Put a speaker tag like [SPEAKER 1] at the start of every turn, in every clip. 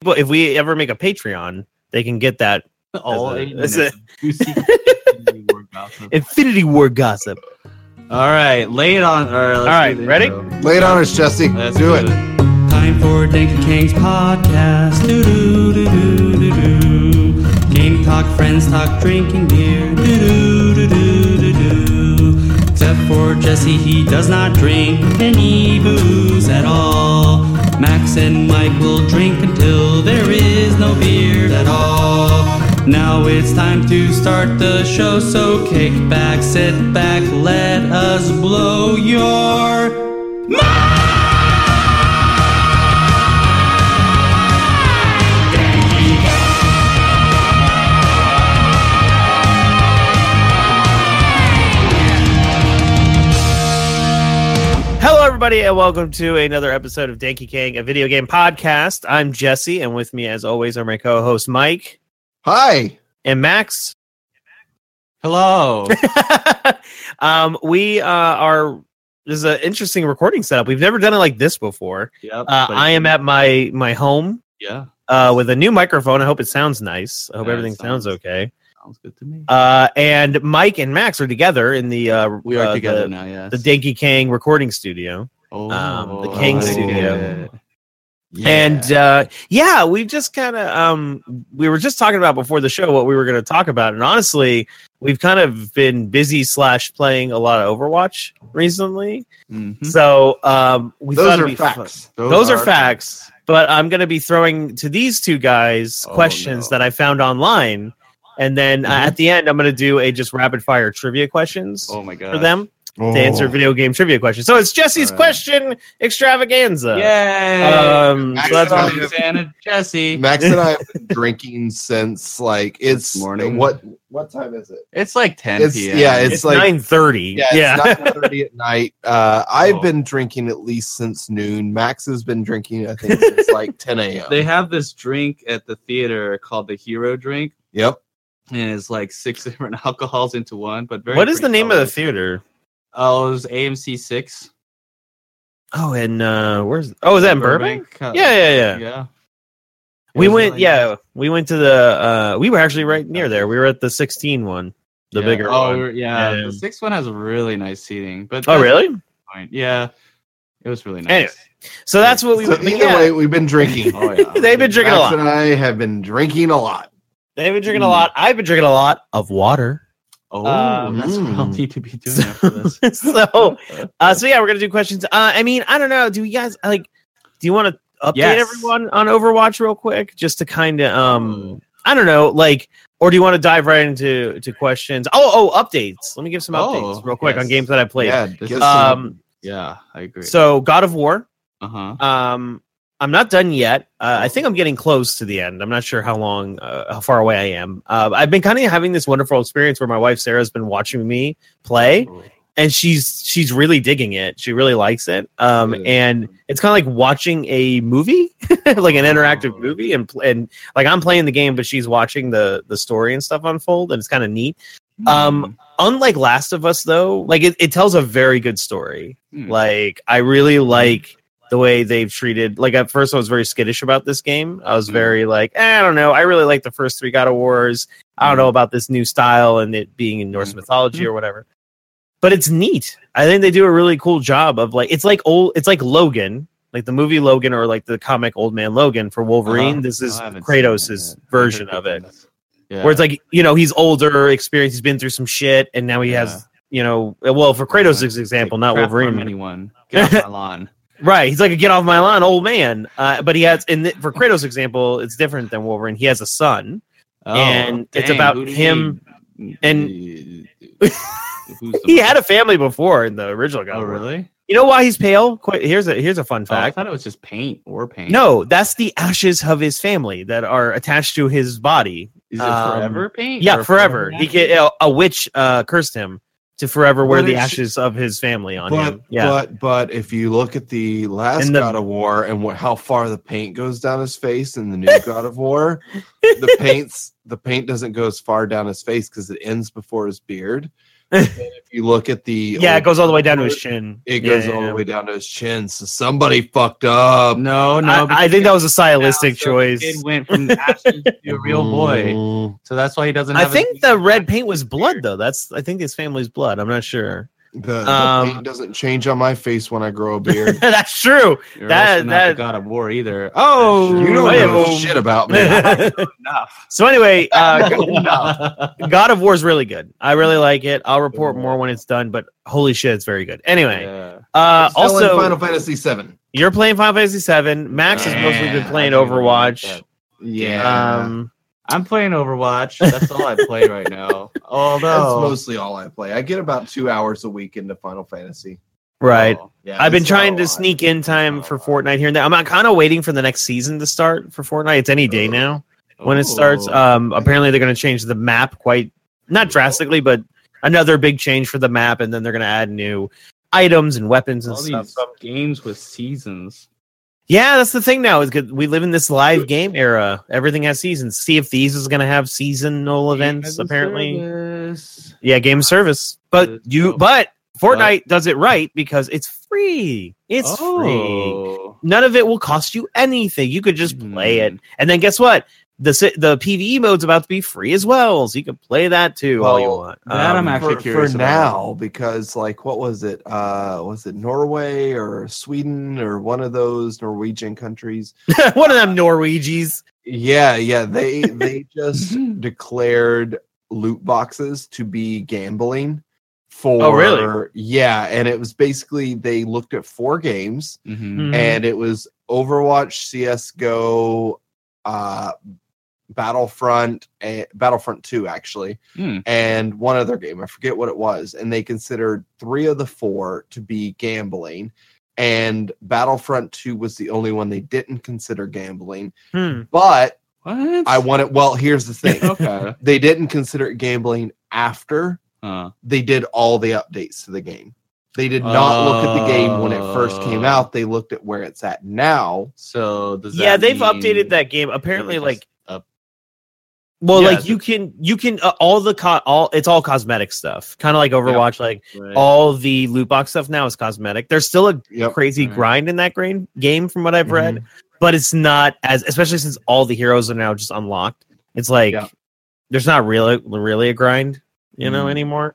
[SPEAKER 1] people, if we ever make a Patreon, they can get that
[SPEAKER 2] All
[SPEAKER 1] That's it.
[SPEAKER 2] in
[SPEAKER 1] That's
[SPEAKER 2] the
[SPEAKER 1] it.
[SPEAKER 2] juicy Infinity War gossip.
[SPEAKER 1] Infinity War gossip.
[SPEAKER 2] All right, lay it on. All right, let's
[SPEAKER 1] All right,
[SPEAKER 2] do the
[SPEAKER 1] ready?
[SPEAKER 2] intro.
[SPEAKER 3] Lay it on us, Jesse.
[SPEAKER 2] Let's
[SPEAKER 3] Do it.
[SPEAKER 4] Time for Dinkin Kings podcast. Do do do do do do. Game talk, friends talk, drinking beer. Do do do do do do. Except for Jesse, he does not drink any booze at all. Max and Mike will drink until there is no beer at all. Now it's time to start the show, so kick back, sit back, let us blow your.
[SPEAKER 1] Hello, everybody, and welcome to another episode of Danky Kang, a video game podcast. I'm Jesse, and with me, as always, are my co-hosts Mike
[SPEAKER 3] Hi.
[SPEAKER 1] and Max.
[SPEAKER 2] Hello.
[SPEAKER 1] um, we uh, are. This is an interesting recording setup. We've never done it like this before.
[SPEAKER 2] Yep,
[SPEAKER 1] Uh,
[SPEAKER 2] but-
[SPEAKER 1] I am at my my home
[SPEAKER 2] Yeah,
[SPEAKER 1] uh, with a new microphone. I hope it sounds nice. I hope
[SPEAKER 2] Yeah, it
[SPEAKER 1] everything sounds,
[SPEAKER 2] sounds-
[SPEAKER 1] okay.
[SPEAKER 2] sounds good to me.
[SPEAKER 1] Uh, and Mike and Max are together in the uh,
[SPEAKER 2] we are
[SPEAKER 1] uh,
[SPEAKER 2] together
[SPEAKER 1] the,
[SPEAKER 2] now. Yes.
[SPEAKER 1] the Danky Kang recording studio.
[SPEAKER 2] oh,
[SPEAKER 1] um, the King
[SPEAKER 2] I get
[SPEAKER 1] Studio.
[SPEAKER 2] it.
[SPEAKER 3] Yeah.
[SPEAKER 1] And uh, yeah, we just kind of um, we were just talking about before the show what we were going to talk about, and honestly, we've kind of been busy slash playing a lot of Overwatch recently.
[SPEAKER 2] Mhm.
[SPEAKER 1] So um, we
[SPEAKER 3] those
[SPEAKER 1] thought it'd
[SPEAKER 3] are
[SPEAKER 1] be fun-
[SPEAKER 3] facts.
[SPEAKER 1] Those, are, facts. But I'm going to be throwing to these two guys
[SPEAKER 2] Oh,
[SPEAKER 1] questions
[SPEAKER 2] no.
[SPEAKER 1] that I found online, and then uh,
[SPEAKER 2] Mhm.
[SPEAKER 1] at the end, I'm going to do a just rapid fire trivia questions
[SPEAKER 2] Oh my god.
[SPEAKER 1] for them
[SPEAKER 3] Oh.
[SPEAKER 1] to answer video game trivia questions. So it's Jesse's
[SPEAKER 2] All right.
[SPEAKER 1] question extravaganza.
[SPEAKER 2] Yay!
[SPEAKER 1] Um,
[SPEAKER 3] Max
[SPEAKER 1] so that's
[SPEAKER 3] and I
[SPEAKER 1] what-
[SPEAKER 3] have-
[SPEAKER 2] Santa Jesse.
[SPEAKER 3] Oh. Max and I have been drinking since like it's
[SPEAKER 2] This morning.
[SPEAKER 3] What what time is it?
[SPEAKER 2] It's like 10
[SPEAKER 3] It's-
[SPEAKER 2] p.m.
[SPEAKER 3] yeah,
[SPEAKER 1] it's,
[SPEAKER 3] it's like-
[SPEAKER 1] nine thirty.
[SPEAKER 3] Yeah,
[SPEAKER 1] Yeah,
[SPEAKER 3] it's nine thirty at night. Uh, I've
[SPEAKER 2] Oh.
[SPEAKER 3] been drinking at least since noon. Max has been drinking, I think, since like ten a.m.
[SPEAKER 2] they have this drink at the theater called the Hero Drink,
[SPEAKER 3] yep.
[SPEAKER 2] and it's like six different alcohols into one. But very
[SPEAKER 1] what is the
[SPEAKER 2] pretty
[SPEAKER 1] name of the
[SPEAKER 2] colors.
[SPEAKER 1] theater?
[SPEAKER 2] Oh, it was AMC six.
[SPEAKER 1] Oh, and uh, where's? Oh, is that in Burbank? Yeah, yeah, yeah.
[SPEAKER 2] yeah. Uh, yeah.
[SPEAKER 1] We
[SPEAKER 2] It was
[SPEAKER 1] went,
[SPEAKER 2] really
[SPEAKER 1] yeah,
[SPEAKER 2] nice.
[SPEAKER 1] we went to the. Uh, we were actually right near there. We were at the 16 one, the
[SPEAKER 2] Yeah.
[SPEAKER 1] bigger
[SPEAKER 2] Oh,
[SPEAKER 1] one.
[SPEAKER 2] we were- yeah.
[SPEAKER 1] Yeah.
[SPEAKER 2] The sixth one has really nice seating. But
[SPEAKER 1] Oh,
[SPEAKER 2] that's
[SPEAKER 1] really?
[SPEAKER 2] the Point. Yeah, it was really nice.
[SPEAKER 1] Anyway, So that's what we.
[SPEAKER 3] So
[SPEAKER 1] but
[SPEAKER 3] either
[SPEAKER 1] yeah,
[SPEAKER 3] way, we've been drinking.
[SPEAKER 2] Oh, yeah.
[SPEAKER 1] they've been drinking a
[SPEAKER 3] Max
[SPEAKER 1] lot.
[SPEAKER 3] and I have been drinking a lot.
[SPEAKER 1] They've been drinking a
[SPEAKER 2] Mm.
[SPEAKER 1] lot. I've been drinking a lot of water.
[SPEAKER 2] Oh,
[SPEAKER 1] Um,
[SPEAKER 2] that's what I'll
[SPEAKER 3] mm.
[SPEAKER 2] need to be doing
[SPEAKER 1] So,
[SPEAKER 2] after this.
[SPEAKER 1] so, uh, so yeah, we're gonna do questions. Uh, I mean, I don't know. Do you guys like? Do you want to update
[SPEAKER 2] Yes.
[SPEAKER 1] everyone on Overwatch real quick, just to kind of
[SPEAKER 2] Mm.
[SPEAKER 1] um, I don't know, like, or do you want to dive right into to questions? Oh, oh, updates. Let me give some
[SPEAKER 2] Oh,
[SPEAKER 1] updates real quick on
[SPEAKER 2] yes.
[SPEAKER 1] games that I played.
[SPEAKER 3] Yeah,
[SPEAKER 2] This
[SPEAKER 3] give
[SPEAKER 2] is-
[SPEAKER 3] some-
[SPEAKER 1] um,
[SPEAKER 2] Yeah, I agree.
[SPEAKER 1] so God of War.
[SPEAKER 2] uh huh.
[SPEAKER 1] Um, I'm not done yet. Uh, I think I'm getting close to the end. I'm not sure how long, uh, how far away I am. Uh, I've been kind of having this wonderful experience where my wife Sarah's been watching me play, and she's she's really digging it. She really likes it. Um,
[SPEAKER 3] Good.
[SPEAKER 1] and it's kind of like watching a movie, like an interactive
[SPEAKER 2] Oh.
[SPEAKER 1] movie, and pl- and like I'm playing the game, but she's watching the the story and stuff unfold, and it's kind of neat.
[SPEAKER 2] Uh-huh.
[SPEAKER 1] Um, unlike Last of Us, though, like it, it tells a very good story.
[SPEAKER 2] Hmm.
[SPEAKER 1] Like I really like the way they've treated. Like at first, I was very skittish about this game. I was
[SPEAKER 2] Hmm.
[SPEAKER 1] very like, eh, I don't know. I really like the first three God of Wars. I don't know about this new style and it being in Norse
[SPEAKER 2] Hmm.
[SPEAKER 1] mythology or whatever. But it's neat. I think they do a really cool job of like it's like old. It's like Logan. Like the movie Logan or like the comic Old Man Logan for Wolverine.
[SPEAKER 2] Uh-huh.
[SPEAKER 1] This
[SPEAKER 2] No,
[SPEAKER 1] is
[SPEAKER 2] I haven't seen
[SPEAKER 1] Kratos'
[SPEAKER 2] that yet.
[SPEAKER 1] version of it
[SPEAKER 2] Yeah.
[SPEAKER 1] where it's like you know he's older experienced he's been through some shit and now he has you know well for kratos'
[SPEAKER 2] Yeah.
[SPEAKER 1] example
[SPEAKER 2] Like,
[SPEAKER 1] not
[SPEAKER 2] crap on
[SPEAKER 1] wolverine
[SPEAKER 2] Anyone? Get off my lawn.
[SPEAKER 1] right he's like a get off my lawn old man uh, but he has in the, for kratos' example it's different than wolverine he has a son
[SPEAKER 2] Oh,
[SPEAKER 1] And it's
[SPEAKER 2] dang,
[SPEAKER 1] about
[SPEAKER 2] who did
[SPEAKER 1] him
[SPEAKER 2] he-
[SPEAKER 1] and-
[SPEAKER 2] who's the
[SPEAKER 1] he had a family before in the original God
[SPEAKER 2] Oh,
[SPEAKER 1] of War.
[SPEAKER 2] really?
[SPEAKER 1] you know why he's pale Qu- here's a here's a fun
[SPEAKER 2] Oh, I
[SPEAKER 1] fact
[SPEAKER 2] thought it was just paint or paint.
[SPEAKER 1] no that's the ashes of his family that are attached to his body
[SPEAKER 2] is it
[SPEAKER 1] um,
[SPEAKER 2] Hmm. forever paint?
[SPEAKER 1] yeah
[SPEAKER 2] Or
[SPEAKER 1] forever he
[SPEAKER 2] ashes?
[SPEAKER 1] can, a, a witch uh, cursed him to forever wear
[SPEAKER 3] But
[SPEAKER 1] the
[SPEAKER 3] it's-
[SPEAKER 1] ashes of his family on
[SPEAKER 3] but,
[SPEAKER 1] him yeah
[SPEAKER 3] but but if you look at the last
[SPEAKER 1] In the-
[SPEAKER 3] God of War and what, how far the paint goes down his face in the new God of War, the paints the paint doesn't go as far down his face because it ends before his beard. if you look at the
[SPEAKER 1] Yeah, it goes all the way down to his chin.
[SPEAKER 3] it goes
[SPEAKER 1] Yeah, yeah,
[SPEAKER 3] all
[SPEAKER 1] yeah.
[SPEAKER 3] the way down to his chin. So somebody fucked up.
[SPEAKER 2] No, no.
[SPEAKER 1] I, I
[SPEAKER 2] because
[SPEAKER 1] think that was a
[SPEAKER 2] now,
[SPEAKER 1] stylistic
[SPEAKER 2] so the
[SPEAKER 1] choice.
[SPEAKER 2] Kid went from ashes to a real boy,
[SPEAKER 3] Mm,
[SPEAKER 2] so that's why he doesn't.
[SPEAKER 1] I
[SPEAKER 2] Have
[SPEAKER 1] think the red paint was blood though. That's I think his family's blood. I'm not sure.
[SPEAKER 3] The,
[SPEAKER 1] Um,
[SPEAKER 3] the paint doesn't change on my face when I grow a beard.
[SPEAKER 1] That's true. that-
[SPEAKER 2] that not
[SPEAKER 1] that-
[SPEAKER 2] the God of War either. Oh,
[SPEAKER 3] you don't
[SPEAKER 1] Wait,
[SPEAKER 3] know
[SPEAKER 1] um,
[SPEAKER 3] shit about me.
[SPEAKER 2] enough.
[SPEAKER 1] so anyway, uh,
[SPEAKER 2] enough.
[SPEAKER 1] God of War is really good. I really like it. I'll report more when it's done, but holy shit, it's very good. Anyway,
[SPEAKER 2] Mm-hmm. Yeah.
[SPEAKER 1] uh,
[SPEAKER 3] Still in
[SPEAKER 1] also
[SPEAKER 3] Final Fantasy Seven.
[SPEAKER 1] you're playing Final Fantasy Seven. Max has mostly been
[SPEAKER 3] Yeah,
[SPEAKER 1] playing
[SPEAKER 2] I don't even
[SPEAKER 1] Overwatch.
[SPEAKER 2] like
[SPEAKER 3] Yeah,
[SPEAKER 1] Um,
[SPEAKER 2] I'm playing Overwatch. That's all I play right now.
[SPEAKER 3] that's
[SPEAKER 2] Although
[SPEAKER 3] mostly all I play. I get about two hours a week into Final Fantasy.
[SPEAKER 1] right.
[SPEAKER 2] Oh,
[SPEAKER 3] Yeah,
[SPEAKER 1] I've been
[SPEAKER 3] it's not
[SPEAKER 1] trying
[SPEAKER 3] a
[SPEAKER 1] to
[SPEAKER 3] lot.
[SPEAKER 1] sneak in time
[SPEAKER 2] Not a
[SPEAKER 1] for
[SPEAKER 2] lot.
[SPEAKER 1] Fortnite here and there. I'm kind of waiting for the next season to start for Fortnite. It's any day now. when it starts.
[SPEAKER 2] Ooh.
[SPEAKER 1] Um, apparently they're going to change the map quite not drastically, but another big change for the map, and then they're going to add new items and weapons and
[SPEAKER 2] all
[SPEAKER 1] stuff.
[SPEAKER 2] these games with seasons.
[SPEAKER 1] Yeah, that's the thing now. Is 'cause we live in this live game era. Everything has seasons. Sea of Thieves is going to have seasonal events, apparently.
[SPEAKER 2] Service.
[SPEAKER 1] Yeah, game service. But
[SPEAKER 2] Good
[SPEAKER 1] you,
[SPEAKER 2] stuff.
[SPEAKER 1] but Fortnite does it right because it's free. It's free.
[SPEAKER 2] oh.
[SPEAKER 1] None of it will cost you anything. You could just play it.
[SPEAKER 2] Mm.
[SPEAKER 1] And then guess what? The si- the PVE mode's about to be free as well, so you can play that too all you
[SPEAKER 3] Well,
[SPEAKER 1] want. Um,
[SPEAKER 2] that I'm actually
[SPEAKER 3] for,
[SPEAKER 2] curious
[SPEAKER 3] for
[SPEAKER 2] about.
[SPEAKER 3] now because like what was it uh was it norway or sweden or one of those norwegian countries
[SPEAKER 1] one of them Norwegians.
[SPEAKER 3] yeah yeah they they just declared loot boxes to be gambling for
[SPEAKER 1] Oh, really?
[SPEAKER 3] yeah and it was basically they looked at four games
[SPEAKER 2] Mhm.
[SPEAKER 3] and it was overwatch csgo uh battlefront and battlefront 2 actually
[SPEAKER 2] Hmm.
[SPEAKER 3] and one other game. I forget what it was. And they considered three of the four to be gambling. And Battlefront 2 was the only one they didn't consider gambling.
[SPEAKER 1] Hmm.
[SPEAKER 3] Mm-hmm. But
[SPEAKER 2] What?
[SPEAKER 3] I want it. Well, here's the thing
[SPEAKER 2] okay.
[SPEAKER 3] they didn't consider it gambling after
[SPEAKER 2] Uh,
[SPEAKER 3] they did all the updates to the game. They did not look at the game when it first came
[SPEAKER 2] Oh.
[SPEAKER 3] out, they looked at where it's at now.
[SPEAKER 2] so does
[SPEAKER 1] Yeah,
[SPEAKER 2] that
[SPEAKER 1] they've
[SPEAKER 2] mean
[SPEAKER 1] updated that game.
[SPEAKER 2] they
[SPEAKER 1] Apparently,
[SPEAKER 2] just
[SPEAKER 1] like
[SPEAKER 2] up-
[SPEAKER 1] well,
[SPEAKER 2] Yeah,
[SPEAKER 1] like you can you can uh, all the co- all it's all cosmetic stuff, kind of like Overwatch. Like
[SPEAKER 2] right.
[SPEAKER 1] all the loot box stuff now is cosmetic. There's still a
[SPEAKER 3] Yep.
[SPEAKER 1] crazy
[SPEAKER 2] Right.
[SPEAKER 1] grind in that grain game from what I've read, but it's not as especially since all the heroes are now just unlocked. It's like
[SPEAKER 3] Yeah.
[SPEAKER 1] there's not really really a grind, you know,
[SPEAKER 2] Mm.
[SPEAKER 1] anymore.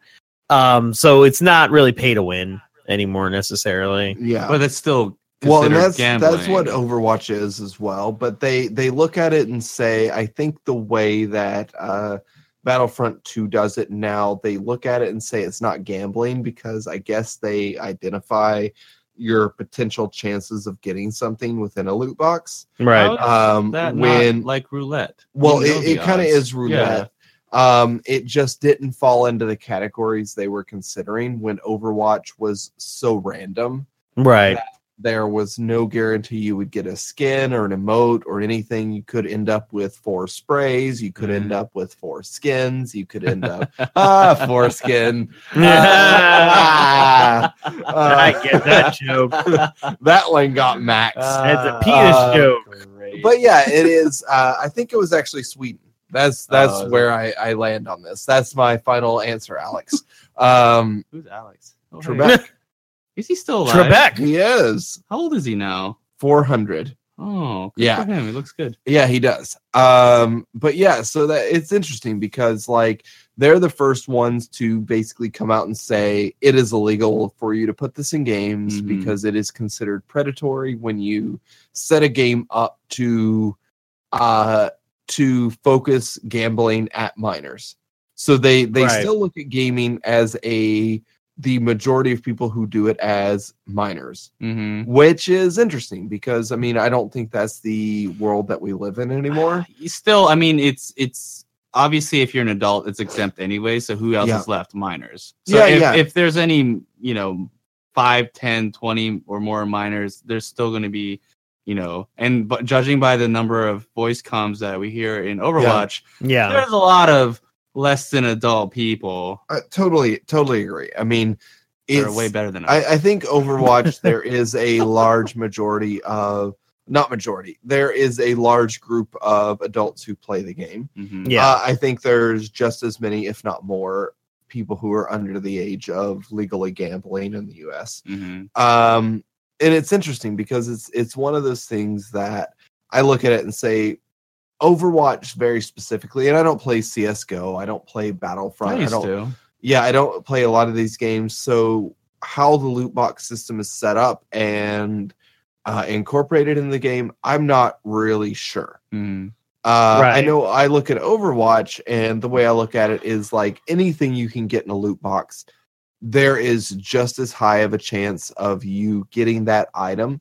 [SPEAKER 1] Um, so it's not really pay to win anymore necessarily.
[SPEAKER 3] Yeah.
[SPEAKER 2] but it's still
[SPEAKER 3] well and that's
[SPEAKER 2] considered
[SPEAKER 3] that's what
[SPEAKER 2] gambling.
[SPEAKER 3] overwatch is as well but they they look at it and say i think the way that uh battlefront 2 does it now they look at it and say it's not gambling because i guess they identify your potential chances of getting something within a loot box
[SPEAKER 1] Right.
[SPEAKER 2] How
[SPEAKER 3] um
[SPEAKER 2] is that not
[SPEAKER 3] when
[SPEAKER 2] like roulette.
[SPEAKER 3] well
[SPEAKER 2] You know
[SPEAKER 3] it,
[SPEAKER 2] the
[SPEAKER 3] it kind of
[SPEAKER 2] odds.
[SPEAKER 3] is
[SPEAKER 2] Yeah.
[SPEAKER 3] roulette um it just didn't fall into the categories they were considering when overwatch was so random
[SPEAKER 1] right.
[SPEAKER 3] there was no guarantee you would get a skin or an emote or anything. You could end up with four sprays. You could
[SPEAKER 2] Mm-hmm.
[SPEAKER 3] end up with four skins. You could end up ah four skin. Ah,
[SPEAKER 1] I
[SPEAKER 3] ah.
[SPEAKER 1] get that joke.
[SPEAKER 3] Uh, that one got max.
[SPEAKER 1] That's a
[SPEAKER 2] Uh,
[SPEAKER 1] penis
[SPEAKER 3] uh,
[SPEAKER 1] joke.
[SPEAKER 3] but yeah, it is. Uh, I think it was actually Sweden. That's that's
[SPEAKER 2] Oh, is
[SPEAKER 3] where I, I land on this. That's my final answer, Alex. Um,
[SPEAKER 2] Who's Alex? Oh, hey.
[SPEAKER 3] Trebek,
[SPEAKER 2] Is he still alive?
[SPEAKER 1] Trebek.
[SPEAKER 3] he is
[SPEAKER 2] How old is he now?
[SPEAKER 3] four hundred.
[SPEAKER 2] Oh, good
[SPEAKER 3] Yeah.
[SPEAKER 2] for him. He looks good.
[SPEAKER 3] Yeah, he does. Um, but yeah, so that it's interesting because like they're the first ones to basically come out and say it is illegal for you to put this in games
[SPEAKER 2] Mhm.
[SPEAKER 3] because it is considered predatory when you set a game up to uh to focus gambling at minors. So they they
[SPEAKER 1] Right.
[SPEAKER 3] still look at gaming as a the majority of people who do it as minors
[SPEAKER 2] Mm-hmm.
[SPEAKER 3] which is interesting because I mean I don't think that's the world that we live in anymore.
[SPEAKER 2] Uh, Still, I mean, it's it's obviously if you're an adult, it's exempt anyway. So who else
[SPEAKER 3] Yeah.
[SPEAKER 2] is left? Minors. So
[SPEAKER 3] Yeah,
[SPEAKER 2] if,
[SPEAKER 3] yeah.
[SPEAKER 2] if there's any, you know, 5, 10, 20 or more minors, there's still going to be, you know, and but judging by the number of voice comms that we hear in Overwatch,
[SPEAKER 1] Yeah.
[SPEAKER 2] there's a lot of less than adult people
[SPEAKER 3] I totally, totally agree. I mean,
[SPEAKER 2] that
[SPEAKER 3] it's
[SPEAKER 2] are way better than us.
[SPEAKER 3] I, I think Overwatch there is a large majority of not majority. There is a large group of adults who play the game.
[SPEAKER 2] Mhm.
[SPEAKER 1] Yeah.
[SPEAKER 3] Uh, I think there's just as many, if not more, people who are under the age of legally gambling in the U.S.
[SPEAKER 2] hmm
[SPEAKER 3] Um, and it's interesting because it's it's one of those things that I look at it and say, Overwatch very specifically, and I don't play CS:GO, I don't play Battlefront, I
[SPEAKER 2] used
[SPEAKER 3] don't
[SPEAKER 2] to.
[SPEAKER 3] yeah, I don't play a lot of these games, so how the loot box system is set up and uh, incorporated in the game, I'm not really sure.
[SPEAKER 2] Mhm.
[SPEAKER 3] Uh, I
[SPEAKER 1] Right.
[SPEAKER 3] know I look at Overwatch, and the way I look at it is like anything you can get in a loot box, there is just as high of a chance of you getting that item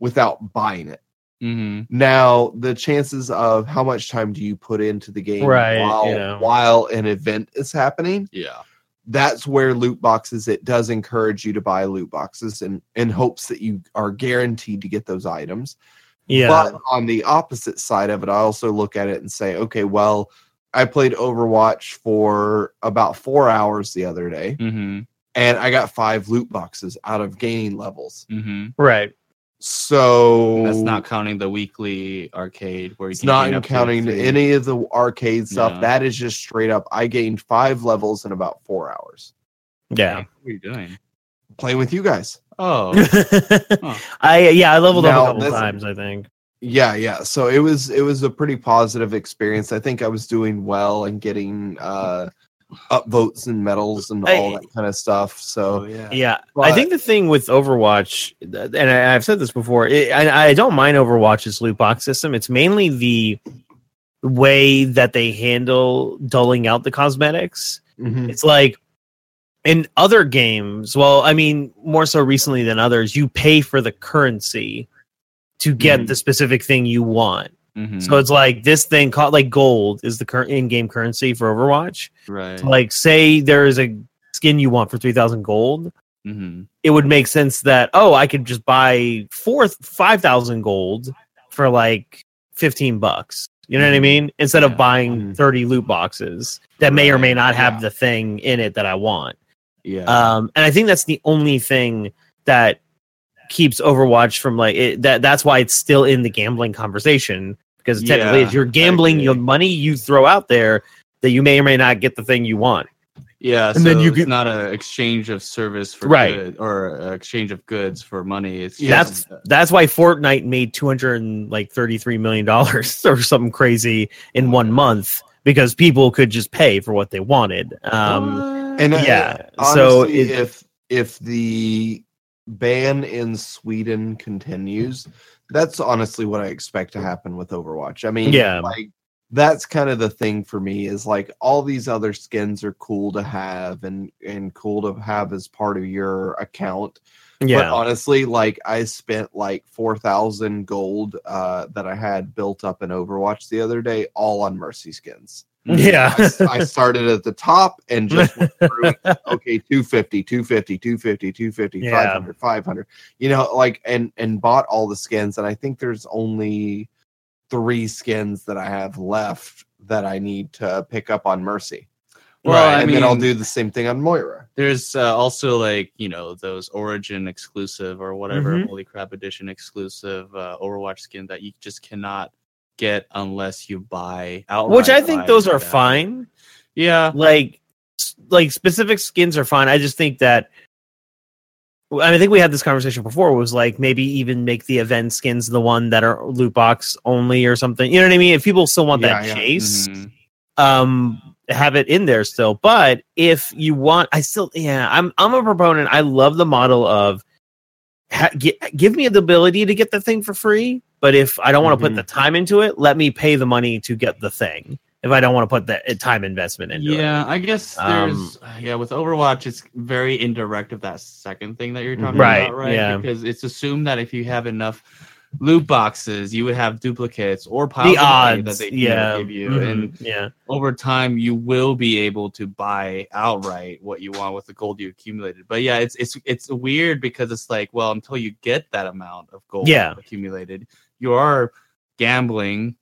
[SPEAKER 3] without buying it. Mm-hmm.
[SPEAKER 2] Mhm.
[SPEAKER 3] Now, the chances of how much time do you put into the game
[SPEAKER 1] Right, you
[SPEAKER 3] while,
[SPEAKER 1] know.
[SPEAKER 3] while an event is happening?
[SPEAKER 2] Yeah.
[SPEAKER 3] that's where loot boxes it does encourage you to buy loot boxes in in hopes that you are guaranteed to get those items
[SPEAKER 1] Yeah.
[SPEAKER 3] but on the opposite side of it i also look at it and say okay well i played overwatch for about four hours the other day
[SPEAKER 2] Mhm.
[SPEAKER 3] and i got five loot boxes out of gaining levels
[SPEAKER 2] Mhm.
[SPEAKER 1] right.
[SPEAKER 3] so
[SPEAKER 2] That's not counting the weekly arcade where you
[SPEAKER 3] it's
[SPEAKER 2] can
[SPEAKER 3] not
[SPEAKER 2] gain up to
[SPEAKER 3] counting
[SPEAKER 2] three.
[SPEAKER 3] any of the arcade stuff
[SPEAKER 2] Yeah.
[SPEAKER 3] that is just straight up i gained five levels in about four hours
[SPEAKER 1] Yeah.
[SPEAKER 2] What are you doing?
[SPEAKER 3] playing with you guys
[SPEAKER 2] Oh,
[SPEAKER 1] I yeah, I leveled
[SPEAKER 3] Now,
[SPEAKER 1] up a couple
[SPEAKER 3] that's-
[SPEAKER 1] times, I think.
[SPEAKER 3] yeah yeah so it was it was a pretty positive experience i think i was doing well and getting uh upvotes and medals and all
[SPEAKER 1] Hey.
[SPEAKER 3] that kind of stuff so
[SPEAKER 2] Oh, yeah.
[SPEAKER 1] Yeah, I
[SPEAKER 3] But-
[SPEAKER 1] think the thing with Overwatch, th- and I, I've said this before, it, I, I don't mind Overwatch's loot box system. It's mainly the way that they handle doling out the cosmetics.
[SPEAKER 3] Mm-hmm.
[SPEAKER 1] It's like in other games, well, I mean, more so recently than others, you pay for the currency to get
[SPEAKER 2] Mhm.
[SPEAKER 1] the specific thing you want.
[SPEAKER 2] Mhm.
[SPEAKER 1] So it's like this thing called like gold is the current in-game currency for Overwatch.
[SPEAKER 2] right.
[SPEAKER 1] So, like, say there is a skin you want for three thousand gold
[SPEAKER 2] Mhm.
[SPEAKER 1] it would make sense that oh i could just buy four five thousand gold for like 15 bucks you know what i mean instead
[SPEAKER 2] Yeah.
[SPEAKER 1] of buying 30 loot boxes that may or may
[SPEAKER 2] Right,
[SPEAKER 1] not have
[SPEAKER 2] Mm-hmm. yeah.
[SPEAKER 1] the thing in it that i want
[SPEAKER 2] Yeah.
[SPEAKER 1] um and i think that's the only thing that keeps overwatch from like it, that that's why it's still in the gambling conversation because technically
[SPEAKER 2] Yeah,
[SPEAKER 1] if you're gambling
[SPEAKER 2] agree.
[SPEAKER 1] your money you throw out there that you may or may not get the thing you want
[SPEAKER 2] Yeah, and
[SPEAKER 1] And then
[SPEAKER 2] then
[SPEAKER 1] you
[SPEAKER 2] it's
[SPEAKER 1] get-
[SPEAKER 2] not an exchange of service for
[SPEAKER 1] Right.
[SPEAKER 2] good- or a exchange of goods for money. It's
[SPEAKER 3] Yeah.
[SPEAKER 2] just,
[SPEAKER 1] That's that's why Fortnite made two hundred and like thirty three million dollars or something crazy in one month because people could just pay for what they wanted. Um,
[SPEAKER 3] and uh,
[SPEAKER 1] yeah, so
[SPEAKER 3] honestly,
[SPEAKER 1] it-
[SPEAKER 3] if if the ban in sweden continues that's honestly what i expect to happen with overwatch i mean
[SPEAKER 1] Yeah.
[SPEAKER 3] like that's kind of the thing for me is like all these other skins are cool to have and and cool to have as part of your account But
[SPEAKER 1] yeah,
[SPEAKER 3] honestly, like I spent like four thousand gold uh, that I had built up in Overwatch the other day, all on Mercy skins.
[SPEAKER 1] yeah,
[SPEAKER 3] I, I started at the top and just went through. okay, 250, 250, 250, 250,
[SPEAKER 1] Yeah.
[SPEAKER 3] 500, 500. You know, like and and bought all the skins, and I think there's only three skins that I have left that I need to pick up on Mercy.
[SPEAKER 2] Well, I
[SPEAKER 3] and then I'll
[SPEAKER 2] mean-
[SPEAKER 3] do the same thing on Moira.
[SPEAKER 2] There's uh, also like you know those Origin exclusive or whatever
[SPEAKER 1] Mhm.
[SPEAKER 2] Holy Crap Edition exclusive uh, Overwatch skin that you just cannot get unless you buy outright.
[SPEAKER 1] which I think
[SPEAKER 2] buy
[SPEAKER 1] those are
[SPEAKER 2] that.
[SPEAKER 1] fine.
[SPEAKER 2] Yeah,
[SPEAKER 1] Like s- like specific skins are fine. I just think that. I, mean, I think we had this conversation before. Was like maybe even make the event skins the one that are loot box only or something. You know what I mean? If people still want that
[SPEAKER 3] Yeah, Mm-hmm. yeah.
[SPEAKER 1] chase,
[SPEAKER 2] Mhm.
[SPEAKER 1] um have it in there still but if you want i still yeah i'm i'm a proponent i love the model of ha, gi- give me the ability to get the thing for free but if i don't want to
[SPEAKER 3] Mhm.
[SPEAKER 1] put the time into it let me pay the money to get the thing if i don't want to put the uh, time investment into it
[SPEAKER 2] yeah. I guess
[SPEAKER 1] Um,
[SPEAKER 2] there's uh, yeah with Overwatch it's very indirect of that second thing that you're talking
[SPEAKER 1] Right,
[SPEAKER 2] about, right?
[SPEAKER 1] yeah.
[SPEAKER 2] Because it's assumed that if you have enough loot boxes, you would have duplicates or piles
[SPEAKER 1] the
[SPEAKER 2] of money
[SPEAKER 1] odds
[SPEAKER 2] that they you know,
[SPEAKER 1] yeah
[SPEAKER 2] give you,
[SPEAKER 1] Mhm,
[SPEAKER 2] and
[SPEAKER 1] yeah
[SPEAKER 2] over time you will be able to buy outright what you want with the gold you accumulated. But yeah, it's it's it's weird because it's like, well, until you get that amount of gold
[SPEAKER 1] Yeah.
[SPEAKER 2] accumulated, you are gambling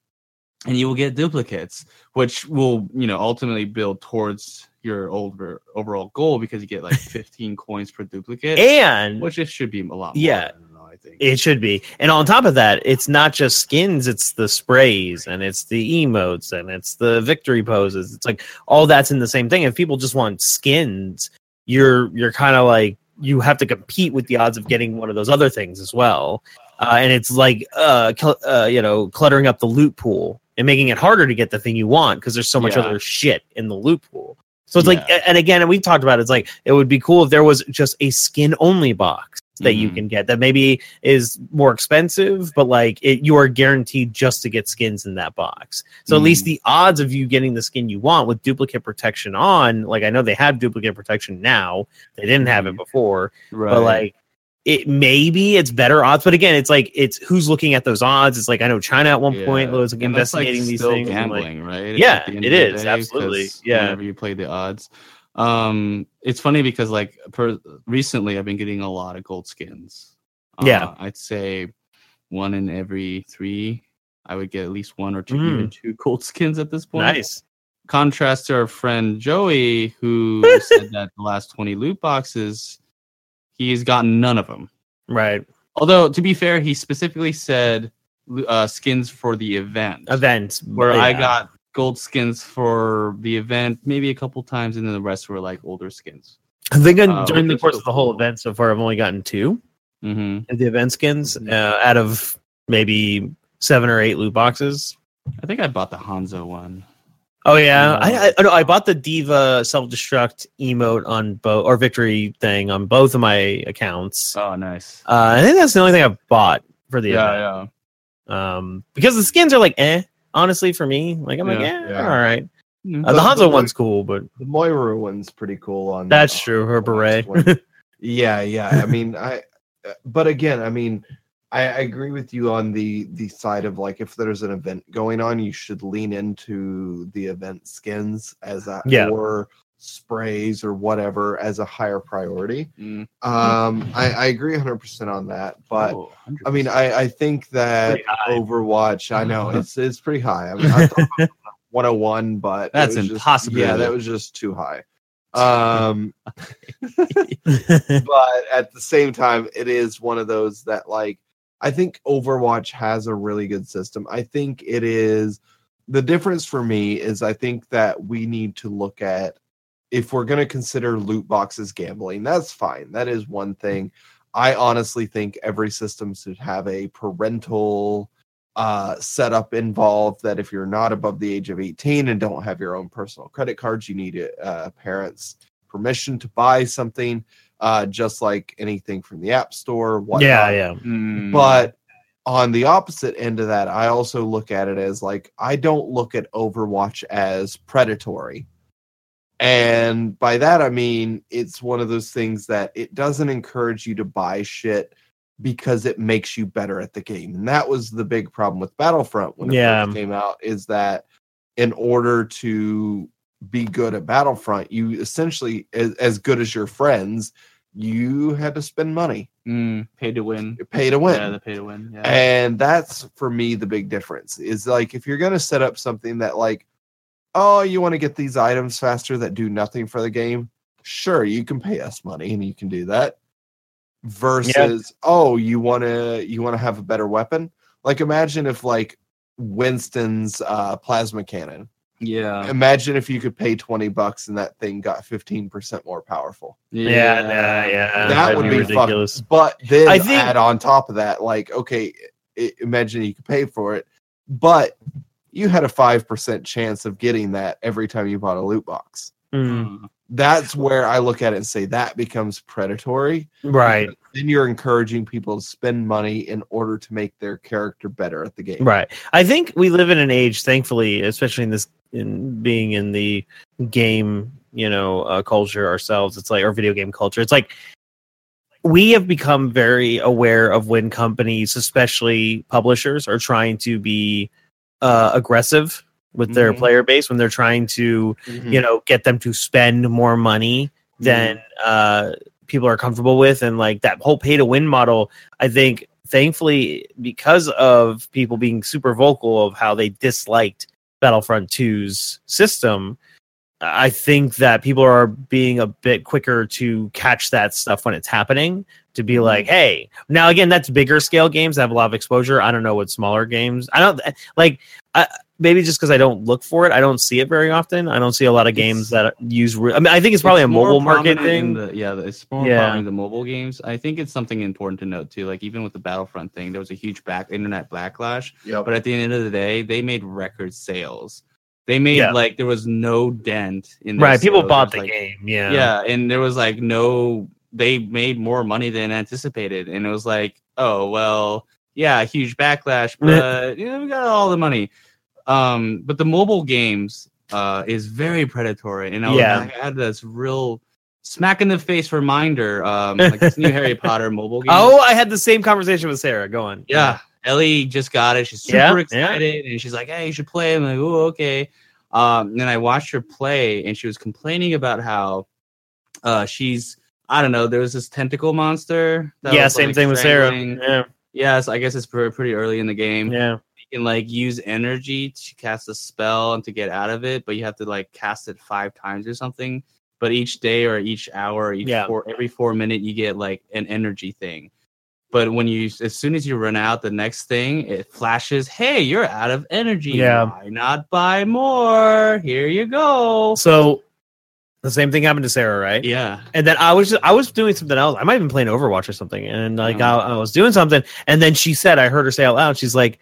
[SPEAKER 2] and you will get duplicates, which will, you know, ultimately build towards your over overall goal because you get like 15 coins per duplicate,
[SPEAKER 1] and
[SPEAKER 2] which it should be a lot more.
[SPEAKER 1] Yeah.
[SPEAKER 2] I don't know, I think.
[SPEAKER 1] It should be. And on top of that, it's not just skins, it's the sprays and it's the emotes and it's the victory poses. It's like all that's in the same thing. If people just want skins, you're you're kind of like you have to compete with the odds of getting one of those other things as well. Uh, and it's like uh, cl- uh you know, cluttering up the loot pool and making it harder to get the thing you want because there's so much
[SPEAKER 2] Yeah.
[SPEAKER 1] other shit in the loot pool. So it's like,
[SPEAKER 2] Yeah.
[SPEAKER 1] and again, and we talked about it, it's like it would be cool if there was just a skin only box that you
[SPEAKER 2] Mhm.
[SPEAKER 1] can get that maybe is more expensive, but like it, you are guaranteed just to get skins in that box. So at least
[SPEAKER 2] Mhm.
[SPEAKER 1] the odds of you getting the skin you want with duplicate protection on, like I know they have duplicate protection now, they didn't have it
[SPEAKER 2] Mhm.
[SPEAKER 1] before,
[SPEAKER 2] right.
[SPEAKER 1] but like it maybe it's better odds, but again, it's like it's who's looking at those odds. It's like I know China at one point was like,
[SPEAKER 2] And that's, like,
[SPEAKER 1] investigating these
[SPEAKER 2] still
[SPEAKER 1] things. and, like,
[SPEAKER 2] Gambling, right?
[SPEAKER 1] Yeah,
[SPEAKER 2] At the end
[SPEAKER 1] it
[SPEAKER 2] of the
[SPEAKER 1] is,
[SPEAKER 2] 'cause
[SPEAKER 1] absolutely, yeah.
[SPEAKER 2] Whenever you play the odds, um, it's funny because like per- recently I've been getting a lot of gold skins. Uh,
[SPEAKER 1] Yeah.
[SPEAKER 2] I'd say one in every three. I would get at least one or two,
[SPEAKER 1] Mm.
[SPEAKER 2] even two gold skins at this point.
[SPEAKER 1] nice.
[SPEAKER 2] Contrast to our friend Joey, who said that the last twenty loot boxes, he's gotten none of them.
[SPEAKER 1] Right.
[SPEAKER 2] Although to be fair, he specifically said uh, skins for the event,
[SPEAKER 1] Events
[SPEAKER 2] where I
[SPEAKER 1] yeah.
[SPEAKER 2] got gold skins for the event maybe a couple times, and then the rest were like older skins.
[SPEAKER 1] I think on,
[SPEAKER 2] Uh,
[SPEAKER 1] during
[SPEAKER 2] which
[SPEAKER 1] the
[SPEAKER 2] is
[SPEAKER 1] course
[SPEAKER 2] still
[SPEAKER 1] of the whole
[SPEAKER 2] cool.
[SPEAKER 1] event so far, I've only gotten two
[SPEAKER 2] hmm
[SPEAKER 1] of the event skins
[SPEAKER 2] Mhm.
[SPEAKER 1] uh, out of maybe seven or eight loot boxes.
[SPEAKER 2] I think I bought the Hanzo one.
[SPEAKER 1] Oh yeah, I
[SPEAKER 2] Yeah.
[SPEAKER 1] I, no, I bought the diva self destruct emote on both or victory thing on both of my accounts. Uh,
[SPEAKER 2] Oh, nice.
[SPEAKER 1] I think that's the only thing I've bought for the event.
[SPEAKER 2] yeah, yeah.
[SPEAKER 1] Um, because the skins are like eh, honestly for me, like I'm like
[SPEAKER 2] Yeah.
[SPEAKER 1] eh,
[SPEAKER 3] Yeah.
[SPEAKER 1] all right.
[SPEAKER 2] Mm.
[SPEAKER 1] Uh, the
[SPEAKER 3] That's
[SPEAKER 1] Hanzo
[SPEAKER 3] the-
[SPEAKER 1] one's cool, but
[SPEAKER 3] The Moira one's pretty cool on uh,
[SPEAKER 1] that's
[SPEAKER 3] on
[SPEAKER 1] true.
[SPEAKER 3] the
[SPEAKER 1] Her
[SPEAKER 3] last
[SPEAKER 1] beret.
[SPEAKER 3] one. yeah, yeah. I mean, I. uh, But again, I mean, I, I agree with you on the the side of like if there's an event going on, you should lean into the event skins as a
[SPEAKER 1] Yeah.
[SPEAKER 3] or sprays or whatever as a higher priority.
[SPEAKER 2] Mm.
[SPEAKER 3] Um, I, I agree 100 percent on that, but.
[SPEAKER 2] Oh,
[SPEAKER 3] I mean, I, I think that
[SPEAKER 1] Pretty high.
[SPEAKER 3] Overwatch. I know it's it's pretty high. I mean, I thought it was 101, but it
[SPEAKER 2] That's
[SPEAKER 3] was just-
[SPEAKER 2] impossible.
[SPEAKER 3] yeah, that was just too high. Um, but at the same time, it is one of those that like I think Overwatch has a really good system. I think it is the difference for me is I think that we need to look at if we're going to consider loot boxes gambling, that's fine. That is one thing. I honestly think every system should have a parental uh, setup involved that if you're not above the age of 18 and don't have your own personal credit cards, you need uh, parents' permission to buy something, uh, just like anything from the App Store. whatnot.
[SPEAKER 1] yeah, yeah.
[SPEAKER 2] Mm.
[SPEAKER 3] But on the opposite end of that, I also look at it as like I don't look at Overwatch as predatory. And by that I mean it's one of those things that it doesn't encourage you to buy shit because it makes you better at the game. And that was the big problem with Battlefront when it
[SPEAKER 1] Yeah.
[SPEAKER 3] first came out is that in order to be good at Battlefront, you essentially as, as good as your friends, you had to spend money,
[SPEAKER 2] Mm. pay to win.
[SPEAKER 3] pay to win.
[SPEAKER 2] Yeah, the pay to win. Yeah.
[SPEAKER 3] And that's for me the big difference is like if you're going to set up something that like oh you want to get these items faster that do nothing for the game, sure you can pay us money and you can do that versus oh you want to you want to have a better weapon? Like imagine if like Winston's uh plasma cannon.
[SPEAKER 2] yeah.
[SPEAKER 3] Imagine if you could pay 20 bucks and that thing got 15% more powerful.
[SPEAKER 1] Yeah, yeah, yeah.
[SPEAKER 3] That
[SPEAKER 1] That'd
[SPEAKER 3] would
[SPEAKER 1] be
[SPEAKER 3] be fucking
[SPEAKER 1] ridiculous.
[SPEAKER 3] But then
[SPEAKER 1] I think-
[SPEAKER 3] add on top of that, like, okay, i imagine you could pay for it, but you had a 5% chance of getting that every time you bought a loot box.
[SPEAKER 1] Mm,
[SPEAKER 2] Mm.
[SPEAKER 3] That's where I look at it and say that becomes predatory.
[SPEAKER 1] right,
[SPEAKER 3] Then you're encouraging people to spend money in order to make their character better at the game.
[SPEAKER 1] right. I think we live in an age, thankfully, especially in this, in being in the game, you know, uh, culture ourselves. It's like our video game culture. It's like we have become very aware of when companies, especially publishers, are trying to be uh, aggressive with their
[SPEAKER 3] Mhm.
[SPEAKER 1] player base when they're trying to you know get them to spend more money than uh people are comfortable with and like that whole pay to win model i think thankfully because of people being super vocal of how they disliked battlefront 2's system I think that people are being a bit quicker to catch that stuff when it's happening. To
[SPEAKER 2] Mm-hmm.
[SPEAKER 1] be like, hey, now again, that's bigger scale games that have a lot of exposure. I don't know what smaller games. I don't like. I, maybe just because I don't look for it, I don't see it very often. I don't see a lot of games that use. Re- I mean, I think it's probably a
[SPEAKER 2] more
[SPEAKER 1] mobile market
[SPEAKER 2] prominent in
[SPEAKER 1] thing.
[SPEAKER 2] the- yeah, it's more
[SPEAKER 1] Yeah.
[SPEAKER 2] prominent in the mobile games. I think it's something important to note too. Like even with the Battlefront thing, there was a huge back internet backlash.
[SPEAKER 3] Yep.
[SPEAKER 2] But at the end of the day, they made record sales. They made
[SPEAKER 1] Yeah.
[SPEAKER 2] like there was no dent in their
[SPEAKER 1] right, people
[SPEAKER 2] sales.
[SPEAKER 1] bought
[SPEAKER 2] It
[SPEAKER 1] the
[SPEAKER 2] was like-
[SPEAKER 1] game. Yeah,
[SPEAKER 2] Yeah, and there was like no. They made more money than anticipated, and it was like, oh well, yeah, huge backlash, but you know, we got all the money. Um, but the mobile games uh, is very predatory, and I, was,
[SPEAKER 1] Yeah.
[SPEAKER 2] I had this real smack in the face reminder, um, like this new Harry Potter mobile game.
[SPEAKER 1] Oh, I had the same conversation with Sarah. Go on.
[SPEAKER 2] Yeah, Ellie just got it. She's super
[SPEAKER 1] Yeah, yeah.
[SPEAKER 2] excited, and she's like, "Hey, you should play." I'm like, "Oh, okay." Um, and then I watched her play, and she was complaining about how uh, she's I don't know. There was this tentacle monster.
[SPEAKER 1] yeah,
[SPEAKER 2] was,
[SPEAKER 1] same
[SPEAKER 2] like,
[SPEAKER 1] thing with Sarah.
[SPEAKER 2] strangling-
[SPEAKER 1] Yeah,
[SPEAKER 2] Yeah, so I guess it's pre- pretty early in the game.
[SPEAKER 1] yeah.
[SPEAKER 2] You can like use energy to cast a spell and to get out of it, but you have to like cast it five times or something. But each day or each hour, each
[SPEAKER 1] Yeah.
[SPEAKER 2] four, every four minute, you get like an energy thing. But when you, as soon as you run out, the next thing it flashes, "Hey, you're out of energy.
[SPEAKER 1] Yeah.
[SPEAKER 2] Why not buy more? Here you go."
[SPEAKER 1] So the same thing happened to Sarah, right?
[SPEAKER 2] Yeah,
[SPEAKER 1] And then I was I was doing something else. I might have been playing Overwatch or something. And like
[SPEAKER 2] Yeah.
[SPEAKER 1] I, I was doing something, and then she said, I heard her say out loud, she's like,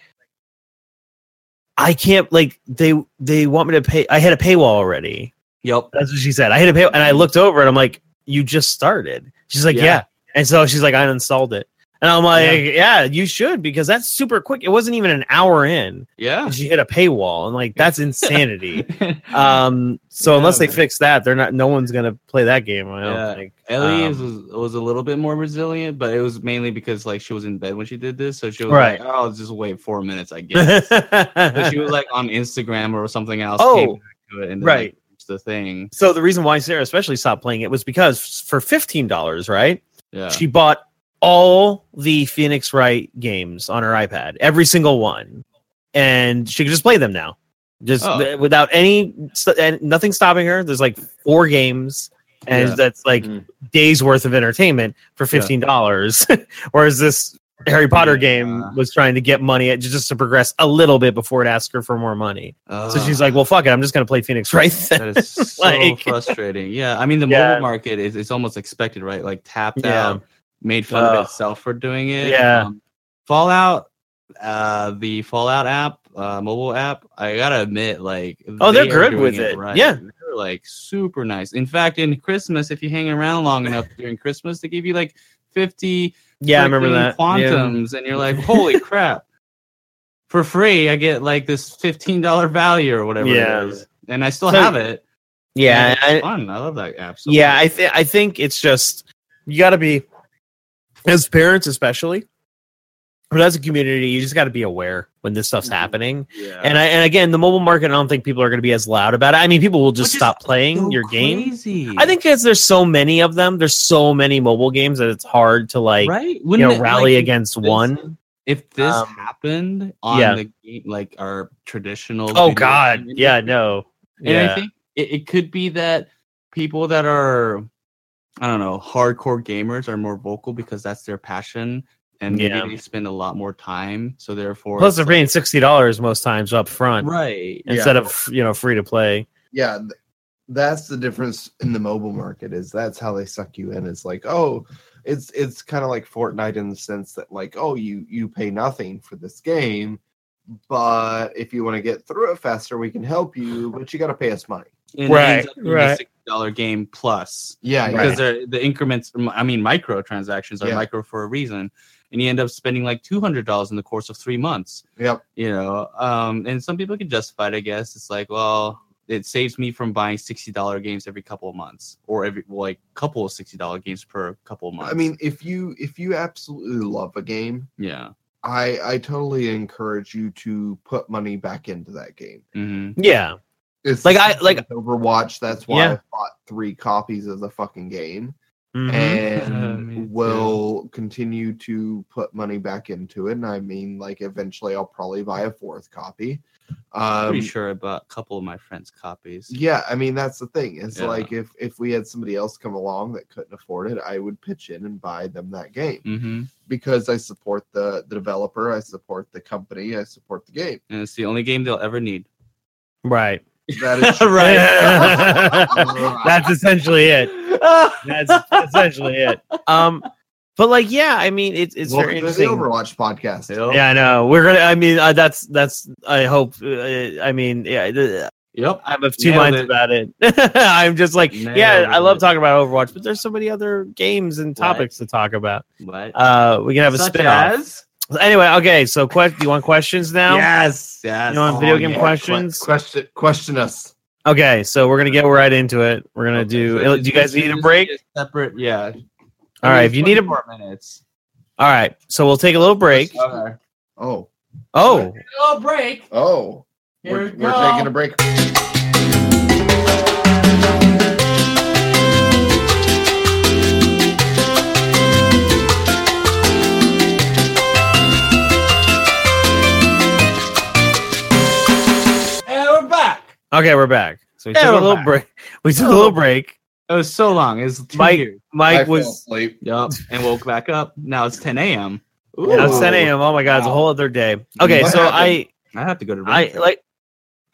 [SPEAKER 1] "I can't like they they want me to pay. I hit a paywall already."
[SPEAKER 2] yep.
[SPEAKER 1] That's what she said. I hit a pay, and I looked over, and I'm like, "You just started." She's like, "Yeah,",
[SPEAKER 2] Yeah.
[SPEAKER 1] and so she's like, "I uninstalled it." And I'm like, yeah, you should because that's super quick. It wasn't even an hour in.
[SPEAKER 2] Yeah.
[SPEAKER 1] And she hit a paywall. And like, that's insanity.
[SPEAKER 2] um,
[SPEAKER 1] Um, so
[SPEAKER 2] Yeah,
[SPEAKER 1] unless they
[SPEAKER 2] man.
[SPEAKER 1] fix that, they're not. No one's gonna play that game. I don't
[SPEAKER 2] Yeah.
[SPEAKER 1] think.
[SPEAKER 2] Ellie
[SPEAKER 1] um,
[SPEAKER 2] is- was was a little bit more resilient, but it was mainly because like she was in bed when she did this, so she was
[SPEAKER 1] Right.
[SPEAKER 2] like, "Oh, I'll just wait four minutes, I guess." but she
[SPEAKER 1] Yeah.
[SPEAKER 2] was like on Instagram or something else.
[SPEAKER 1] Oh,
[SPEAKER 2] came back to it and then,
[SPEAKER 1] right.
[SPEAKER 2] like, reached the thing.
[SPEAKER 1] so the reason why Sarah especially stopped playing it was because for fifteen dollars, right?
[SPEAKER 2] Yeah,
[SPEAKER 1] She bought all the Phoenix Wright games on her iPad, every single one, and she could just play them now, just
[SPEAKER 2] Oh.
[SPEAKER 1] th- without any st- and nothing stopping her. There's like four games, and
[SPEAKER 2] Yeah. Mm-hmm.
[SPEAKER 1] that's like
[SPEAKER 3] Mhm.
[SPEAKER 1] days worth of entertainment for fifteen dollars, whereas this Harry Potter
[SPEAKER 2] Yeah.
[SPEAKER 1] game was trying to get money at, just to progress a little bit before it asked her for more money. So
[SPEAKER 2] Ugh,
[SPEAKER 1] she's like, "Well, fuck it, I'm just gonna play Phoenix right then."
[SPEAKER 2] that is so
[SPEAKER 1] like-
[SPEAKER 2] frustrating. Yeah, I mean the
[SPEAKER 1] Yeah.
[SPEAKER 2] mobile market is it's almost expected, right? Like tapped
[SPEAKER 1] Yeah.
[SPEAKER 2] out, made fun
[SPEAKER 1] Ugh.
[SPEAKER 2] of itself for doing it.
[SPEAKER 1] Yeah.
[SPEAKER 2] Um, Fallout, uh, the Fallout app, uh, mobile app. I gotta admit, like,
[SPEAKER 1] Oh, they're
[SPEAKER 2] they are
[SPEAKER 1] good
[SPEAKER 2] doing
[SPEAKER 1] with it. Yeah.
[SPEAKER 2] they're like super nice. In fact, in Christmas, if you hang around long enough during Christmas, they give you like fifty
[SPEAKER 1] Yeah, I remember
[SPEAKER 2] freaking
[SPEAKER 1] that. Yeah.
[SPEAKER 2] Quantums, and you're like, holy crap! For free, I get like this fifteen dollar value or whatever
[SPEAKER 1] Yeah.
[SPEAKER 2] it is, and I still
[SPEAKER 1] So-
[SPEAKER 2] have it.
[SPEAKER 1] Yeah,
[SPEAKER 2] And it's
[SPEAKER 1] I,
[SPEAKER 2] fun. I love that app. so
[SPEAKER 1] yeah.
[SPEAKER 2] much.
[SPEAKER 1] I think I think it's just you got to be as parents, especially, but as a community, you just got to be aware when this stuff's
[SPEAKER 2] Mhm.
[SPEAKER 1] happening.
[SPEAKER 2] yeah.
[SPEAKER 1] And I and again, the mobile market, I don't think people are going to be as loud about it. I mean, people will just
[SPEAKER 2] Which is
[SPEAKER 1] stop playing your game.
[SPEAKER 2] crazy.
[SPEAKER 1] I think because there's so many of them, there's so many mobile games that it's hard to like
[SPEAKER 2] right.
[SPEAKER 1] you
[SPEAKER 2] Wouldn't
[SPEAKER 1] know
[SPEAKER 2] it,
[SPEAKER 1] rally
[SPEAKER 2] like,
[SPEAKER 1] against
[SPEAKER 2] this-
[SPEAKER 1] one.
[SPEAKER 2] If this
[SPEAKER 1] Um,
[SPEAKER 2] happened on
[SPEAKER 1] yeah.
[SPEAKER 2] the game, like our traditional.
[SPEAKER 1] Oh
[SPEAKER 2] video
[SPEAKER 1] God,
[SPEAKER 2] game
[SPEAKER 1] yeah, no,
[SPEAKER 2] And
[SPEAKER 1] yeah,
[SPEAKER 2] I think it, it could be that people that are, I don't know, hardcore gamers are more vocal because that's their passion. And maybe
[SPEAKER 1] Yeah.
[SPEAKER 2] they spend a lot more time. So therefore.
[SPEAKER 1] plus
[SPEAKER 2] it's
[SPEAKER 1] they're
[SPEAKER 2] like-
[SPEAKER 1] paying sixty dollars most times up front
[SPEAKER 2] Right.
[SPEAKER 3] Yeah.
[SPEAKER 1] instead of you know free to play.
[SPEAKER 3] yeah th- that's the difference in the mobile market is that's how they suck you in it's like oh it's it's kind of like fortnite in the sense that like oh you you pay nothing for this game but if you want to get through it faster we can help you but you got to pay us money
[SPEAKER 2] And it ends
[SPEAKER 1] Right,
[SPEAKER 2] up being a
[SPEAKER 1] right.
[SPEAKER 2] $60 game plus.
[SPEAKER 3] yeah
[SPEAKER 1] Right.
[SPEAKER 2] because they're the increments i mean microtransactions are
[SPEAKER 3] Yeah.
[SPEAKER 2] micro for a reason and you end up spending like $200 in the course of three months
[SPEAKER 3] yep
[SPEAKER 2] you know um, and some people can justify it i guess it's like well it saves me from buying $60 games every couple of months or every well, like couple of $60 games per couple of months
[SPEAKER 3] i mean if you if you absolutely love a game
[SPEAKER 2] yeah
[SPEAKER 3] i i totally encourage you to put money back into that game
[SPEAKER 2] hmm
[SPEAKER 1] Yeah,
[SPEAKER 3] it's
[SPEAKER 1] Like, I- like-
[SPEAKER 3] overwatch that's why
[SPEAKER 1] Yeah.
[SPEAKER 3] i bought three copies of the fucking game
[SPEAKER 1] Mhm.
[SPEAKER 2] Me too.
[SPEAKER 3] and will continue to put money back into it. And I mean, like, eventually I'll probably buy a fourth copy. Um,
[SPEAKER 2] Pretty sure I bought a couple of my friends' copies.
[SPEAKER 3] Yeah, I mean, that's the thing. It's
[SPEAKER 2] Yeah.
[SPEAKER 3] like if if we had somebody else come along that couldn't afford it, I would pitch in and buy them that game
[SPEAKER 2] Mm-hmm.
[SPEAKER 3] because I support the the developer, I support the company, I support the game.
[SPEAKER 2] And it's the only game they'll ever need.
[SPEAKER 1] Right.
[SPEAKER 3] That is true.
[SPEAKER 1] Right. That's essentially it. That's essentially it. Um, but like, yeah, I mean, it's it's
[SPEAKER 3] Welcome
[SPEAKER 1] very
[SPEAKER 3] to the
[SPEAKER 1] interesting.
[SPEAKER 3] Overwatch podcast.
[SPEAKER 2] Yep.
[SPEAKER 1] Yeah, I know. We're gonna. I mean, uh, that's that's. I hope. Uh, I mean, yeah. th-
[SPEAKER 2] Yep.
[SPEAKER 1] I'm of two
[SPEAKER 2] Nailed
[SPEAKER 1] minds
[SPEAKER 2] it.
[SPEAKER 1] about it. I'm just like, yeah,
[SPEAKER 2] Nailed
[SPEAKER 1] I love
[SPEAKER 2] it.
[SPEAKER 1] talking about Overwatch, but there's so many other games and
[SPEAKER 2] What?
[SPEAKER 1] topics to talk about.
[SPEAKER 2] What?
[SPEAKER 1] Uh, we can have a
[SPEAKER 2] Such
[SPEAKER 1] spin-off.
[SPEAKER 2] as?
[SPEAKER 1] Anyway, okay. So, que- do you want questions now?
[SPEAKER 2] Yes. Yes. Oh,
[SPEAKER 1] You want video game
[SPEAKER 3] que-
[SPEAKER 1] questions?
[SPEAKER 3] Question question us.
[SPEAKER 1] Okay, so we're gonna get right into it. We're gonna do.
[SPEAKER 2] so
[SPEAKER 1] do you guys
[SPEAKER 2] just-
[SPEAKER 1] need a
[SPEAKER 2] just
[SPEAKER 1] break?
[SPEAKER 2] a Separate. Yeah.
[SPEAKER 1] All right, if you need a.
[SPEAKER 2] four minutes.
[SPEAKER 1] All right, so we'll take a little break.
[SPEAKER 2] Okay.
[SPEAKER 3] Oh.
[SPEAKER 1] Oh,
[SPEAKER 4] Oh, break!
[SPEAKER 3] Oh.
[SPEAKER 4] Here
[SPEAKER 3] we're
[SPEAKER 4] we
[SPEAKER 3] we're
[SPEAKER 4] go.
[SPEAKER 3] taking a break.
[SPEAKER 2] And we're back.
[SPEAKER 1] okay, we're back. So we
[SPEAKER 2] Yeah,
[SPEAKER 1] took a
[SPEAKER 2] we're
[SPEAKER 1] little
[SPEAKER 2] back. Oh.
[SPEAKER 1] break. We took a little break.
[SPEAKER 2] It was so long. It was two
[SPEAKER 1] Mike-
[SPEAKER 2] years.
[SPEAKER 3] I
[SPEAKER 1] Mike
[SPEAKER 3] fell
[SPEAKER 1] was
[SPEAKER 3] asleep.
[SPEAKER 2] Yep. And woke back up. Now it's 10 a.m.
[SPEAKER 3] Ooh.
[SPEAKER 1] yeah, it's 10 a.m. Oh my god, it's a
[SPEAKER 2] Wow.
[SPEAKER 1] whole other day. Okay,
[SPEAKER 3] What
[SPEAKER 1] so
[SPEAKER 3] happened?
[SPEAKER 2] I have to go to
[SPEAKER 1] I, I
[SPEAKER 2] Red Bull.
[SPEAKER 1] like,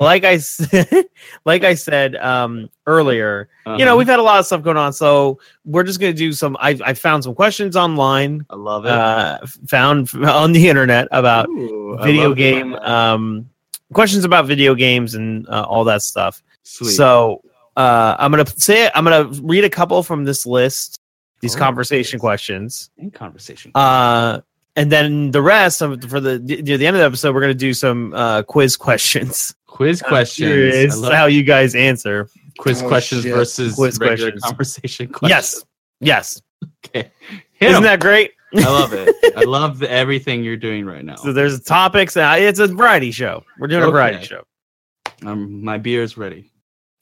[SPEAKER 1] like I said, like I said um earlier. You know,
[SPEAKER 2] Uh-huh.
[SPEAKER 1] we've had a lot of stuff going on, so we're just gonna do some. I I found some questions online,
[SPEAKER 2] I love it.
[SPEAKER 1] uh, f- found f- on the internet about
[SPEAKER 2] Ooh, I
[SPEAKER 1] video
[SPEAKER 2] love it.
[SPEAKER 1] game um questions about video games and uh, all that stuff.
[SPEAKER 2] Sweet.
[SPEAKER 1] So uh, I'm gonna say I'm gonna read a couple from this list, these
[SPEAKER 2] Oh,
[SPEAKER 1] conversation
[SPEAKER 2] nice.
[SPEAKER 1] questions,
[SPEAKER 2] in conversation.
[SPEAKER 1] uh, and then the rest of, for the near the end of the episode, we're gonna do some uh, quiz questions.
[SPEAKER 2] quiz
[SPEAKER 1] I'm
[SPEAKER 2] questions. I
[SPEAKER 1] curious
[SPEAKER 2] love
[SPEAKER 1] how you guys answer.
[SPEAKER 2] quiz
[SPEAKER 3] Oh,
[SPEAKER 2] questions
[SPEAKER 3] shit.
[SPEAKER 2] versus
[SPEAKER 1] Quiz
[SPEAKER 2] regular
[SPEAKER 1] questions.
[SPEAKER 2] conversation questions.
[SPEAKER 1] Yes,
[SPEAKER 2] Yes. Okay.
[SPEAKER 1] yes.
[SPEAKER 2] Hit
[SPEAKER 1] Isn't
[SPEAKER 2] 'em.
[SPEAKER 1] that great?
[SPEAKER 2] I love it. I love the, everything you're doing right now.
[SPEAKER 1] So there's topics. And I- it's a variety show. We're doing a variety
[SPEAKER 2] Okay.
[SPEAKER 1] show.
[SPEAKER 2] Um, my beer is ready.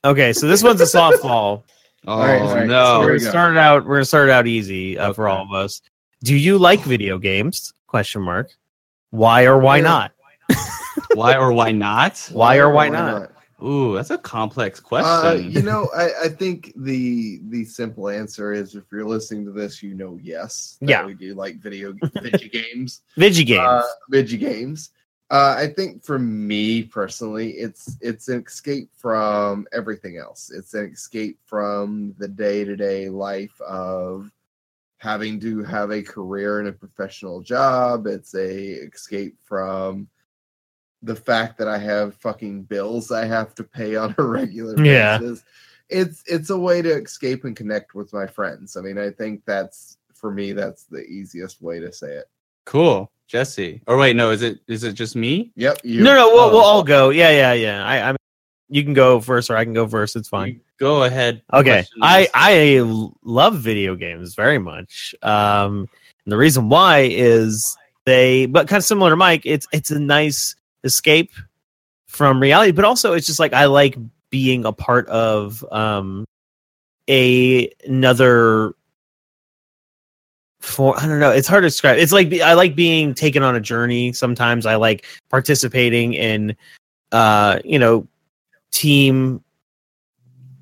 [SPEAKER 1] Okay, so this one's a softball.
[SPEAKER 2] Oh
[SPEAKER 3] All right,
[SPEAKER 1] so
[SPEAKER 3] all right. Here
[SPEAKER 1] we're
[SPEAKER 2] no!
[SPEAKER 3] we
[SPEAKER 1] gonna
[SPEAKER 3] go.
[SPEAKER 1] start it out. We're gonna start it out easy uh, for
[SPEAKER 2] Okay.
[SPEAKER 1] all of us. Do you like video games? Question mark. Why or why
[SPEAKER 3] Yeah.
[SPEAKER 1] not?
[SPEAKER 2] why or why not?
[SPEAKER 1] Why or why not?
[SPEAKER 2] Ooh, that's a complex
[SPEAKER 3] Uh,
[SPEAKER 2] question.
[SPEAKER 3] you know, I, I think the the simple answer is if you're listening to this, you know, yes, that
[SPEAKER 1] Yeah.
[SPEAKER 3] we do like video video games,
[SPEAKER 1] Vigi games.
[SPEAKER 3] uh, video games. Uh, I think for me personally, it's it's an escape from everything else. It's an escape from the day to day life of having to have a career and a professional job. It's a escape from the fact that I have fucking bills I have to pay on a regular
[SPEAKER 1] Yeah.
[SPEAKER 3] basis. It's it's a way to escape and connect with my friends. I mean, I think that's for me that's the easiest way to say it.
[SPEAKER 2] cool, Jesse. Or wait, no, is it is it just me?
[SPEAKER 3] Yep. You,
[SPEAKER 1] no, no, we'll,
[SPEAKER 2] Oh.
[SPEAKER 1] we'll all go. Yeah, yeah, yeah. I, I mean, you can go first, or I can go first. It's fine.
[SPEAKER 2] You Go ahead.
[SPEAKER 1] Okay,
[SPEAKER 2] Questions.
[SPEAKER 1] I I l- love video games very much. Um, and the reason why is they, but kind of similar to Mike, it's it's a nice escape from reality, but also it's just like I like being a part of um a another for I don't know, it's hard to describe. It's like I like being taken on a journey. Sometimes I like participating in uh, you know, team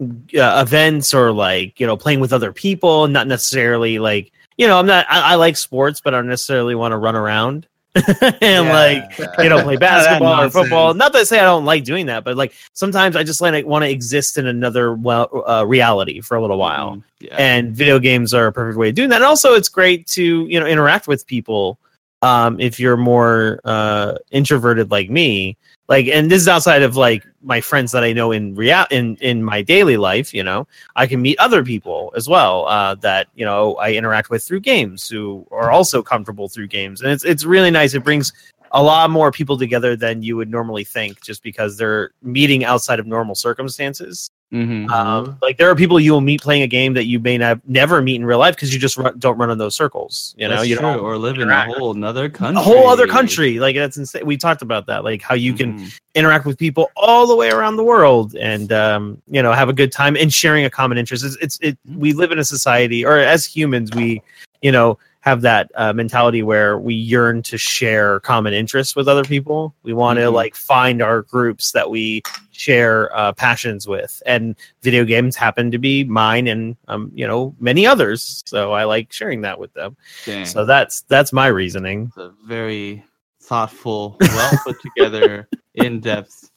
[SPEAKER 1] uh, events or like you know playing with other people not necessarily like you know i'm not i, I like sports but i don't necessarily want to run around and like you know play basketball or
[SPEAKER 2] nonsense.
[SPEAKER 1] football not that i say i don't like doing that but like sometimes i just like want to exist in another well uh, reality for a little while
[SPEAKER 2] Mm, Yeah.
[SPEAKER 1] and video games are a perfect way of doing that. And also, it's great to you know interact with people um, if you're more uh, introverted like me. Like, and this is outside of like my friends that I know in real in in my daily life. You know, I can meet other people as well uh, that you know I interact with through games who are also comfortable through games, and it's it's really nice. It brings a lot more people together than you would normally think just because they're meeting outside of normal circumstances
[SPEAKER 2] Mhm.
[SPEAKER 1] Um, like there are people you will meet playing a game that you may not never meet in real life because you just run, don't run in those circles. You know,
[SPEAKER 2] That's
[SPEAKER 1] you
[SPEAKER 2] true.
[SPEAKER 1] don't
[SPEAKER 2] or live in a
[SPEAKER 1] interact.
[SPEAKER 2] whole another country.
[SPEAKER 1] a whole other country. Like that's insane. We talked about that. Like how you can
[SPEAKER 2] Mhm.
[SPEAKER 1] interact with people all the way around the world and um, you know have a good time and sharing a common interest. It's, it's it. We live in a society, or as humans, we you know have that uh, mentality where we yearn to share common interests with other people. We want to
[SPEAKER 3] Mm-hmm.
[SPEAKER 2] Mhm.
[SPEAKER 1] like find our groups that we share uh, passions with, and video games happen to be mine and um, you know many others. So I like sharing that with them.
[SPEAKER 2] Dang.
[SPEAKER 1] So that's that's my reasoning.
[SPEAKER 2] It's a very thoughtful, well put together, in depth,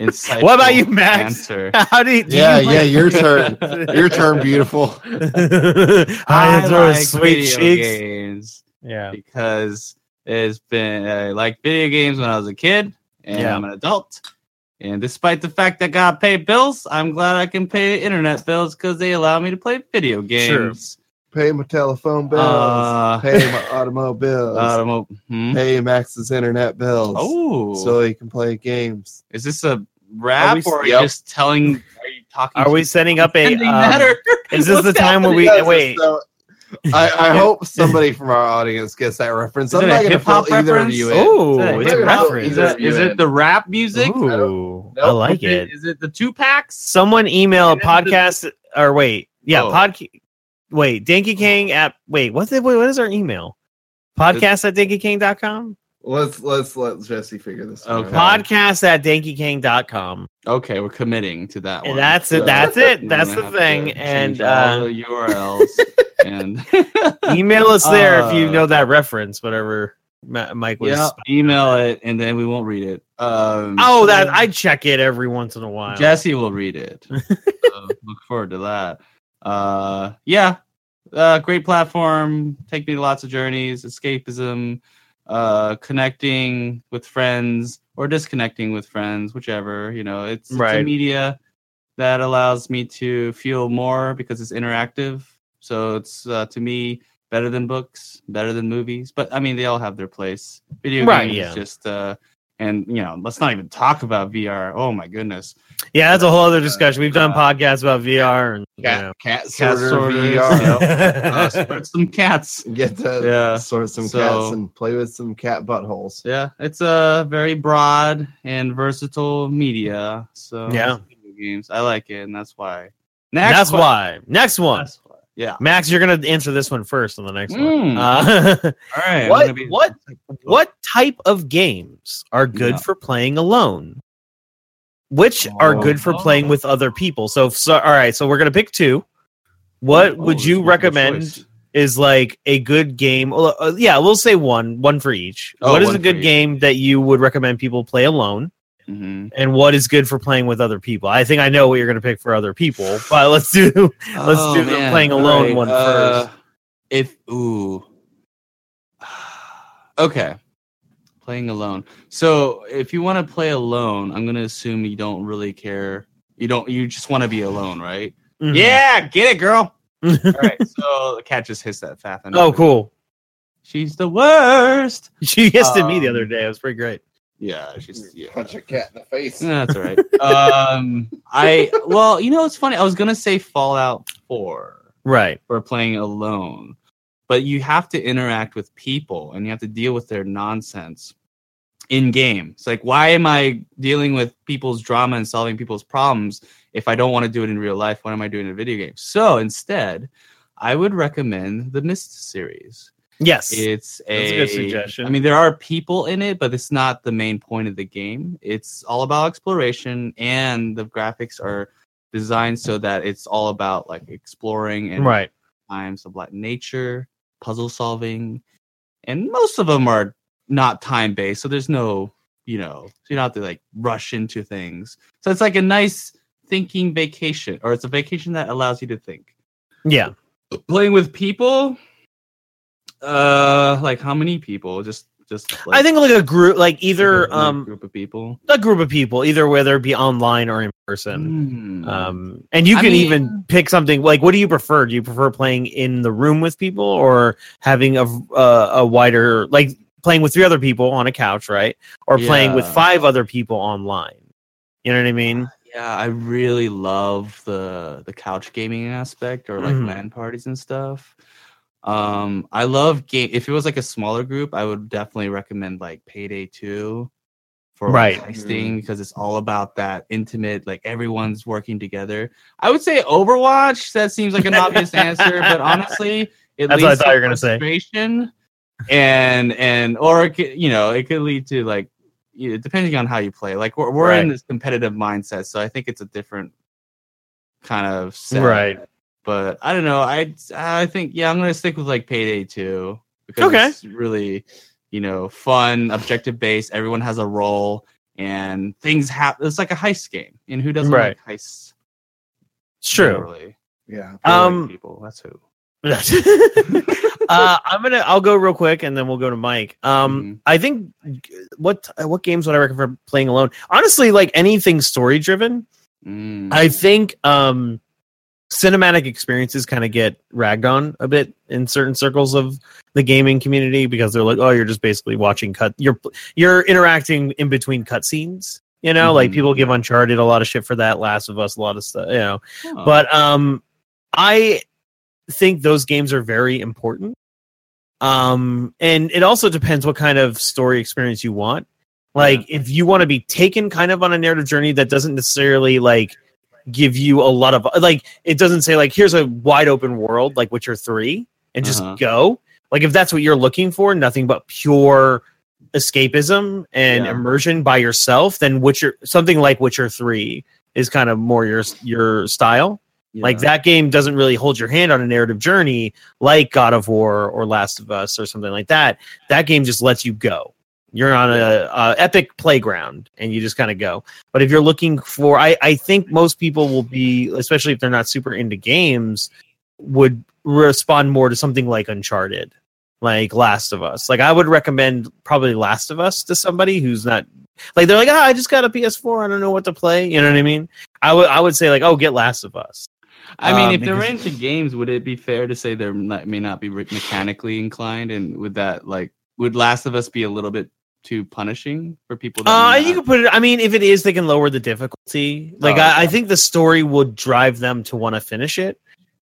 [SPEAKER 2] insightful.
[SPEAKER 1] What about you, Max?
[SPEAKER 2] Answer.
[SPEAKER 1] How do you, do
[SPEAKER 3] Yeah,
[SPEAKER 1] you like
[SPEAKER 3] yeah, your turn. Your turn, beautiful.
[SPEAKER 1] I enjoy sweet
[SPEAKER 2] video
[SPEAKER 1] cheeks.
[SPEAKER 2] games
[SPEAKER 1] Yeah.
[SPEAKER 2] because it's been I like video games when I was a kid, and
[SPEAKER 1] Yeah.
[SPEAKER 2] I'm an adult. And despite the fact that I got pay bills, I'm glad I can pay internet bills because they allow me to play video games.
[SPEAKER 3] Pay my telephone bills.
[SPEAKER 2] Uh,
[SPEAKER 3] pay my automobiles.
[SPEAKER 2] automo- hmm?
[SPEAKER 3] pay Max's internet bills.
[SPEAKER 2] Oh,
[SPEAKER 3] So he can play games.
[SPEAKER 2] is this a
[SPEAKER 3] Are
[SPEAKER 2] rap
[SPEAKER 3] we-
[SPEAKER 2] or are
[SPEAKER 3] Yep.
[SPEAKER 2] you just telling? Are you talking?
[SPEAKER 1] Are
[SPEAKER 2] to
[SPEAKER 1] we setting up a?
[SPEAKER 2] Doesn't
[SPEAKER 1] Um,
[SPEAKER 2] matter.
[SPEAKER 1] is this the
[SPEAKER 2] What's
[SPEAKER 1] time where we
[SPEAKER 3] Yes,
[SPEAKER 1] wait?
[SPEAKER 3] so I, I hope somebody from our audience gets that reference.
[SPEAKER 2] Is it
[SPEAKER 3] I'm
[SPEAKER 2] a
[SPEAKER 3] not going to
[SPEAKER 2] hip-hop
[SPEAKER 3] fill either of
[SPEAKER 2] reference?
[SPEAKER 3] you in.
[SPEAKER 1] Oh,
[SPEAKER 2] Is it-
[SPEAKER 1] it's
[SPEAKER 3] is
[SPEAKER 1] a
[SPEAKER 3] it-
[SPEAKER 2] Is
[SPEAKER 1] reference.
[SPEAKER 2] it, is it the rap music?
[SPEAKER 1] Ooh, I,
[SPEAKER 3] Nope.
[SPEAKER 1] like it.
[SPEAKER 2] Is it the two packs?
[SPEAKER 1] Someone email a
[SPEAKER 2] And then the-
[SPEAKER 1] podcast or wait, yeah,
[SPEAKER 2] Oh.
[SPEAKER 1] podcast. Wait, Danky King at wait, what's it? Wait, what is our email? Podcast at dankyking.com?
[SPEAKER 3] Let's let's let Jesse figure this one
[SPEAKER 2] Okay.
[SPEAKER 3] out.
[SPEAKER 1] Podcast at dankyking.com.
[SPEAKER 2] Okay, we're committing to that one.
[SPEAKER 1] And that's
[SPEAKER 3] Yeah.
[SPEAKER 1] it. That's
[SPEAKER 2] I'm
[SPEAKER 1] it.
[SPEAKER 2] gonna
[SPEAKER 1] That's the
[SPEAKER 2] have to
[SPEAKER 1] thing.
[SPEAKER 2] change
[SPEAKER 1] And
[SPEAKER 2] all
[SPEAKER 1] uh,
[SPEAKER 2] the URLs and
[SPEAKER 1] email us there if you
[SPEAKER 2] Uh,
[SPEAKER 1] know that reference, whatever Ma- Mike was.
[SPEAKER 2] yeah, email it, and then we won't read it. Um,
[SPEAKER 1] Oh, that I check it every once in a while.
[SPEAKER 2] Jesse will read it. so look forward to that. Uh, yeah, uh, great platform. Take me to lots of journeys, escapism, uh, connecting with friends or disconnecting with friends, whichever. You know, it's, it's a
[SPEAKER 1] Right.
[SPEAKER 2] media that allows me to feel more because it's interactive. So it's uh, to me better than books, better than movies. But I mean, they all have their place. Video
[SPEAKER 1] Right,
[SPEAKER 2] games,
[SPEAKER 1] yeah.
[SPEAKER 2] just uh, and you know, let's not even talk about VR. Oh my goodness.
[SPEAKER 1] yeah, that's a whole other discussion. We've done podcasts about VR and
[SPEAKER 3] Cat,
[SPEAKER 1] yeah.
[SPEAKER 3] cat
[SPEAKER 2] Cat
[SPEAKER 3] sorter
[SPEAKER 2] sorters,
[SPEAKER 3] VR.
[SPEAKER 2] uh, spread some cats.
[SPEAKER 3] Get to
[SPEAKER 2] Yeah,
[SPEAKER 3] sort some
[SPEAKER 2] so-
[SPEAKER 3] cats and play with some cat buttholes.
[SPEAKER 2] Yeah, it's a very broad and versatile media. So
[SPEAKER 1] Yeah.
[SPEAKER 2] video games, I like it, and that's why.
[SPEAKER 1] And that's
[SPEAKER 2] one.
[SPEAKER 1] why. Next one,
[SPEAKER 2] That's why. Yeah.
[SPEAKER 1] Max, you're gonna answer this one first on the next one.
[SPEAKER 2] Mm.
[SPEAKER 1] Uh,
[SPEAKER 2] All right. I'm
[SPEAKER 1] What-
[SPEAKER 2] gonna be-
[SPEAKER 1] what- what type of games are good
[SPEAKER 2] Yeah.
[SPEAKER 1] for playing alone? Which are
[SPEAKER 3] Oh.
[SPEAKER 1] good for playing with other people? So, so all right, so we're gonna pick two. What
[SPEAKER 2] Oh,
[SPEAKER 1] would
[SPEAKER 2] there's
[SPEAKER 1] you
[SPEAKER 2] multiple
[SPEAKER 1] recommend
[SPEAKER 2] choice.
[SPEAKER 1] is like a good game. well, uh, yeah, we'll say one, one for each.
[SPEAKER 2] Oh,
[SPEAKER 1] what is
[SPEAKER 2] one
[SPEAKER 1] a
[SPEAKER 2] for
[SPEAKER 1] good
[SPEAKER 2] each.
[SPEAKER 1] game that you would recommend people play alone,
[SPEAKER 2] Mhm.
[SPEAKER 1] and what is good for playing with other people? I think I know what you're going to pick for other people, but let's do let's
[SPEAKER 2] Oh,
[SPEAKER 1] do the
[SPEAKER 2] man.
[SPEAKER 1] playing
[SPEAKER 2] All
[SPEAKER 1] alone
[SPEAKER 2] right,
[SPEAKER 1] one first.
[SPEAKER 2] uh, If ooh, okay, playing alone. So if you want to play alone, I'm gonna assume you don't really care. You don't. You just want to be alone, right?
[SPEAKER 1] Mhm.
[SPEAKER 2] Yeah, get it, girl. All right, so the cat just hits that fat.
[SPEAKER 1] Oh, cool.
[SPEAKER 2] She's the worst.
[SPEAKER 1] She guessed at me the
[SPEAKER 2] Um,
[SPEAKER 1] other day. It was pretty great.
[SPEAKER 2] Yeah, she's yeah.
[SPEAKER 3] Punch a cat in the face.
[SPEAKER 2] No, That's all right. um, I well, you know, it's funny. I was gonna say Fallout Four
[SPEAKER 1] Right.
[SPEAKER 2] for playing alone, but you have to interact with people and you have to deal with their nonsense in game. It's like, why am I dealing with people's drama and solving people's problems if I don't want to do it in real life? What am I doing in a video game? So instead, I would recommend the Mist series.
[SPEAKER 1] Yes.
[SPEAKER 2] It's a,
[SPEAKER 1] That's a good suggestion.
[SPEAKER 2] I mean, there are people in it, but it's not the main point of the game. It's all about exploration, and the graphics are designed so that it's all about like exploring and
[SPEAKER 1] right.
[SPEAKER 2] times of like nature, puzzle solving, and most of them are not time based. So there's no, you know, so you don't have to like rush into things. So it's like a nice thinking vacation, or it's a vacation that allows you to think
[SPEAKER 1] Yeah.
[SPEAKER 2] playing with people uh like how many people just just like,
[SPEAKER 1] I think like a group, like either
[SPEAKER 2] like,
[SPEAKER 1] um
[SPEAKER 2] group of people
[SPEAKER 1] a group of people, either whether it be online or in person.
[SPEAKER 2] Hmm.
[SPEAKER 1] Um, and you
[SPEAKER 2] I
[SPEAKER 1] can
[SPEAKER 2] mean-
[SPEAKER 1] even pick something like, what do you prefer? Do you prefer playing in the room with people or having a uh, a wider like playing with three other people on a couch, right? Or playing with
[SPEAKER 2] Yeah.
[SPEAKER 1] five other people online. You know what I mean?
[SPEAKER 2] Yeah, I really love the the couch gaming aspect or like
[SPEAKER 1] Mhm.
[SPEAKER 2] LAN parties and stuff. Um, I love game. If it was like a smaller group, I would definitely recommend like Payday Two for
[SPEAKER 1] Right.
[SPEAKER 2] like, heisting because it's all about that intimate, like everyone's working together. I would say Overwatch. That seems like an obvious answer, but honestly, it
[SPEAKER 1] That's what I
[SPEAKER 2] leads
[SPEAKER 1] thought you
[SPEAKER 2] to
[SPEAKER 1] were gonna say.
[SPEAKER 2] frustration, and and or it could, you know it could lead to like you know, depending on how you play. Like we're, we're in
[SPEAKER 1] Right.
[SPEAKER 2] this competitive mindset, so I think it's a different kind of set.
[SPEAKER 1] Right.
[SPEAKER 2] But I don't know. I I think yeah, I'm gonna stick with like Payday Two because
[SPEAKER 1] Okay.
[SPEAKER 2] it's really you know fun, objective based. Everyone has a role and things happen. It's like a heist game, and who doesn't
[SPEAKER 1] Right.
[SPEAKER 2] like heists?
[SPEAKER 1] It's true.
[SPEAKER 2] generally?
[SPEAKER 3] Yeah.
[SPEAKER 2] They like
[SPEAKER 1] Um,
[SPEAKER 2] people. That's who.
[SPEAKER 1] uh, I'm gonna. I'll go real quick, and then we'll go to Mike. Um,
[SPEAKER 2] Mhm.
[SPEAKER 1] I think uh, what what games would I recommend for playing alone? Honestly, like anything story driven.
[SPEAKER 2] Mm.
[SPEAKER 1] I think um, cinematic experiences kind of get ragged on a bit in certain circles of the gaming community because they're like, oh, you're just basically watching cut. You're you're interacting in between cutscenes. You know, like
[SPEAKER 2] Mhm,
[SPEAKER 1] people give
[SPEAKER 2] yeah.
[SPEAKER 1] Uncharted a lot of shit for that, Last of Us a lot of stuff. You know,
[SPEAKER 2] Oh.
[SPEAKER 1] but um i think those games are very important um and it also depends what kind of story experience you want like if you want to be taken kind of on a narrative journey that doesn't necessarily like give you a lot of like it doesn't say like here's a wide open world like witcher 3 and just
[SPEAKER 2] Uh-huh.
[SPEAKER 1] go like if that's what you're looking for nothing but pure escapism and
[SPEAKER 2] Yeah.
[SPEAKER 1] immersion by yourself then witcher something like witcher 3 is kind of more your your style. Like
[SPEAKER 2] Yeah.
[SPEAKER 1] that game doesn't really hold your hand on a narrative journey like God of War or Last of Us or something like that. That game just lets you go. You're on a, a epic playground and you just kind of go. But if you're looking for, I I think most people will be, especially if they're not super into games, would respond more to something like Uncharted, like Last of Us. Like I would recommend probably Last of Us to somebody who's not like they're like, ah, I just got a PS4, I don't know what to play. You know what I mean? I would I would say like, oh, get Last of Us.
[SPEAKER 2] I mean,
[SPEAKER 1] Uh,
[SPEAKER 2] if they're
[SPEAKER 1] because-
[SPEAKER 2] into games, would it be fair to say they may not be re- mechanically inclined? And would that like would Last of Us be a little bit too punishing for people? That
[SPEAKER 1] Uh,
[SPEAKER 2] may
[SPEAKER 1] you
[SPEAKER 2] not-
[SPEAKER 1] can put it. I mean, if it is, they can lower the difficulty. Like,
[SPEAKER 2] Oh,
[SPEAKER 1] I, I think the story would drive them to want to finish it.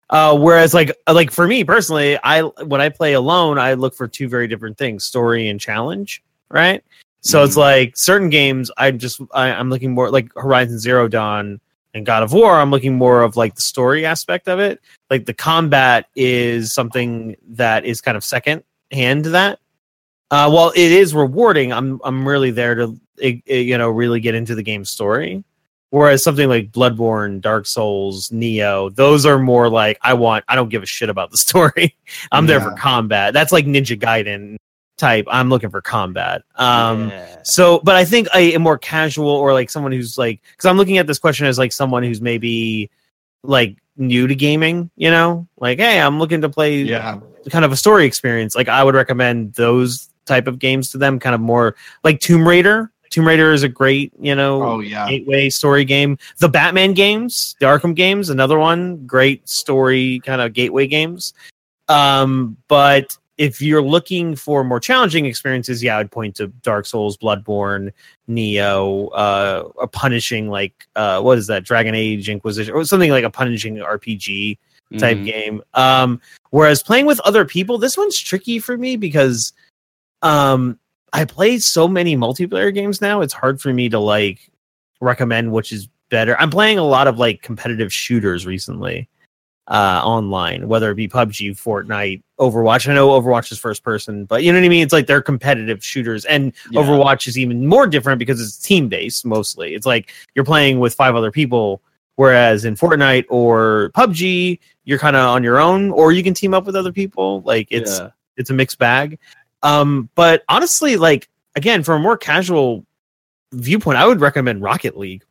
[SPEAKER 1] Uh, whereas, like, like for me personally, I when I play alone, I look for two very different things: story and challenge. Right. So it's
[SPEAKER 2] Mhm.
[SPEAKER 1] like certain games, I'm just I, I'm looking more like Horizon Zero Dawn and God of War. I'm looking more of like the story aspect of it. Like the combat is something that is kind of second hand to that. Uh, while it is rewarding, I'm I'm really there to i- i- you know really get into the game's story. Whereas something like Bloodborne, Dark Souls, Neo, those are more like I want. I don't give a shit about the story. I'm there for
[SPEAKER 3] Yeah.
[SPEAKER 1] combat. That's like Ninja Gaiden type. I'm looking for combat. Um,
[SPEAKER 2] Yeah.
[SPEAKER 1] so, but I think a, a more casual or like someone who's like, because I'm looking at this question as like someone who's maybe like new to gaming. You know, like hey, I'm looking to play
[SPEAKER 3] Yeah.
[SPEAKER 1] kind of a story experience. Like I would recommend those type of games to them, kind of more like Tomb Raider. Tomb Raider is a great, you know,
[SPEAKER 3] Oh yeah.
[SPEAKER 1] gateway story game. The Batman games, the Arkham games, another one, great story kind of gateway games. Um, but if you're looking for more challenging experiences, yeah, I'd point to Dark Souls, Bloodborne, Neo, uh, a punishing like uh, what is that, Dragon Age Inquisition, or something like a punishing RPG type
[SPEAKER 2] Mhm.
[SPEAKER 1] game. Um, whereas playing with other people, this one's tricky for me because um, I play so many multiplayer games now. It's hard for me to like recommend which is better. I'm playing a lot of like competitive shooters recently uh online whether it be PUBG, Fortnite, Overwatch. I know Overwatch is first person, but you know what I mean? It's like they're competitive shooters and
[SPEAKER 2] Yeah.
[SPEAKER 1] Overwatch is even more different because it's team based mostly. It's like you're playing with five other people, whereas in Fortnite or PUBG, you're kind of on your own, or you can team up with other people. Like it's
[SPEAKER 2] Yeah.
[SPEAKER 1] it's a mixed bag. Um, but honestly, like again, from a more casual viewpoint, I would recommend Rocket League.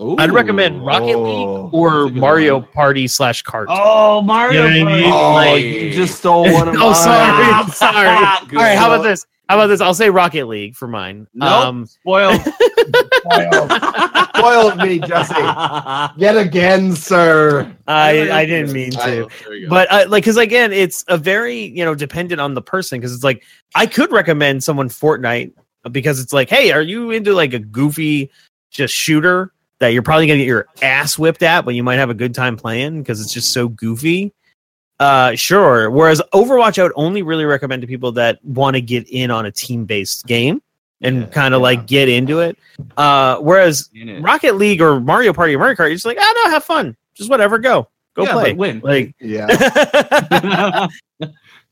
[SPEAKER 1] I'd recommend
[SPEAKER 2] Ooh.
[SPEAKER 1] Rocket
[SPEAKER 3] oh,
[SPEAKER 1] League or
[SPEAKER 2] that's a good
[SPEAKER 1] Mario
[SPEAKER 2] one.
[SPEAKER 1] Party slash Kart.
[SPEAKER 2] Oh, Mario!
[SPEAKER 1] You know what I mean?
[SPEAKER 3] Oh,
[SPEAKER 2] Party.
[SPEAKER 3] you just stole one of mine.
[SPEAKER 1] Oh, sorry,
[SPEAKER 2] Stop,
[SPEAKER 1] sorry.
[SPEAKER 2] stop.
[SPEAKER 1] All right, how about this? How about this? I'll say Rocket League for mine.
[SPEAKER 2] Nope.
[SPEAKER 1] Um,
[SPEAKER 2] spoiled.
[SPEAKER 3] Spoiled, spoiled me, Jesse. Yet again, sir.
[SPEAKER 1] I I didn't mean
[SPEAKER 3] I-
[SPEAKER 1] to. but uh, like because again it's a very you know dependent on the person because it's like i could recommend uh, someone fortnite because it's like hey are you into like a goofy just shooter that you're probably gonna get your ass whipped at, but you might have a good time playing because it's just so goofy. Uh, sure. Whereas Overwatch, I would only really recommend to people that want to get in on a team based game and
[SPEAKER 2] Yeah,
[SPEAKER 1] kind of
[SPEAKER 2] yeah.
[SPEAKER 1] like get into it. Uh, whereas
[SPEAKER 2] in it.
[SPEAKER 1] Rocket League or Mario Party or Mario Kart, you're just like, oh no, have fun, just whatever, go, go
[SPEAKER 2] Yeah,
[SPEAKER 1] play,
[SPEAKER 2] but win. Oh
[SPEAKER 1] like.
[SPEAKER 3] Yeah.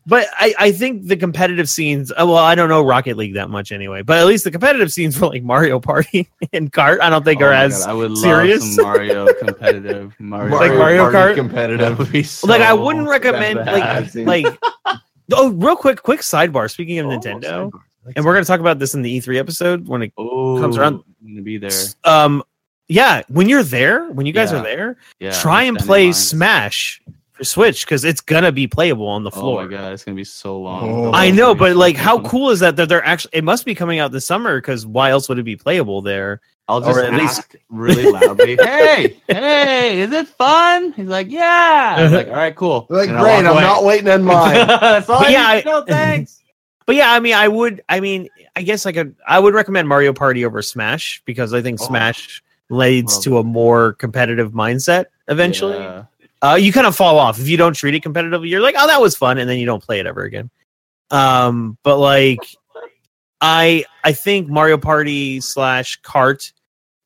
[SPEAKER 1] But I, I think the competitive scenes. uh, Well, I don't know Rocket League that much anyway. But at least the competitive scenes for like Mario Party and Kart, I don't think
[SPEAKER 2] Oh
[SPEAKER 1] are
[SPEAKER 2] my
[SPEAKER 1] as
[SPEAKER 2] God, I would
[SPEAKER 1] serious.
[SPEAKER 2] love some Mario competitive Mario.
[SPEAKER 1] Like Mario
[SPEAKER 3] Party
[SPEAKER 1] Kart?
[SPEAKER 2] that
[SPEAKER 3] competitive.
[SPEAKER 2] would be so
[SPEAKER 1] like I wouldn't recommend
[SPEAKER 2] bad.
[SPEAKER 1] like
[SPEAKER 3] dude.
[SPEAKER 1] like. oh, real quick, quick sidebar. Speaking of
[SPEAKER 2] Oh,
[SPEAKER 1] Nintendo,
[SPEAKER 2] sidebar.
[SPEAKER 1] and we're gonna talk about this in the E3 episode when it
[SPEAKER 2] oh,
[SPEAKER 1] comes around-
[SPEAKER 2] I'm gonna be there.
[SPEAKER 1] um yeah when you're there when you guys
[SPEAKER 2] Yeah.
[SPEAKER 1] are there
[SPEAKER 2] Yeah,
[SPEAKER 1] try
[SPEAKER 2] I'm
[SPEAKER 1] and
[SPEAKER 2] standing
[SPEAKER 1] play
[SPEAKER 2] in line.
[SPEAKER 1] Smash for Switch because it's gonna be playable on the floor.
[SPEAKER 2] Oh my god, it's gonna be so long.
[SPEAKER 3] Oh.
[SPEAKER 1] I know,
[SPEAKER 2] It's gonna be
[SPEAKER 1] but
[SPEAKER 2] so
[SPEAKER 1] like, how
[SPEAKER 2] long.
[SPEAKER 1] cool is that? That they're actually, it must be coming out this summer because why else would it be playable there?
[SPEAKER 2] I'll
[SPEAKER 1] or
[SPEAKER 2] just
[SPEAKER 1] at least-
[SPEAKER 2] ask really loudly. hey, hey, is it fun? He's like, yeah. I'm like, all right, cool.
[SPEAKER 3] Like,
[SPEAKER 2] And I
[SPEAKER 3] great. I'm
[SPEAKER 2] walk away.
[SPEAKER 3] not waiting in line.
[SPEAKER 2] That's all.
[SPEAKER 1] But
[SPEAKER 2] I
[SPEAKER 1] yeah,
[SPEAKER 2] need to
[SPEAKER 1] I-
[SPEAKER 2] know, thanks.
[SPEAKER 1] But yeah, I mean, I would, I mean, I guess I could, I would recommend Mario Party over Smash because I think
[SPEAKER 2] Oh.
[SPEAKER 1] Smash leads
[SPEAKER 2] Love
[SPEAKER 1] to a more competitive mindset eventually.
[SPEAKER 2] Yeah.
[SPEAKER 1] uh, you kind of fall off if you don't treat it competitively. You're like, oh, that was fun, and then you don't play it ever again. Um, but like, I I think Mario Party slash Kart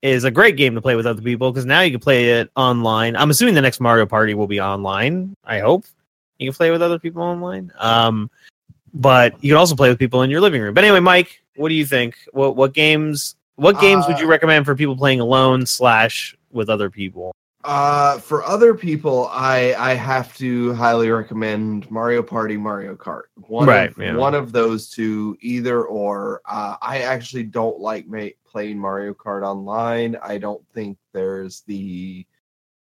[SPEAKER 1] is a great game to play with other people because now you can play it online. I'm assuming the next Mario Party will be online. I hope you can play with other people online. Um, but you can also play with people in your living room. But anyway, Mike, what do you think? What what games? What games would
[SPEAKER 3] Uh,
[SPEAKER 1] you recommend for people playing alone slash with other people?
[SPEAKER 3] Uh, for other people, I I have to highly recommend Mario Party, Mario Kart. One
[SPEAKER 1] Right,
[SPEAKER 3] of,
[SPEAKER 1] yeah.
[SPEAKER 3] one of those two, either or. Uh, I actually don't like ma- playing Mario Kart online. I don't think there's the,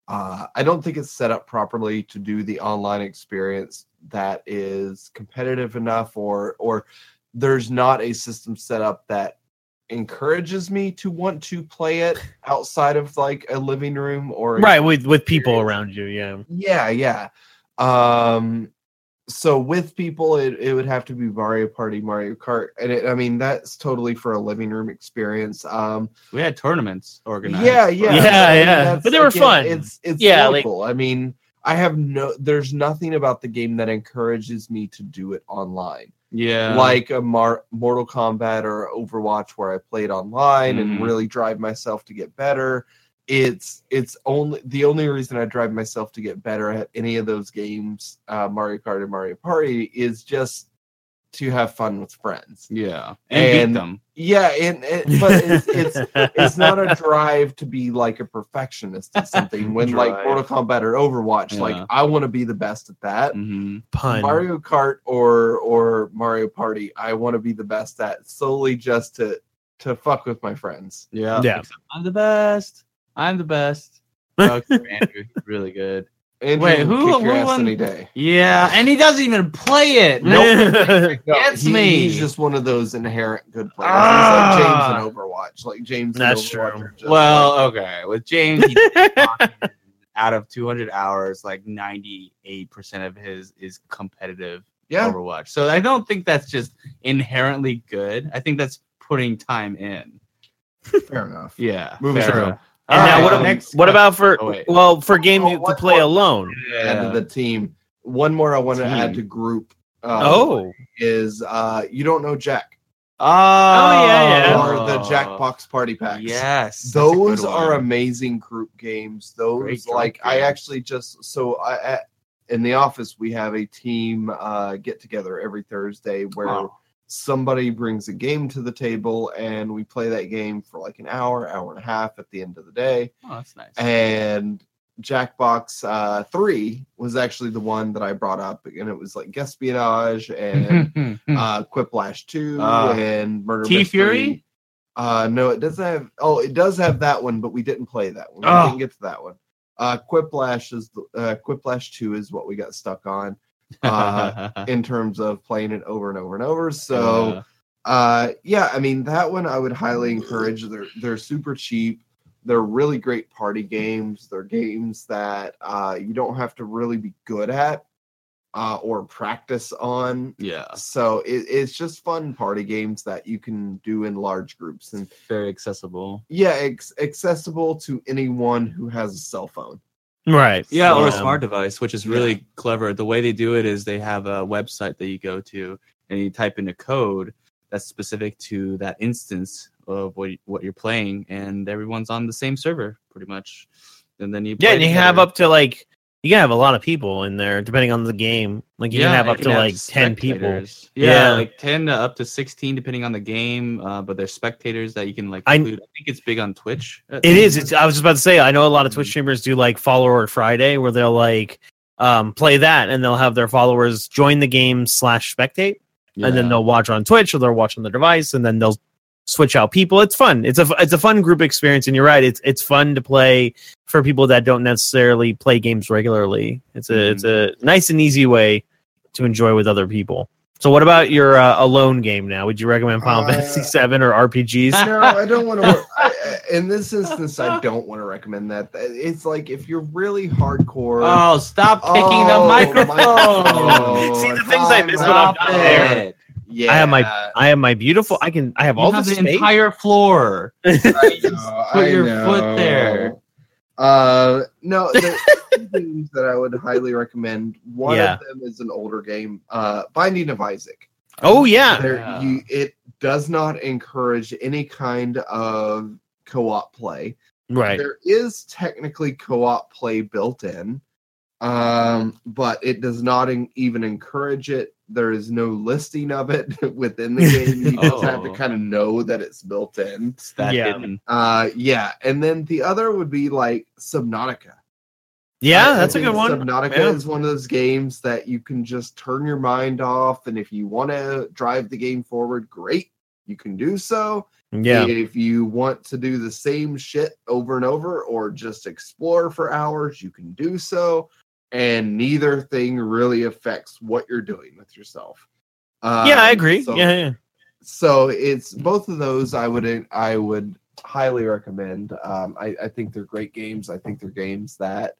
[SPEAKER 3] uh, I don't think it's set up properly to do the online experience that is competitive enough, or or there's not a system set up that encourages me to want to play it outside of like a living room or a
[SPEAKER 1] Right, with with people around
[SPEAKER 3] experience.
[SPEAKER 1] you, yeah.
[SPEAKER 3] yeah, yeah. Um, so with people, it, it would have to be Mario Party, Mario Kart, and it, I mean that's totally for a living room experience. Um,
[SPEAKER 2] We had tournaments organized.
[SPEAKER 3] yeah,
[SPEAKER 1] Yeah,
[SPEAKER 3] yeah, I mean,
[SPEAKER 1] yeah.
[SPEAKER 3] that's-
[SPEAKER 1] But they were
[SPEAKER 3] again,
[SPEAKER 1] fun.
[SPEAKER 3] It's it's
[SPEAKER 1] Yeah, like-
[SPEAKER 3] local. I mean, I have no. There's nothing about the game that encourages me to do it online,
[SPEAKER 2] yeah.
[SPEAKER 3] like a Mar- Mortal Kombat or Overwatch, where I played online and
[SPEAKER 2] Mhm.
[SPEAKER 3] really drive myself to get better. It's it's only the only reason I drive myself to get better at any of those games, uh, Mario Kart and Mario Party, is just to have fun with friends.
[SPEAKER 2] yeah, and,
[SPEAKER 3] And-
[SPEAKER 2] beat them.
[SPEAKER 3] Yeah, and, and but it's, it's it's not a drive to be like a perfectionist at something when like
[SPEAKER 1] Drive.
[SPEAKER 3] Mortal Kombat or Overwatch,
[SPEAKER 2] Yeah.
[SPEAKER 3] like I want to be the best at that.
[SPEAKER 2] Mhm.
[SPEAKER 1] pun.
[SPEAKER 3] Mario Kart or or Mario Party, I want to be the best at solely just to to fuck with my friends.
[SPEAKER 2] Yeah,
[SPEAKER 1] Yeah.
[SPEAKER 2] Except I'm the best. I'm the best. Okay, Andrew, he's really good.
[SPEAKER 3] And
[SPEAKER 2] Wait, who-
[SPEAKER 3] kick your
[SPEAKER 2] who
[SPEAKER 3] ass
[SPEAKER 2] won-
[SPEAKER 3] any day?
[SPEAKER 2] Yeah, and he doesn't even play it.
[SPEAKER 1] Nope.
[SPEAKER 2] Gets
[SPEAKER 3] he-
[SPEAKER 2] me.
[SPEAKER 3] He's just one of those inherent good players. He's
[SPEAKER 2] Ah.
[SPEAKER 3] like James in Overwatch. Like James. in
[SPEAKER 1] That's
[SPEAKER 3] Overwatch
[SPEAKER 1] true.
[SPEAKER 3] are just
[SPEAKER 2] Well, okay. With James, he, out of 200 hours, like 98% of his is competitive
[SPEAKER 3] yeah,
[SPEAKER 2] Overwatch. So I don't think that's just inherently good. I think that's putting time in.
[SPEAKER 3] fair enough.
[SPEAKER 2] Yeah.
[SPEAKER 3] Moving
[SPEAKER 2] fair
[SPEAKER 3] through.
[SPEAKER 2] enough.
[SPEAKER 1] and
[SPEAKER 2] All
[SPEAKER 1] now,
[SPEAKER 2] right,
[SPEAKER 1] what, ab-
[SPEAKER 2] next
[SPEAKER 1] what about for
[SPEAKER 2] Oh, wait.
[SPEAKER 1] well for games
[SPEAKER 3] Oh,
[SPEAKER 1] you to
[SPEAKER 3] what-
[SPEAKER 1] play
[SPEAKER 3] what-
[SPEAKER 1] alone?
[SPEAKER 3] add to the team. One more I want to
[SPEAKER 2] Team.
[SPEAKER 3] add to group. Uh,
[SPEAKER 1] Oh,
[SPEAKER 3] is uh, you don't know Jack
[SPEAKER 2] Oh,
[SPEAKER 1] Yeah.
[SPEAKER 3] or the Jackbox Party Packs.
[SPEAKER 2] Yes. that's a good
[SPEAKER 3] those are
[SPEAKER 2] one.
[SPEAKER 3] amazing group games. Those
[SPEAKER 2] Great group
[SPEAKER 3] like I
[SPEAKER 2] games.
[SPEAKER 3] actually just so I at, in the office we have a team uh, get together every Thursday where
[SPEAKER 2] Wow.
[SPEAKER 3] somebody brings a game to the table and we play that game for like an hour, hour and a half at the end of the day.
[SPEAKER 2] Oh, that's nice.
[SPEAKER 3] and Jackbox uh, Three was actually the one that I brought up, and it was like Espionage and uh, Quiplash Two
[SPEAKER 2] Hmm. Ah.
[SPEAKER 3] and Murder
[SPEAKER 2] Key
[SPEAKER 3] Mystery.
[SPEAKER 2] Fury?
[SPEAKER 3] Uh, no, it doesn't have. Oh, it does have that one, but we didn't play that one.
[SPEAKER 2] Ah.
[SPEAKER 3] We didn't get to that one. Uh, Quiplash is the, uh, Quiplash Two is what we got stuck on uh, in terms of playing it over and over and over. So
[SPEAKER 2] Uh,
[SPEAKER 3] uh yeah i mean that one i would highly encourage they're they're super cheap they're really great party games they're games that uh you don't have to really be good at uh, or practice on.
[SPEAKER 2] Yeah,
[SPEAKER 3] So it, it's just fun party games that you can do in large groups and
[SPEAKER 2] very accessible.
[SPEAKER 3] yeah, it's accessible to anyone who has a cell
[SPEAKER 1] Oh,
[SPEAKER 3] phone.
[SPEAKER 1] Right.
[SPEAKER 2] Yeah, or a
[SPEAKER 1] So-
[SPEAKER 2] smart device, which is really clever. The way they do it is they have a website that you go to and you type in a code that's specific to that instance of what what you're playing, and everyone's on the same server pretty much. And then you
[SPEAKER 1] Yeah,
[SPEAKER 2] play
[SPEAKER 1] and you
[SPEAKER 2] together.
[SPEAKER 1] have up to like you can have a lot of people in there depending on the game. Like you can have
[SPEAKER 2] and
[SPEAKER 1] up
[SPEAKER 2] you
[SPEAKER 1] to like ten people.
[SPEAKER 2] spectators. Yeah,
[SPEAKER 1] Yeah.
[SPEAKER 2] like ten to up to sixteen, depending on the game. Uh, but there's spectators that you can like.
[SPEAKER 1] I-
[SPEAKER 2] Include. I, think it's big on Twitch.
[SPEAKER 1] It is. It's, I was just about to say. I know a lot of Twitch
[SPEAKER 2] Mhm.
[SPEAKER 1] streamers do like follower Friday, where they'll like um, play that, and they'll have their followers join the game slash spectate, and then
[SPEAKER 2] Yeah.
[SPEAKER 1] they'll watch on Twitch or they'll watch on their device, and then they'll switch out people. It's fun. It's a it's a fun group experience, and you're right. It's it's fun to play for people that don't necessarily play games regularly. It's a it's a nice and easy way to enjoy with other people. So, what about your uh, alone game now? Would you recommend Final
[SPEAKER 3] Uh,
[SPEAKER 1] Fantasy VII or RPGs?
[SPEAKER 3] No, I don't want to. In this instance, I don't want to recommend that. It's like if you're really hardcore.
[SPEAKER 2] Oh, stop kicking
[SPEAKER 3] Oh,
[SPEAKER 2] the
[SPEAKER 3] my
[SPEAKER 2] microphone!
[SPEAKER 3] God.
[SPEAKER 1] See, the things I miss when I'm
[SPEAKER 2] Stop
[SPEAKER 1] not there.
[SPEAKER 2] it!
[SPEAKER 3] yeah,
[SPEAKER 1] I have my- I have my beautiful. I can. I have all
[SPEAKER 2] you have
[SPEAKER 1] the
[SPEAKER 2] the
[SPEAKER 1] space.
[SPEAKER 2] entire floor.
[SPEAKER 3] I know,
[SPEAKER 2] Put
[SPEAKER 3] I
[SPEAKER 2] your
[SPEAKER 3] know.
[SPEAKER 2] foot there.
[SPEAKER 3] Uh, no, there's two things that I would highly recommend. One
[SPEAKER 1] Yeah.
[SPEAKER 3] of them is an older game, uh, Binding of Isaac.
[SPEAKER 1] oh yeah.
[SPEAKER 3] There,
[SPEAKER 2] Yeah.
[SPEAKER 3] you, it does not encourage any kind of co-op play.
[SPEAKER 1] Right.
[SPEAKER 3] There is technically co-op play built in, um, but it does not en- even encourage it. There is no listing of it within the game. You just have to
[SPEAKER 2] Oh.
[SPEAKER 3] kind of know that it's built in.
[SPEAKER 2] It's that
[SPEAKER 1] Yeah.
[SPEAKER 2] hidden.
[SPEAKER 3] Uh, yeah, and then the other would be like Subnautica.
[SPEAKER 1] Yeah,
[SPEAKER 3] I
[SPEAKER 1] that's a
[SPEAKER 3] think
[SPEAKER 1] good one.
[SPEAKER 3] Subnautica
[SPEAKER 1] Yeah.
[SPEAKER 3] is one of those games that you can just turn your mind off, and if you want to drive the game forward, great, you can do so.
[SPEAKER 1] Yeah.
[SPEAKER 3] If you want to do the same shit over and over, or just explore for hours, you can do so. And neither thing really affects what you're doing with yourself. Uh,
[SPEAKER 1] Yeah, I agree.
[SPEAKER 3] so-
[SPEAKER 1] yeah, yeah.
[SPEAKER 3] so it's both of those i would i would highly recommend um I, I think they're great games i think they're games that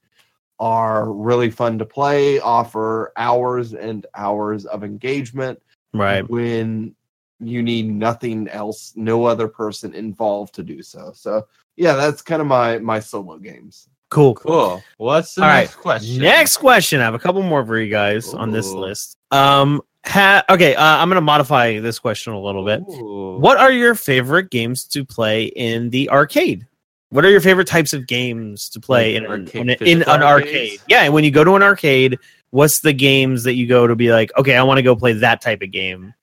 [SPEAKER 3] are really fun to play offer hours and hours of engagement
[SPEAKER 1] Right.
[SPEAKER 3] when you need nothing else no other person involved to do so so yeah that's kind of my my solo games
[SPEAKER 1] Cool.
[SPEAKER 2] Cool. What's the
[SPEAKER 1] All
[SPEAKER 2] next question?
[SPEAKER 1] Next question. I have a couple more for you guys on this
[SPEAKER 2] Ooh.
[SPEAKER 1] list. Um. Ha- okay. Uh, I'm gonna modify this question a little bit.
[SPEAKER 2] Ooh.
[SPEAKER 1] What are your favorite games to play in the arcade? What are your favorite types of games to play
[SPEAKER 2] Like
[SPEAKER 1] in,
[SPEAKER 2] arcade-
[SPEAKER 1] in, in
[SPEAKER 2] physical
[SPEAKER 1] an arcade?
[SPEAKER 2] arcades?
[SPEAKER 1] Yeah, when you go to an arcade, what's the games that you go to be like, okay, I want to go play that type of game?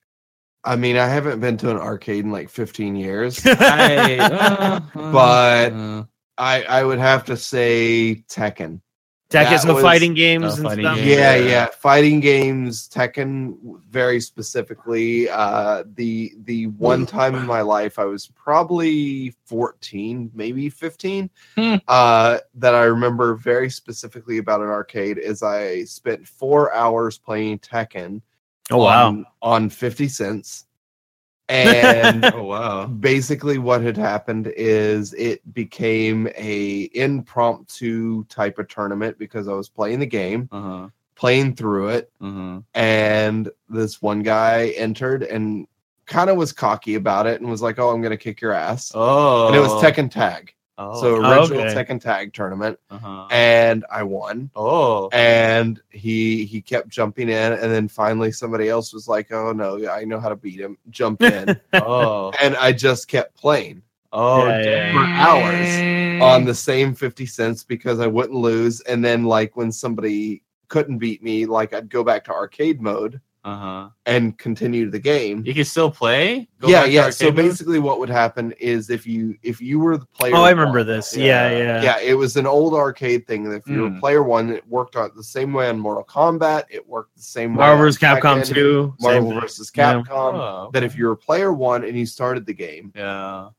[SPEAKER 3] i mean i haven't been to an arcade in like 15 years
[SPEAKER 2] I- uh, uh,
[SPEAKER 3] But-
[SPEAKER 2] uh,
[SPEAKER 3] i i would have to say tekken
[SPEAKER 1] Tekken,
[SPEAKER 3] That
[SPEAKER 1] so
[SPEAKER 3] was-
[SPEAKER 1] fighting games
[SPEAKER 2] Uh,
[SPEAKER 1] and
[SPEAKER 2] fighting
[SPEAKER 1] stuff.
[SPEAKER 2] games.
[SPEAKER 3] yeah
[SPEAKER 2] Yeah.
[SPEAKER 3] yeah fighting games tekken very specifically uh the the one time in my life i was probably 14 maybe 15
[SPEAKER 2] Hmm.
[SPEAKER 3] uh that i remember very specifically about an arcade is i spent four hours playing tekken
[SPEAKER 1] Oh
[SPEAKER 2] Um,
[SPEAKER 1] wow.
[SPEAKER 3] on, on 50 cents and
[SPEAKER 2] oh wow.
[SPEAKER 3] basically what had happened is it became a impromptu type of tournament because i was playing the game
[SPEAKER 2] Uh huh.
[SPEAKER 3] playing through it
[SPEAKER 2] Uh-huh.
[SPEAKER 3] and this one guy entered and kind of was cocky about it and was like, "Oh, I'm gonna kick your ass."
[SPEAKER 2] Oh.
[SPEAKER 3] And it was Tekken Tag,
[SPEAKER 2] Oh.
[SPEAKER 3] so
[SPEAKER 1] Oh,
[SPEAKER 3] original
[SPEAKER 1] okay.
[SPEAKER 3] Tekken Tag tournament,
[SPEAKER 2] uh-huh.
[SPEAKER 3] and I won.
[SPEAKER 2] oh.
[SPEAKER 3] And he he kept jumping in, and then finally somebody else was like, "Oh no, I know how to beat him." Jump in,
[SPEAKER 2] oh.
[SPEAKER 3] and I just kept playing
[SPEAKER 2] Oh.
[SPEAKER 1] Yeah, yeah.
[SPEAKER 2] dang.
[SPEAKER 3] For
[SPEAKER 2] Hmm.
[SPEAKER 3] hours on the same fifty cents because I wouldn't lose. And then like when somebody couldn't beat me, like I'd go back to arcade mode
[SPEAKER 2] Uh huh.
[SPEAKER 3] and continue the game.
[SPEAKER 2] You can still play. Go
[SPEAKER 3] yeah,
[SPEAKER 2] back to
[SPEAKER 3] yeah. So
[SPEAKER 2] arcade mode?
[SPEAKER 3] basically, what would happen is if you if you were the player.
[SPEAKER 1] Oh, I remember
[SPEAKER 3] one-
[SPEAKER 1] this.
[SPEAKER 2] Yeah.
[SPEAKER 1] Yeah, yeah.
[SPEAKER 3] Yeah, it was an old arcade thing. That if you were
[SPEAKER 2] Hmm.
[SPEAKER 3] player one, it worked on the same way on Mortal Kombat. It worked the same way.
[SPEAKER 1] Marvel vs.
[SPEAKER 3] on
[SPEAKER 1] Capcom
[SPEAKER 3] Tekken,
[SPEAKER 1] 2. same
[SPEAKER 3] Marvel
[SPEAKER 1] thing.
[SPEAKER 3] versus
[SPEAKER 1] Yeah.
[SPEAKER 3] Capcom.
[SPEAKER 2] Oh.
[SPEAKER 3] That if you were player one and you started the game
[SPEAKER 2] Yeah.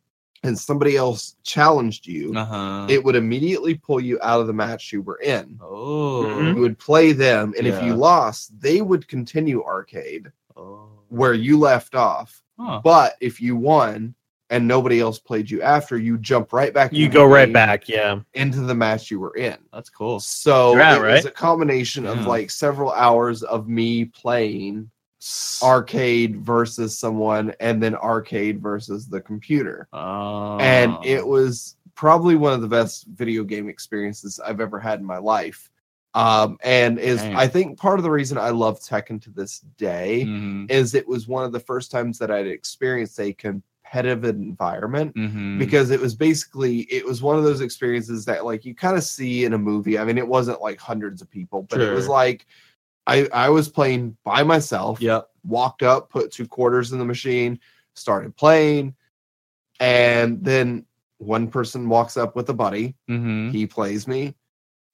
[SPEAKER 3] and somebody else challenged you,
[SPEAKER 2] Uh huh.
[SPEAKER 3] it would immediately pull you out of the match you were in.
[SPEAKER 2] Oh.
[SPEAKER 1] Mhm.
[SPEAKER 3] You would play them, and if
[SPEAKER 2] Yeah.
[SPEAKER 3] you lost, they would continue arcade
[SPEAKER 2] Oh.
[SPEAKER 3] where you left off.
[SPEAKER 2] Huh.
[SPEAKER 3] But if you won and nobody else played you after, you jump right back.
[SPEAKER 1] You
[SPEAKER 3] into
[SPEAKER 1] go
[SPEAKER 3] the
[SPEAKER 1] right
[SPEAKER 3] game
[SPEAKER 1] back. Yeah.
[SPEAKER 3] into the match you were in.
[SPEAKER 2] That's cool.
[SPEAKER 3] So
[SPEAKER 1] You're
[SPEAKER 3] it's
[SPEAKER 1] out,
[SPEAKER 3] was
[SPEAKER 1] right? Hmm.
[SPEAKER 3] a combination of
[SPEAKER 2] Yeah.
[SPEAKER 3] like several hours of me playing arcade versus someone, and then arcade versus the computer.
[SPEAKER 2] Oh.
[SPEAKER 3] and it was probably one of the best video game experiences I've ever had in my life. Um, and is
[SPEAKER 2] Dang.
[SPEAKER 3] I think part of the reason I love Tekken to this
[SPEAKER 1] Hmm.
[SPEAKER 3] day
[SPEAKER 2] Mhm,
[SPEAKER 3] is it was one of the first times that I'd experienced a competitive environment
[SPEAKER 1] Mm-hmm.
[SPEAKER 2] mhm.
[SPEAKER 3] because it was basically it was one of those experiences that like you kind of see in a movie. I mean, it wasn't like hundreds of people, but it was
[SPEAKER 2] Sure.
[SPEAKER 3] like I I was playing by myself
[SPEAKER 2] Yep.
[SPEAKER 3] walked up, put two quarters in the machine, started playing, and then one person walks up with a buddy.
[SPEAKER 2] Mm-hmm.
[SPEAKER 3] He plays me,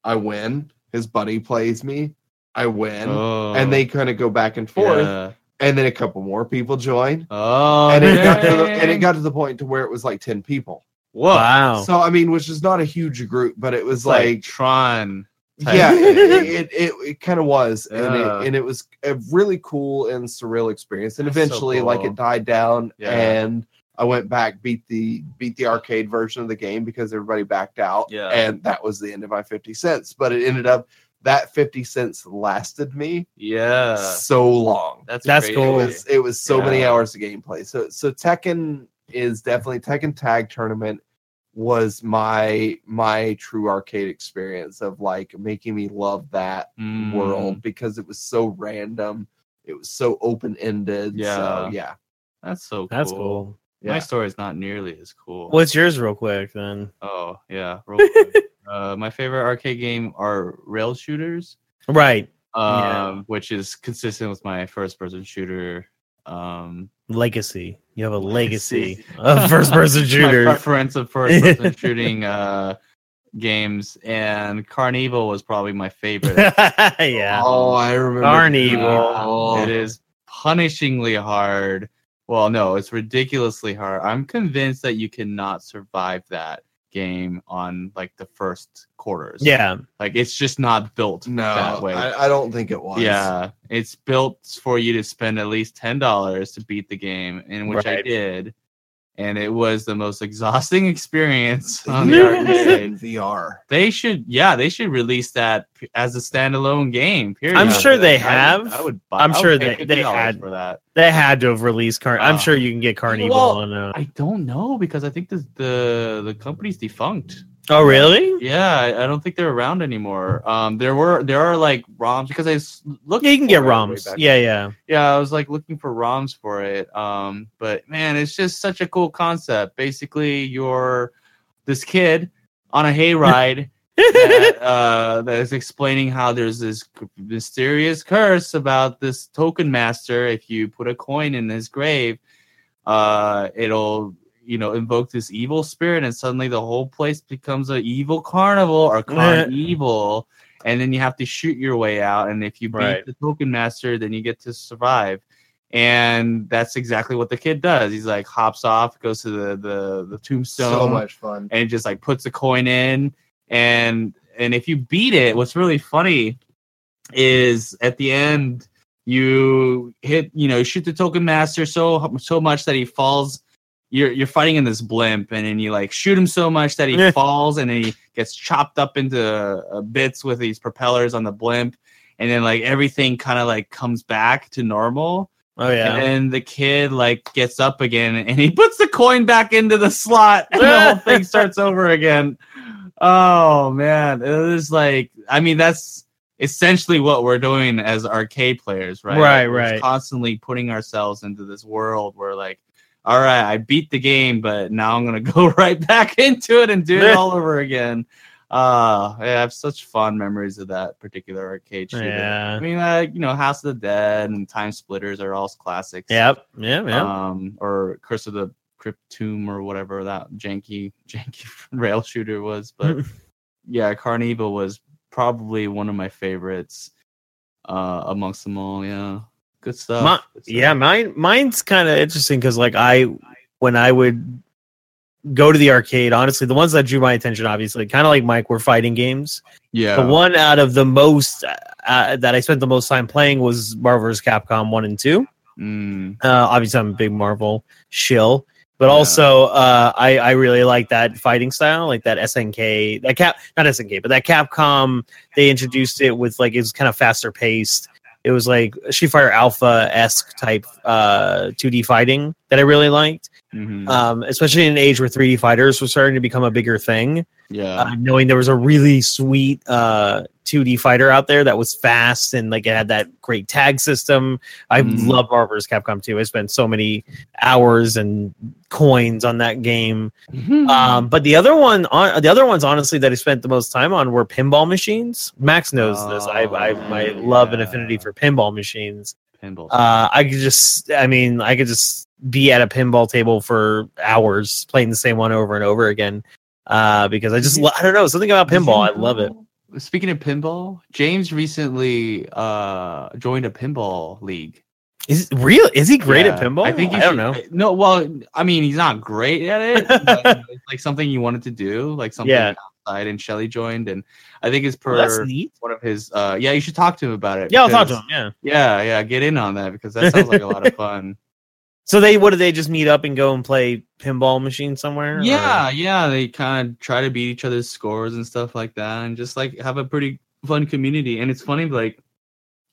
[SPEAKER 3] I win. His buddy plays me, I win,
[SPEAKER 2] Oh.
[SPEAKER 3] and they kind of go back and forth. And then a couple more people join,
[SPEAKER 2] Oh,
[SPEAKER 3] and it got to the,
[SPEAKER 2] dang.
[SPEAKER 3] and it got to the point to where it was like ten people.
[SPEAKER 2] Whoa.
[SPEAKER 1] Wow.
[SPEAKER 3] So I mean, which is not a huge group, but it was
[SPEAKER 2] It's like,
[SPEAKER 3] like
[SPEAKER 2] Tron. type
[SPEAKER 3] yeah,
[SPEAKER 2] thing.
[SPEAKER 3] it it, it, it kind of was, and,
[SPEAKER 2] Yeah.
[SPEAKER 3] it, and it was a really cool and surreal experience. And
[SPEAKER 2] That's so
[SPEAKER 3] eventually, like
[SPEAKER 2] cool.
[SPEAKER 3] it died down,
[SPEAKER 2] Yeah.
[SPEAKER 3] and I went back beat the beat the arcade version of the game because everybody backed out,
[SPEAKER 2] Yeah.
[SPEAKER 3] and that was the end of my fifty cents. But it ended up that fifty cents lasted me
[SPEAKER 2] yeah.
[SPEAKER 3] so long.
[SPEAKER 2] That's
[SPEAKER 1] That's
[SPEAKER 2] crazy.
[SPEAKER 3] It
[SPEAKER 1] cool.
[SPEAKER 3] was it was so many
[SPEAKER 2] Yeah.
[SPEAKER 3] hours of gameplay. So so Tekken is definitely Tekken Tag Tournament was my my true arcade experience of like making me love that
[SPEAKER 2] Mm.
[SPEAKER 3] world because it was so random. It was so open ended.
[SPEAKER 2] Yeah.
[SPEAKER 3] So yeah.
[SPEAKER 2] That's so. Cool.
[SPEAKER 1] That's cool.
[SPEAKER 2] My
[SPEAKER 3] Yeah.
[SPEAKER 2] story's not nearly as cool.
[SPEAKER 1] What's yours, real quick, then?
[SPEAKER 2] Oh yeah. Real quick. uh, my favorite arcade game are rail shooters.
[SPEAKER 1] Right.
[SPEAKER 2] um,
[SPEAKER 1] Yeah.
[SPEAKER 2] which is consistent with my first person shooter. Um,
[SPEAKER 1] Legacy. You have a legacy
[SPEAKER 2] Legacy.
[SPEAKER 1] of first person
[SPEAKER 2] my
[SPEAKER 1] shooters.
[SPEAKER 2] preference of first person shooting uh, games, and Carnival was probably my favorite. Uh,
[SPEAKER 1] yeah.
[SPEAKER 3] Oh, I remember.
[SPEAKER 1] Carnival.
[SPEAKER 3] Oh.
[SPEAKER 2] It is punishingly hard. Well, no, it's ridiculously hard. I'm convinced that you cannot survive that game on like the first quarters.
[SPEAKER 1] Yeah.
[SPEAKER 2] like it's just not built
[SPEAKER 3] No,
[SPEAKER 2] that way.
[SPEAKER 3] I, I don't think it was.
[SPEAKER 2] Yeah, it's built for you to spend at least ten dollars to beat the game, in which I
[SPEAKER 1] Right.
[SPEAKER 2] did, and it was the most exhausting experience on the arcade.
[SPEAKER 3] in VR.
[SPEAKER 2] They should, yeah, they should release that p- as a standalone game. Period.
[SPEAKER 1] I'm sure they
[SPEAKER 2] I would-
[SPEAKER 1] have.
[SPEAKER 2] I would. Buy,
[SPEAKER 1] I'm
[SPEAKER 2] I would
[SPEAKER 1] sure
[SPEAKER 2] pay
[SPEAKER 1] they- they
[SPEAKER 2] $50
[SPEAKER 1] had-
[SPEAKER 2] for that.
[SPEAKER 1] They had to have released Car.
[SPEAKER 2] Uh,
[SPEAKER 1] I'm sure you can get Carnival
[SPEAKER 2] well,
[SPEAKER 1] on. Uh...
[SPEAKER 2] I don't know because I think the the the company's defunct.
[SPEAKER 1] Oh, really?
[SPEAKER 2] Yeah, I, I don't think they're around anymore. Um, there were there are like ROMs because I s- looked.
[SPEAKER 1] Yeah, you can
[SPEAKER 2] for
[SPEAKER 1] get
[SPEAKER 2] it way
[SPEAKER 1] ROMs.
[SPEAKER 2] back
[SPEAKER 1] Yeah, yeah.
[SPEAKER 2] yeah, I was like looking for ROMs for it. Um, but man, it's just such a cool concept. Basically, you're this kid on a hayride that, uh, that is explaining how there's this c- mysterious curse about this token master. If you put a coin in his grave, uh, it'll you know invoke this evil spirit, and suddenly the whole place becomes an evil carnival or con evil and then you have to shoot your way out. And if you beat
[SPEAKER 1] Right.
[SPEAKER 2] the token master, then you get to survive. And that's exactly what the kid does. He's like hops off, goes to the the, the tombstone,
[SPEAKER 3] So much fun.
[SPEAKER 2] and just like puts a coin in. And and if you beat it, what's really funny is at the end you hit you know shoot the token master so so much that he falls. You're you're fighting in this blimp, and then you like shoot him so much that he
[SPEAKER 1] Yeah.
[SPEAKER 2] falls, and then he gets chopped up into uh, bits with these propellers on the blimp, and then like everything kind of like comes back to normal.
[SPEAKER 1] Oh, yeah.
[SPEAKER 2] And then the kid like gets up again and he puts the coin back into the slot and the whole thing starts over again. Oh man, it was like I mean that's essentially what we're doing as arcade players, right?
[SPEAKER 1] Right,
[SPEAKER 2] We're just
[SPEAKER 1] right.
[SPEAKER 2] Constantly putting ourselves into this world where like all right, I beat the game, but now I'm gonna go right back into it and do it all over again. Uh, yeah, I have such fond memories of that particular arcade shooter. I
[SPEAKER 1] yeah.
[SPEAKER 2] mean, uh, you know, House of the Dead and Time Splitters are all classics.
[SPEAKER 1] Yep. Yeah. Yeah.
[SPEAKER 2] Um, or Curse of the Crypt Tomb or whatever that janky, janky rail shooter was. But yeah, Carnival was probably one of my favorites uh, amongst them all. Yeah. Good stuff.
[SPEAKER 1] My-
[SPEAKER 2] Good stuff.
[SPEAKER 1] yeah mine mine's kind of interesting because like i when i would go to the arcade honestly the ones that drew my attention obviously kind of like mike were fighting games
[SPEAKER 2] Yeah.
[SPEAKER 1] the one out of the most uh, that i spent the most time playing was marvel vs capcom 1 and 2
[SPEAKER 2] Mm,
[SPEAKER 1] uh, obviously i'm a big marvel shill But also, uh, I I really like that fighting style, like that SNK, that cap, not SNK, but that Capcom. They introduced it with like it was kind of faster paced. It was like Street Fighter Alpha esque type uh, 2D fighting that I really liked,
[SPEAKER 2] Mhm.
[SPEAKER 1] um, especially in an age where 3D fighters were starting to become a bigger thing
[SPEAKER 2] yeah.
[SPEAKER 1] uh, knowing there was a really sweet uh, 2D fighter out there that was fast and like it had that great tag system. I
[SPEAKER 2] Mhm.
[SPEAKER 1] love Marvel's Capcom 2. I spent so many hours and coins on that game.
[SPEAKER 2] Mm-hmm.
[SPEAKER 1] Um, but the other one, on, the other ones, honestly, that I spent the most time on were pinball machines. Max knows this. I, I my
[SPEAKER 2] Oh,
[SPEAKER 1] love and
[SPEAKER 2] yeah.
[SPEAKER 1] affinity for pinball machines.
[SPEAKER 2] Pinball.
[SPEAKER 1] Uh, I could just, I mean, I could just be at a pinball table for hours playing the same one over and over again. Uh, because I just, lo- I don't know, something about pinball, I love it.
[SPEAKER 2] Speaking of pinball, James recently uh joined a pinball league.
[SPEAKER 1] Is it real? Is he great at
[SPEAKER 2] Yeah.
[SPEAKER 1] pinball? I think
[SPEAKER 2] you
[SPEAKER 1] I don't
[SPEAKER 2] should-
[SPEAKER 1] know.
[SPEAKER 2] No, well, I mean, he's not great at it. but it's like something you wanted to do, like something
[SPEAKER 1] Yeah.
[SPEAKER 2] outside. And Shelly joined, and I think it's per
[SPEAKER 1] Well, that's neat.
[SPEAKER 2] one of his. uh Yeah, you should talk to him about it.
[SPEAKER 1] Yeah, I'll talk to
[SPEAKER 2] because-
[SPEAKER 1] him. Yeah.
[SPEAKER 2] Yeah, yeah, get in on that because that sounds like a lot of fun.
[SPEAKER 1] So they, what do they just meet up and go and play pinball machine somewhere? or-
[SPEAKER 2] Yeah, yeah, they kind of try to beat each other's scores and stuff like that, and just like have a pretty fun community. And it's funny, like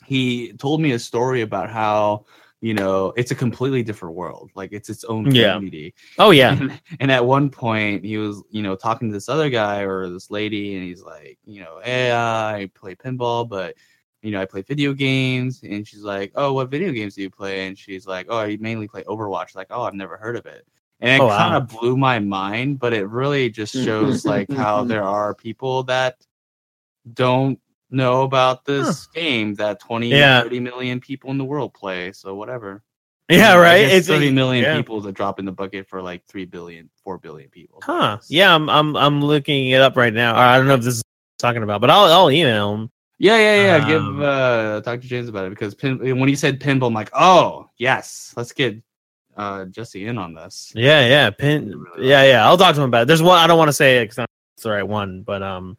[SPEAKER 2] he told me a story about how you know it's a completely different world, like it's its own
[SPEAKER 1] Yeah.
[SPEAKER 2] community.
[SPEAKER 1] Oh yeah.
[SPEAKER 2] And, and at one point, he was you know talking to this other guy or this lady, and he's like, you know, hey, uh, I play pinball, but you know, I play video games. And she's like, oh, what video games do you play? And she's like, oh, I mainly play Overwatch. Like, oh, I've never heard of it. And it
[SPEAKER 1] Oh, wow.
[SPEAKER 2] kind of blew my mind, but it really just shows like how there are people that don't know about this game that 20
[SPEAKER 1] Yeah.
[SPEAKER 2] 30 million people in the world play so whatever
[SPEAKER 1] Yeah.
[SPEAKER 2] I
[SPEAKER 1] Right.
[SPEAKER 2] guess
[SPEAKER 1] It's
[SPEAKER 2] thirty million
[SPEAKER 1] yeah.
[SPEAKER 2] people is a drop in the bucket for like 3 billion, 4 billion people.
[SPEAKER 1] Huh. Yeah. I'm. I'm. I'm looking it up right now. I don't know if this is talking about, but I'll. I'll email him.
[SPEAKER 2] Yeah, yeah, yeah.
[SPEAKER 1] Um,
[SPEAKER 2] Give uh talk to James about it because pin, when he said pinball, I'm like, oh yes, let's get uh Jesse in on this.
[SPEAKER 1] Yeah, yeah, pin. Yeah, yeah. I'll talk to him about it. There's one I don't want to say it 'cause not it's the right one, but um,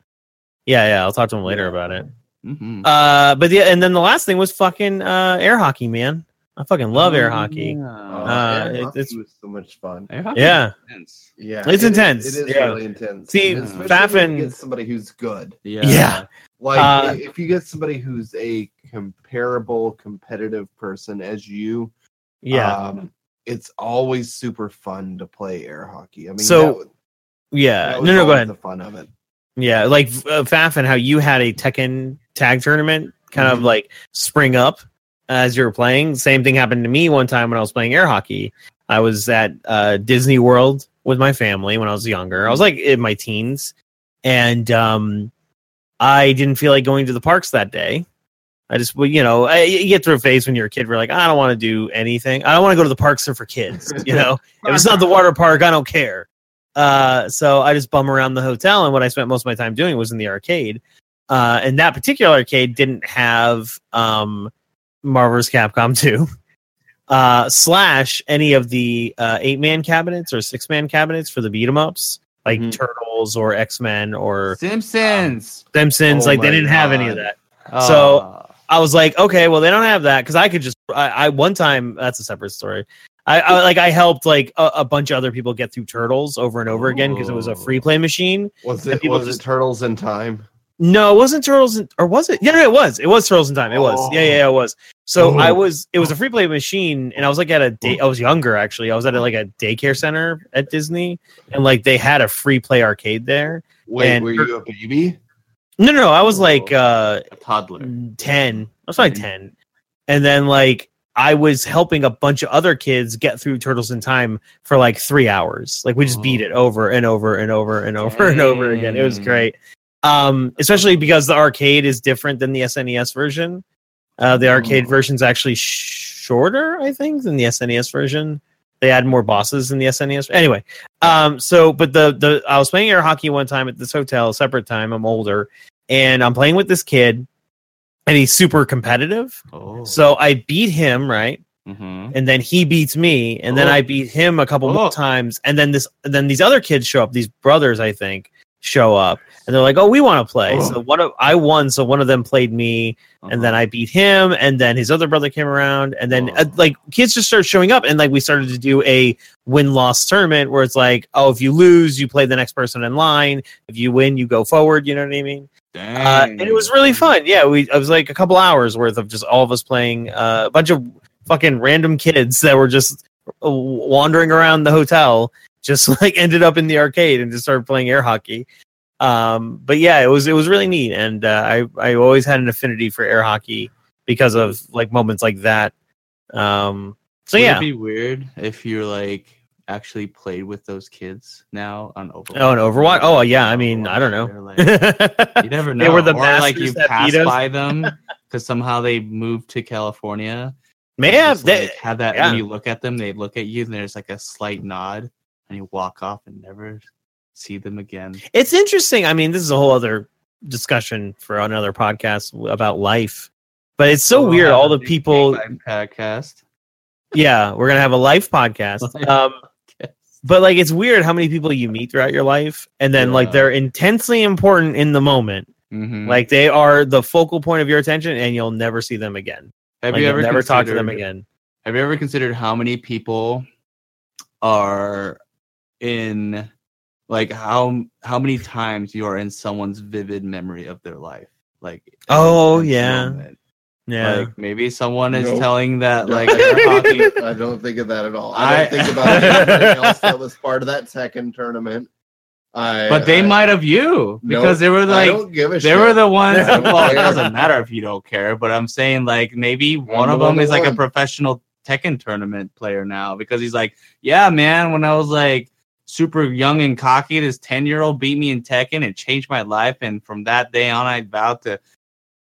[SPEAKER 1] yeah, yeah. I'll talk to him later about it.
[SPEAKER 2] Mhm.
[SPEAKER 1] Uh, but yeah, and then the last thing was fucking uh air hockey, man. I fucking love air
[SPEAKER 3] Mm,
[SPEAKER 1] hockey.
[SPEAKER 2] Yeah.
[SPEAKER 1] Uh,
[SPEAKER 3] air
[SPEAKER 1] it-
[SPEAKER 3] hockey
[SPEAKER 1] it's-
[SPEAKER 3] Oh, was so much fun.
[SPEAKER 2] Air hockey
[SPEAKER 1] Yeah,
[SPEAKER 2] is intense.
[SPEAKER 3] Yeah,
[SPEAKER 1] It's
[SPEAKER 3] it is-
[SPEAKER 1] intense,
[SPEAKER 3] it is
[SPEAKER 1] yeah.
[SPEAKER 3] really intense.
[SPEAKER 1] See,
[SPEAKER 3] And especially
[SPEAKER 1] Baffin-
[SPEAKER 3] when you get somebody who's good.
[SPEAKER 2] Yeah.
[SPEAKER 1] Yeah.
[SPEAKER 3] Like
[SPEAKER 1] Uh,
[SPEAKER 3] if you get somebody who's a comparable competitive person as you,
[SPEAKER 1] yeah,
[SPEAKER 3] um, it's always super fun to play air hockey. I mean,
[SPEAKER 1] So,
[SPEAKER 3] that,
[SPEAKER 1] yeah.
[SPEAKER 3] that
[SPEAKER 1] No,
[SPEAKER 3] was
[SPEAKER 1] no, go
[SPEAKER 3] always
[SPEAKER 1] ahead.
[SPEAKER 3] The fun of it.
[SPEAKER 1] Yeah, like uh, Faf and how you had a Tekken tag tournament kind of
[SPEAKER 3] Mhm.
[SPEAKER 1] like spring up as you were playing. Same thing happened to me one time when I was playing air hockey. I was at uh, Disney World with my family when I was younger. I was like in my teens, and um, I didn't feel like going to the parks that day. I just, well, you know, I, you get through a phase when you're a kid where like, I don't want to do anything. I don't want to go to the parks. They're for kids, you know if it's not the water park, I don't care. Uh, so I just bum around the hotel, and what I spent most of my time doing was in the arcade. Uh, and that particular arcade didn't have um, Marvel's Capcom 2 uh, slash any of the uh, eight man cabinets or six man cabinets for the beat 'em ups, like
[SPEAKER 3] Mm-hmm.
[SPEAKER 2] Mhm.
[SPEAKER 1] Turtles or X Men or
[SPEAKER 2] Simpsons.
[SPEAKER 1] Simpsons.
[SPEAKER 3] Oh
[SPEAKER 1] like they
[SPEAKER 3] my
[SPEAKER 1] didn't have any of
[SPEAKER 3] God.
[SPEAKER 1] that.
[SPEAKER 2] Oh.
[SPEAKER 1] so- I was like, okay, well, they don't have that because I could just. I, I one time that's a separate story. I, I like I helped like a, a bunch of other people get through turtles over and over again because it was a free play machine.
[SPEAKER 3] Was
[SPEAKER 1] The
[SPEAKER 3] it
[SPEAKER 1] people
[SPEAKER 3] was
[SPEAKER 1] just-
[SPEAKER 3] it Turtles in Time?
[SPEAKER 1] No, it wasn't turtles, in, or was it? Yeah, no, it was. It was turtles in time. It was. Yeah, yeah, yeah, it was. So
[SPEAKER 3] Oh.
[SPEAKER 1] I was. It was a free play machine, and I was like at a day. I was younger actually. I was at like a daycare center at Disney, and like they had a free play arcade there.
[SPEAKER 3] Wait,
[SPEAKER 1] And-
[SPEAKER 3] were you a baby?
[SPEAKER 1] No, no, no. I was like uh
[SPEAKER 2] a toddler.
[SPEAKER 1] 10 i was probably
[SPEAKER 2] Mhm.
[SPEAKER 1] 10 and then like i was helping a bunch of other kids get through turtles in time for like three hours like we just beat it over and over and over and over and over again it was
[SPEAKER 2] Dang.
[SPEAKER 1] great um especially because the arcade is different than the snes version uh the arcade
[SPEAKER 2] Oh.
[SPEAKER 1] version's actually shorter i think than the snes version they had more bosses in the SNES. Anyway, um, so but the the I was playing air hockey one time at this hotel, separate time. I'm older, and I'm playing with this kid, and he's super competitive.
[SPEAKER 2] Oh.
[SPEAKER 1] So I beat him right,
[SPEAKER 2] Mhm.
[SPEAKER 1] and then he beats me, and then
[SPEAKER 2] Oh.
[SPEAKER 1] I beat him a couple
[SPEAKER 2] Oh.
[SPEAKER 1] more times, and then this, and then these other kids show up, these brothers, I think, show up and they're like, "Oh, we want to play." So one of I won, so one of them played me, and
[SPEAKER 2] Uh-huh.
[SPEAKER 1] then I beat him, and then his other brother came around, and then uh, like kids just started showing up, and like we started to do a win loss tournament where it's like, "Oh, if you lose, you play the next person in line. If you win, you go forward." You know what I mean? Uh,
[SPEAKER 2] Hmm.
[SPEAKER 1] and it was really fun. Yeah, we it was like a couple hours worth of just all of us playing uh, a bunch of fucking random kids that were just uh, wandering around the hotel, just like ended up in the arcade and just started playing air hockey. Um, but yeah, it was it was really neat, and uh, I I always had an affinity for air hockey because of like moments like that. Um, so
[SPEAKER 2] Would
[SPEAKER 1] yeah,
[SPEAKER 2] it be weird if you're like actually played with those kids now on Overwatch?
[SPEAKER 1] Oh, on Overwatch? Oh, yeah, I mean, I don't know.
[SPEAKER 2] They're like- you never know.
[SPEAKER 1] They were the
[SPEAKER 2] or like
[SPEAKER 1] masters
[SPEAKER 2] you
[SPEAKER 1] that
[SPEAKER 2] pass
[SPEAKER 1] beat us.
[SPEAKER 2] by them because somehow they moved to California.
[SPEAKER 1] man,
[SPEAKER 2] Just,
[SPEAKER 1] that,
[SPEAKER 2] like, have that
[SPEAKER 1] yeah.
[SPEAKER 2] when you look at them, they look at you, and there's like a slight nod, and you walk off and never see them again.
[SPEAKER 1] it's interesting. I mean, this is a whole other discussion for another podcast about life. But it's so
[SPEAKER 2] We'll
[SPEAKER 1] weird.
[SPEAKER 2] have
[SPEAKER 1] All the
[SPEAKER 2] a big
[SPEAKER 1] people,
[SPEAKER 2] game podcast.
[SPEAKER 1] yeah, we're gonna have a life podcast.
[SPEAKER 2] Life
[SPEAKER 1] Um,
[SPEAKER 2] podcast.
[SPEAKER 1] but like, it's weird how many people you meet throughout your life, and then like
[SPEAKER 2] Yeah.
[SPEAKER 1] they're intensely important in the moment.
[SPEAKER 2] Mhm.
[SPEAKER 1] Like they are the focal point of your attention, and you'll never see them again.
[SPEAKER 2] have
[SPEAKER 1] Like,
[SPEAKER 2] you
[SPEAKER 1] you'll
[SPEAKER 2] ever
[SPEAKER 1] never talk to them
[SPEAKER 2] considered-
[SPEAKER 1] again?
[SPEAKER 2] Have you ever considered how many people are in like how how many times you are in someone's vivid memory of their life? Like at
[SPEAKER 1] Oh,
[SPEAKER 2] this
[SPEAKER 1] yeah.
[SPEAKER 2] moment.
[SPEAKER 1] Yeah.
[SPEAKER 2] Like maybe someone is
[SPEAKER 5] Nope.
[SPEAKER 2] telling that
[SPEAKER 3] No.
[SPEAKER 2] like they're hockey-
[SPEAKER 3] I don't think of that at all. I don't
[SPEAKER 2] I-
[SPEAKER 3] think about anything else that was part of that second tournament. I,
[SPEAKER 2] but they
[SPEAKER 3] I-
[SPEAKER 2] might have you because they were
[SPEAKER 3] I
[SPEAKER 2] like
[SPEAKER 3] don't give a
[SPEAKER 2] they
[SPEAKER 3] shit.
[SPEAKER 2] were the ones
[SPEAKER 3] I don't
[SPEAKER 2] well it
[SPEAKER 3] care.
[SPEAKER 2] doesn't matter if you don't care but i'm saying like maybe one
[SPEAKER 3] the
[SPEAKER 2] of
[SPEAKER 3] one
[SPEAKER 2] them
[SPEAKER 3] that
[SPEAKER 2] is like a
[SPEAKER 3] won.
[SPEAKER 2] professional tekken tournament player now because he's like yeah man when i was like super young and cocky this 10 year old beat me in tekken and changed my life and from that day on i vowed to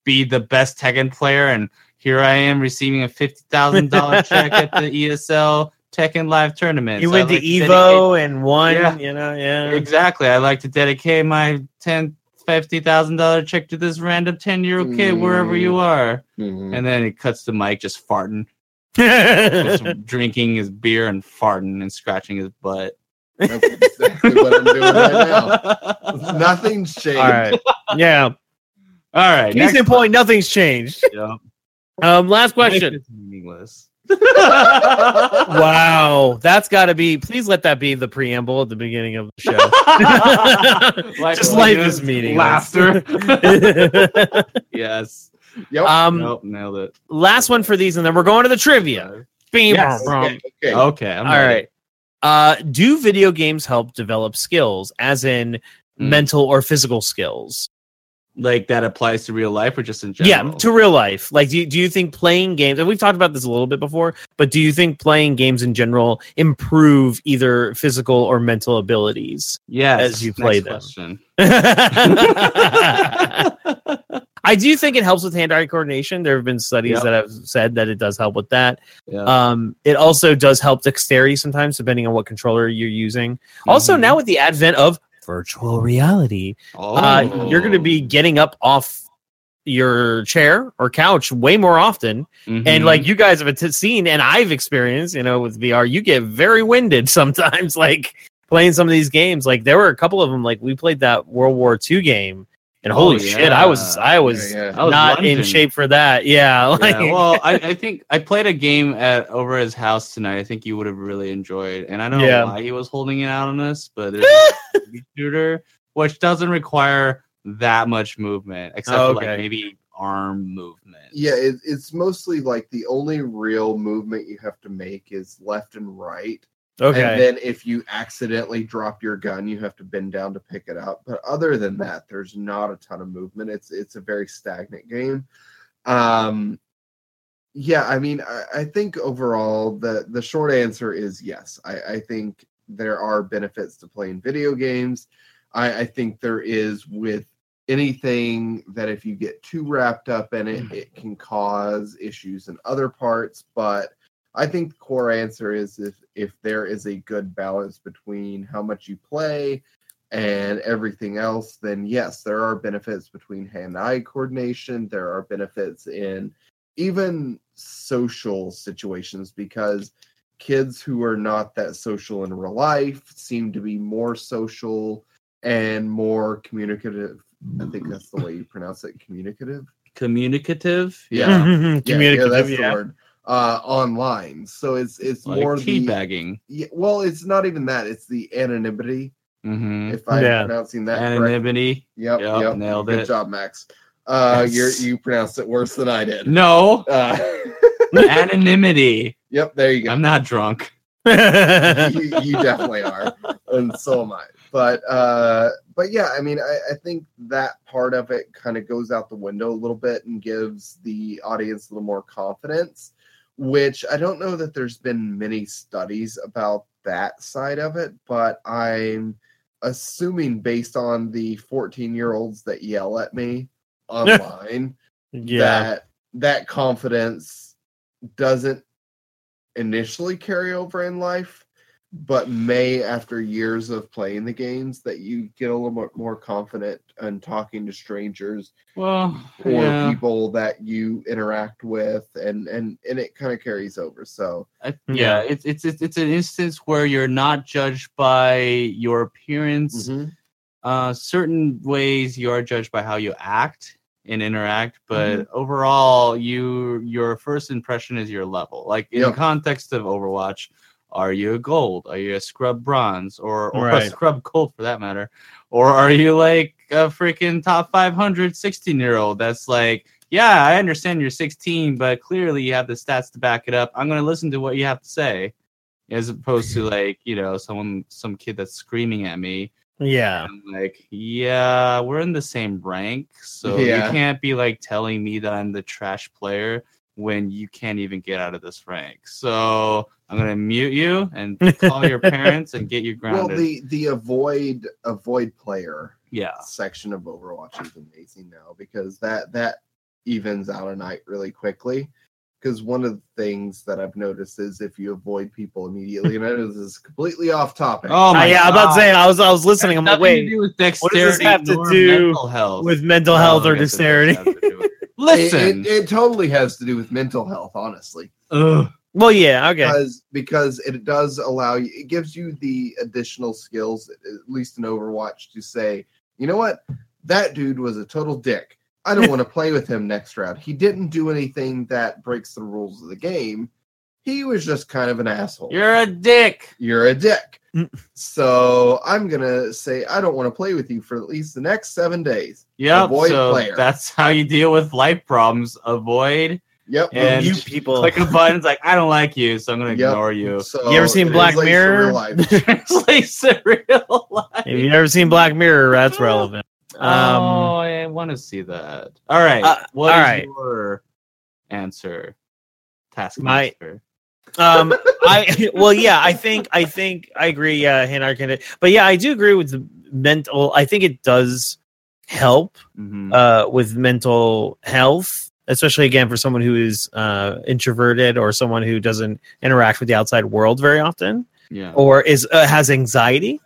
[SPEAKER 2] be the best tekken player and here i am receiving a $50000 check at the esl tekken live tournament
[SPEAKER 1] You
[SPEAKER 2] So
[SPEAKER 1] went to
[SPEAKER 2] I'd like dedicate-
[SPEAKER 1] Evo and won.
[SPEAKER 2] Yeah.
[SPEAKER 1] You know, yeah.
[SPEAKER 2] Exactly. I like to dedicate my ten fifty thousand dollar check to this random ten year old kid wherever you are.
[SPEAKER 3] Mhm.
[SPEAKER 2] And then it cuts to Mike just farting, just drinking his beer and farting and scratching his butt.
[SPEAKER 3] That's exactly what I'm doing right now. Nothing's changed.
[SPEAKER 1] All right. Yeah.
[SPEAKER 2] All right.
[SPEAKER 1] Case
[SPEAKER 2] Next
[SPEAKER 1] in point, nothing's changed.
[SPEAKER 2] Yep.
[SPEAKER 1] Um, last
[SPEAKER 2] Mike
[SPEAKER 1] question.
[SPEAKER 2] is meaningless.
[SPEAKER 1] wow, that's got to be. Please let that be the preamble at the beginning of the
[SPEAKER 2] Like-
[SPEAKER 1] Just life is meaningless.
[SPEAKER 2] Laughter.
[SPEAKER 1] show.
[SPEAKER 2] yes.
[SPEAKER 3] Yep.
[SPEAKER 1] um,
[SPEAKER 2] nope. Nailed it.
[SPEAKER 1] last one for these, and then we're going to the trivia. Bam,
[SPEAKER 2] Yes.
[SPEAKER 1] bam, bam.
[SPEAKER 3] okay. okay.
[SPEAKER 2] Okay. I'm
[SPEAKER 1] All
[SPEAKER 2] ready.
[SPEAKER 1] right. Uh, do video games help develop skills, as in
[SPEAKER 2] Mm.
[SPEAKER 1] mental or physical skills?
[SPEAKER 2] Like that applies to real life or just in general?
[SPEAKER 1] Yeah, to real life. Like, do you, do you think playing games, and we've talked about this a little bit before, but do you think playing games in general improve either physical or mental abilities?
[SPEAKER 2] yes.
[SPEAKER 1] as you play
[SPEAKER 2] Next
[SPEAKER 1] them.
[SPEAKER 2] question.
[SPEAKER 1] I do think it helps with hand eye coordination. There have been studies
[SPEAKER 2] Yep.
[SPEAKER 1] that have said that it does help with that.
[SPEAKER 2] Yeah.
[SPEAKER 1] Um, it also does help dexterity sometimes, depending on what controller you're using. Also,
[SPEAKER 2] Mhm.
[SPEAKER 1] now with the advent of virtual reality,
[SPEAKER 2] Oh.
[SPEAKER 1] uh, you're going to be getting up off your chair or couch way more often
[SPEAKER 2] Mm-hmm.
[SPEAKER 1] and like you guys have t- seen and i've experienced you know with vr you get very winded sometimes like playing some of these games like there were a couple of them like we played that world war ii game and
[SPEAKER 2] Oh,
[SPEAKER 1] holy shit i was
[SPEAKER 2] yeah.
[SPEAKER 1] i was
[SPEAKER 3] Yeah, yeah.
[SPEAKER 2] I was
[SPEAKER 1] not in
[SPEAKER 2] lunging.
[SPEAKER 1] shape for that yeah like
[SPEAKER 2] Yeah, well, I, I think I played a game at over his house tonight. I think you would have really enjoyed, and I don't
[SPEAKER 1] Yeah.
[SPEAKER 2] know why he was holding it out on us, but there's a shooter which doesn't require that much movement, except
[SPEAKER 1] Oh,
[SPEAKER 2] for
[SPEAKER 1] okay.
[SPEAKER 2] like maybe arm movement.
[SPEAKER 3] Yeah, it, it's mostly like the only real movement you have to make is left and right. And
[SPEAKER 1] okay
[SPEAKER 3] then if you accidentally drop your gun, you have to bend down to pick it up. But other than that, there's not a ton of movement. It's it's a very stagnant game. Um yeah, I mean, I, I think overall the the short answer is yes. I, I think there are benefits to playing video games. I, I think there is with anything that if you get too wrapped up in it, it can cause issues in other parts, but I think the core answer is if if there is a good balance between how much you play and everything else, then yes, there are benefits between hand-eye coordination. There are benefits in even social situations because kids who are not that social in real life seem to be more social and more communicative. I think that's the way you pronounce it. Communicative.
[SPEAKER 2] Communicative.
[SPEAKER 3] Yeah.
[SPEAKER 1] Mm-hmm.
[SPEAKER 3] Yeah,
[SPEAKER 1] Communicative,
[SPEAKER 3] Yeah, that's the
[SPEAKER 1] yeah.
[SPEAKER 3] word. Uh, online, so it's it's
[SPEAKER 2] Like
[SPEAKER 3] more the
[SPEAKER 2] teabagging.
[SPEAKER 3] yeah, well, it's not even that. It's the anonymity.
[SPEAKER 2] Mm-hmm.
[SPEAKER 3] If I'm
[SPEAKER 1] Yeah.
[SPEAKER 3] pronouncing that correctly.
[SPEAKER 2] Anonymity.
[SPEAKER 3] Yep,
[SPEAKER 2] Yep,
[SPEAKER 3] yep,
[SPEAKER 2] nailed
[SPEAKER 3] Good
[SPEAKER 2] it.
[SPEAKER 3] job, Max. Uh,
[SPEAKER 2] Yes.
[SPEAKER 3] you you pronounced it worse than I did.
[SPEAKER 2] No,
[SPEAKER 3] Uh,
[SPEAKER 2] anonymity.
[SPEAKER 3] yep, there you go.
[SPEAKER 2] I'm not drunk.
[SPEAKER 3] you, you definitely are, and so am I. But uh, but yeah, I mean, I, I think that part of it kind of goes out the window a little bit and gives the audience a little more confidence. Which I don't know that there's been many studies about that side of it, but I'm assuming based on the 14 year olds that yell at me online
[SPEAKER 1] yeah.
[SPEAKER 3] that that confidence doesn't initially carry over in life but may after years of playing the games that you get a little bit more confident and talking to strangers
[SPEAKER 2] Well,
[SPEAKER 3] or
[SPEAKER 2] yeah.
[SPEAKER 3] people that you interact with and and and it kind of carries over so
[SPEAKER 2] I- Uh, yeah, it's it's it's it's an instance where you're not judged by your
[SPEAKER 3] Mm-hmm.
[SPEAKER 2] appearance. Uh, certain ways you are judged by how you act and interact, but overall, you your first impression is your level. Like in
[SPEAKER 3] Yep.
[SPEAKER 2] the context of Overwatch, are you a gold? Are you a scrub bronze or, or
[SPEAKER 1] Right.
[SPEAKER 2] a scrub gold for that matter? Or are you like a freaking top 500 16 year old that's like, yeah, I understand you're 16, but clearly you have the stats to back it up. I'm going to listen to what you have to say as opposed to like, you know, someone, some kid that's screaming at me.
[SPEAKER 1] Yeah.
[SPEAKER 2] I'm like, yeah, we're in the same rank, so
[SPEAKER 3] Yeah.
[SPEAKER 2] you can't be like telling me that I'm the trash player when you can't even get out of this rank. So I'm gonna mute you and call your parents and get you
[SPEAKER 3] well
[SPEAKER 2] grounded.
[SPEAKER 3] the the avoid avoid player
[SPEAKER 2] yeah,
[SPEAKER 3] section of Overwatch is amazing now because that that evens out a night really quickly. Because one of the things that I've noticed is if you avoid people immediately, and I know this is completely off topic.
[SPEAKER 2] Oh
[SPEAKER 1] Uh,
[SPEAKER 2] my
[SPEAKER 1] yeah, I'm about to
[SPEAKER 2] God.
[SPEAKER 1] say I was I was listening. I'm like,
[SPEAKER 2] Nothing
[SPEAKER 1] wait,
[SPEAKER 2] to do with
[SPEAKER 1] does
[SPEAKER 2] dexterity
[SPEAKER 1] this have to
[SPEAKER 2] nor
[SPEAKER 1] do
[SPEAKER 2] mental health.
[SPEAKER 1] with mental
[SPEAKER 2] Oh,
[SPEAKER 1] health or
[SPEAKER 2] I guess it does
[SPEAKER 1] dexterity.
[SPEAKER 2] have to do with-
[SPEAKER 3] It-
[SPEAKER 2] Listen,
[SPEAKER 3] it, it totally has to do with mental health, honestly.
[SPEAKER 2] Ugh.
[SPEAKER 1] Well, yeah, okay.
[SPEAKER 2] Uh,
[SPEAKER 3] because because it does allow you it gives you the additional skills at least in overwatch to say you know what that dude was a total dick i don't want to play with him next round he didn't do anything that breaks the rules of the game he was just kind of an asshole
[SPEAKER 2] you're a dick.
[SPEAKER 3] You're a dick
[SPEAKER 1] Mm.
[SPEAKER 3] so i'm gonna say i don't want to play with you for at least the next seven days
[SPEAKER 2] Yep.
[SPEAKER 3] Avoid
[SPEAKER 2] so
[SPEAKER 3] player.
[SPEAKER 2] that's how you deal with life problems. Avoid.
[SPEAKER 3] yep
[SPEAKER 2] And
[SPEAKER 1] you people.
[SPEAKER 2] Click a button. It's like I don't like you, so I'm gonna
[SPEAKER 3] Yep.
[SPEAKER 2] ignore you.
[SPEAKER 3] so
[SPEAKER 1] You ever seen
[SPEAKER 3] it is
[SPEAKER 1] Black
[SPEAKER 3] like
[SPEAKER 1] Mirror?
[SPEAKER 3] surreal life.
[SPEAKER 2] translate surreal life.
[SPEAKER 1] if you've never seen Black Mirror, that's relevant.
[SPEAKER 2] oh,
[SPEAKER 1] Um,
[SPEAKER 2] I want to see that. All right.
[SPEAKER 1] Uh,
[SPEAKER 2] what is
[SPEAKER 1] all right.
[SPEAKER 2] your answer?
[SPEAKER 1] My-
[SPEAKER 2] Taskmaster.
[SPEAKER 1] um, I well, yeah, I think I think I agree. Yeah, Hannah Arcand, but yeah, I do agree with the mental. I think it does help
[SPEAKER 2] Mhm.
[SPEAKER 1] uh, with mental health, especially again for someone who is uh, introverted or someone who doesn't interact with the outside world very often
[SPEAKER 2] yeah.
[SPEAKER 1] or is uh, has anxiety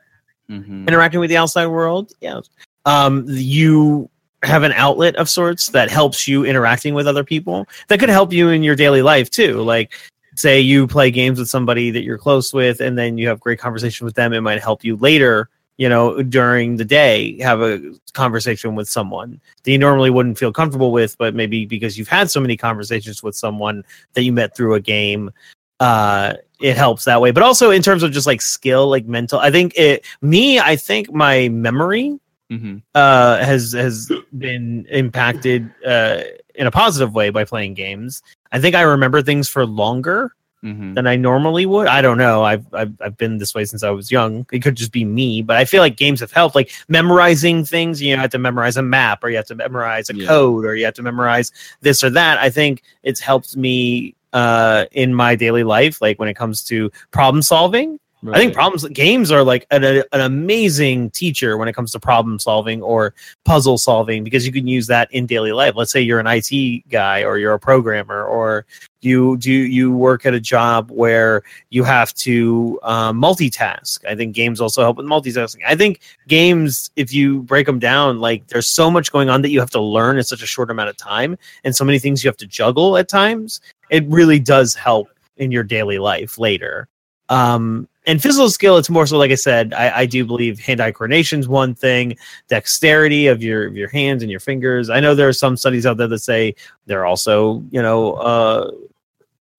[SPEAKER 2] Mhm.
[SPEAKER 1] interacting with the outside world. Yeah, um, you have an outlet of sorts that helps you interacting with other people. That could help you in your daily life too. Like, say you play games with somebody that you're close with, and then you have great conversation with them. It might help you later. You know, during the day, have a conversation with someone that you normally wouldn't feel comfortable with, but maybe because you've had so many conversations with someone that you met through a game, uh, it helps that way. But also in terms of just like skill, like mental, I think it me, I think my memory
[SPEAKER 2] Mhm.
[SPEAKER 1] uh has has been impacted uh in a positive way by playing games. I think I remember things for longer
[SPEAKER 2] Mhm.
[SPEAKER 1] than I normally would. I don't know. I've, I've I've been this way since I was young. It could just be me, but I feel like games have helped. Like memorizing things, you know, you have to memorize a map, or you have to memorize a
[SPEAKER 2] Yeah.
[SPEAKER 1] code, or you have to memorize this or that. I think it's helped me uh, in my daily life, like when it comes to problem solving. I think
[SPEAKER 2] Right.
[SPEAKER 1] problems games are like an, a, an amazing teacher when it comes to problem solving or puzzle solving because you can use that in daily life. Let's say you're an IT guy or you're a programmer or you do you work at a job where you have to um, multitask. I think games also help with multitasking. I think games, if you break them down, like there's so much going on that you have to learn in such a short amount of time, and so many things you have to juggle at times. It really does help in your daily life later um And physical skill, it's more so like I said, I, I do believe hand-eye coordination's one thing, dexterity of your of your hands and your fingers. I know there are some studies out there that say there are also, you know, uh,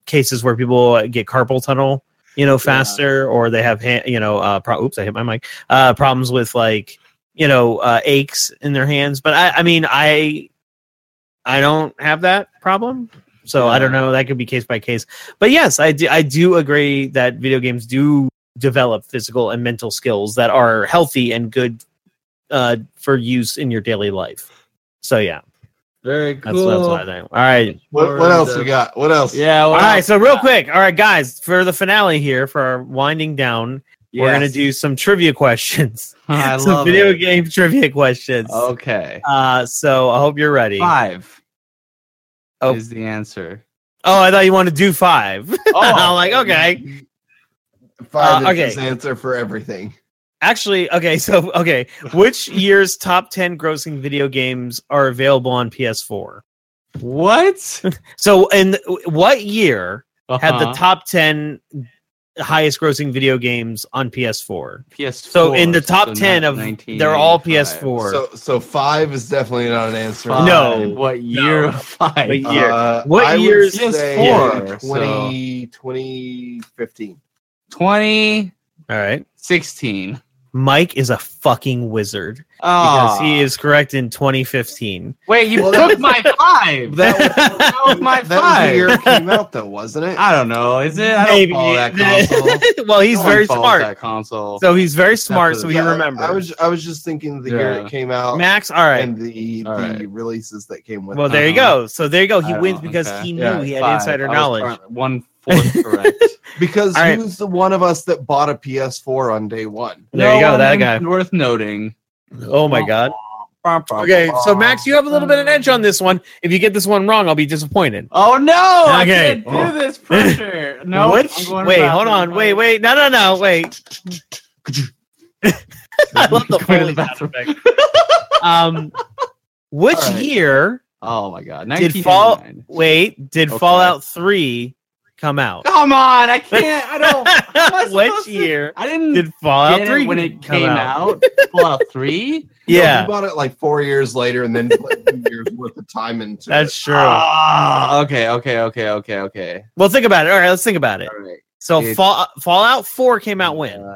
[SPEAKER 1] cases where people get carpal tunnel, you know, faster, or they have, hand, you know, uh, pro- oops, I hit my mic, uh, problems with like, you know, uh, aches in their hands. But I, I mean, I, I don't have that problem, so I don't know. That could be case by case. But yes, I do, I do agree that video games do develop physical and mental skills that are healthy and good uh, for use in your daily life. So yeah,
[SPEAKER 2] Very
[SPEAKER 1] that's,
[SPEAKER 2] cool. Oh,
[SPEAKER 1] that's what I think. All right.
[SPEAKER 3] What, what else we got? What else?
[SPEAKER 2] Yeah.
[SPEAKER 1] All right, so real quick, all right, guys, for the finale here, for our winding down, we're gonna do some trivia questions,
[SPEAKER 2] I
[SPEAKER 1] some
[SPEAKER 2] love
[SPEAKER 1] video
[SPEAKER 2] it.
[SPEAKER 1] game trivia questions.
[SPEAKER 2] Okay.
[SPEAKER 1] Uh, so I hope you're ready.
[SPEAKER 2] Five
[SPEAKER 1] Oh.
[SPEAKER 2] is the answer.
[SPEAKER 1] Oh, I thought you wanted to do five. I'm like, okay.
[SPEAKER 6] Oh, Five
[SPEAKER 1] Uh,
[SPEAKER 6] is his
[SPEAKER 1] okay.
[SPEAKER 6] answer for everything.
[SPEAKER 1] Actually, okay, so okay, which year's top ten grossing video games are available on PS4?
[SPEAKER 2] What?
[SPEAKER 1] So, in what year had the
[SPEAKER 2] Uh-huh.
[SPEAKER 1] top ten highest grossing video games on PS4?
[SPEAKER 2] PS4.
[SPEAKER 1] So in the top
[SPEAKER 2] so
[SPEAKER 1] ten
[SPEAKER 2] not
[SPEAKER 1] of they're all
[SPEAKER 2] 1985.
[SPEAKER 1] PS4.
[SPEAKER 6] So so five is definitely not an answer.
[SPEAKER 2] Five.
[SPEAKER 1] No.
[SPEAKER 2] What year?
[SPEAKER 1] No.
[SPEAKER 2] of
[SPEAKER 1] What
[SPEAKER 2] Five.
[SPEAKER 6] Uh,
[SPEAKER 1] year? What
[SPEAKER 6] I would
[SPEAKER 1] year is
[SPEAKER 6] say
[SPEAKER 2] PS4?
[SPEAKER 6] 20, 2015.
[SPEAKER 2] 2016.
[SPEAKER 1] All right. Mike is a fucking wizard because
[SPEAKER 2] Oh,
[SPEAKER 1] he is correct in 2015.
[SPEAKER 2] wait, you
[SPEAKER 6] Well,
[SPEAKER 2] took my five. That was, that was
[SPEAKER 6] that
[SPEAKER 2] my
[SPEAKER 6] was the
[SPEAKER 2] five.
[SPEAKER 6] year it came out, though, wasn't it?
[SPEAKER 2] I don't know. Is it? I don't
[SPEAKER 1] Maybe.
[SPEAKER 2] follow that console.
[SPEAKER 1] well, he's
[SPEAKER 2] No one
[SPEAKER 1] very
[SPEAKER 2] follows
[SPEAKER 1] smart.
[SPEAKER 2] That console.
[SPEAKER 1] So he's very smart.
[SPEAKER 2] for-
[SPEAKER 1] So he
[SPEAKER 6] Yeah, I-
[SPEAKER 1] remembers.
[SPEAKER 6] I was I was just thinking the year
[SPEAKER 2] Yeah.
[SPEAKER 6] it came
[SPEAKER 3] Oh,
[SPEAKER 6] out
[SPEAKER 1] Max. All right.
[SPEAKER 6] and the
[SPEAKER 2] All
[SPEAKER 6] the
[SPEAKER 2] right.
[SPEAKER 6] releases that came with.
[SPEAKER 1] Well,
[SPEAKER 6] it.
[SPEAKER 1] there you
[SPEAKER 2] Uh-huh.
[SPEAKER 1] go. So there you go. He
[SPEAKER 2] I
[SPEAKER 1] wins
[SPEAKER 2] don't-
[SPEAKER 1] because
[SPEAKER 2] okay.
[SPEAKER 1] he knew
[SPEAKER 6] Yeah,
[SPEAKER 1] he had
[SPEAKER 2] Five.
[SPEAKER 1] insider
[SPEAKER 2] I was
[SPEAKER 1] knowledge.
[SPEAKER 2] current- One fourth correct.
[SPEAKER 6] because
[SPEAKER 1] All right.
[SPEAKER 6] who's the one of us that bought a PS4 on day one?
[SPEAKER 1] There you
[SPEAKER 2] No
[SPEAKER 1] go. That
[SPEAKER 2] one
[SPEAKER 1] guy.
[SPEAKER 2] Worth noting.
[SPEAKER 1] Oh my god. Okay, so Max, you have a little bit of edge on this one. If you get this one wrong, I'll be disappointed.
[SPEAKER 2] Oh no! I
[SPEAKER 1] Okay.
[SPEAKER 2] can't do this pressure. No.
[SPEAKER 1] Which-
[SPEAKER 2] I'm going
[SPEAKER 1] Wait,
[SPEAKER 2] back.
[SPEAKER 1] hold on. Wait, wait. No, no, no. Wait. I love the
[SPEAKER 2] Go to the
[SPEAKER 1] Foley sound effect. Um, which
[SPEAKER 6] All right.
[SPEAKER 1] year?
[SPEAKER 2] Oh my god.
[SPEAKER 1] Did fall-
[SPEAKER 2] 1989.
[SPEAKER 1] Wait, did
[SPEAKER 2] Okay.
[SPEAKER 1] Fallout Three come out?
[SPEAKER 2] Come on! I can't. I don't. I'm not
[SPEAKER 1] which
[SPEAKER 2] supposed to-
[SPEAKER 1] year
[SPEAKER 2] I didn't.
[SPEAKER 1] did Fallout
[SPEAKER 2] get
[SPEAKER 1] Three
[SPEAKER 2] it when it
[SPEAKER 1] come
[SPEAKER 2] came out. Fallout Three.
[SPEAKER 6] you
[SPEAKER 1] Yeah,
[SPEAKER 6] bought it like four years later, and then put two years worth of time into
[SPEAKER 1] that's
[SPEAKER 6] it.
[SPEAKER 1] true.
[SPEAKER 2] Ah, okay, okay, okay, okay, okay.
[SPEAKER 1] well, think about it. All right, let's think about it.
[SPEAKER 2] All right.
[SPEAKER 1] So
[SPEAKER 2] It-
[SPEAKER 1] Fall, Fallout Four came out when?
[SPEAKER 2] Uh,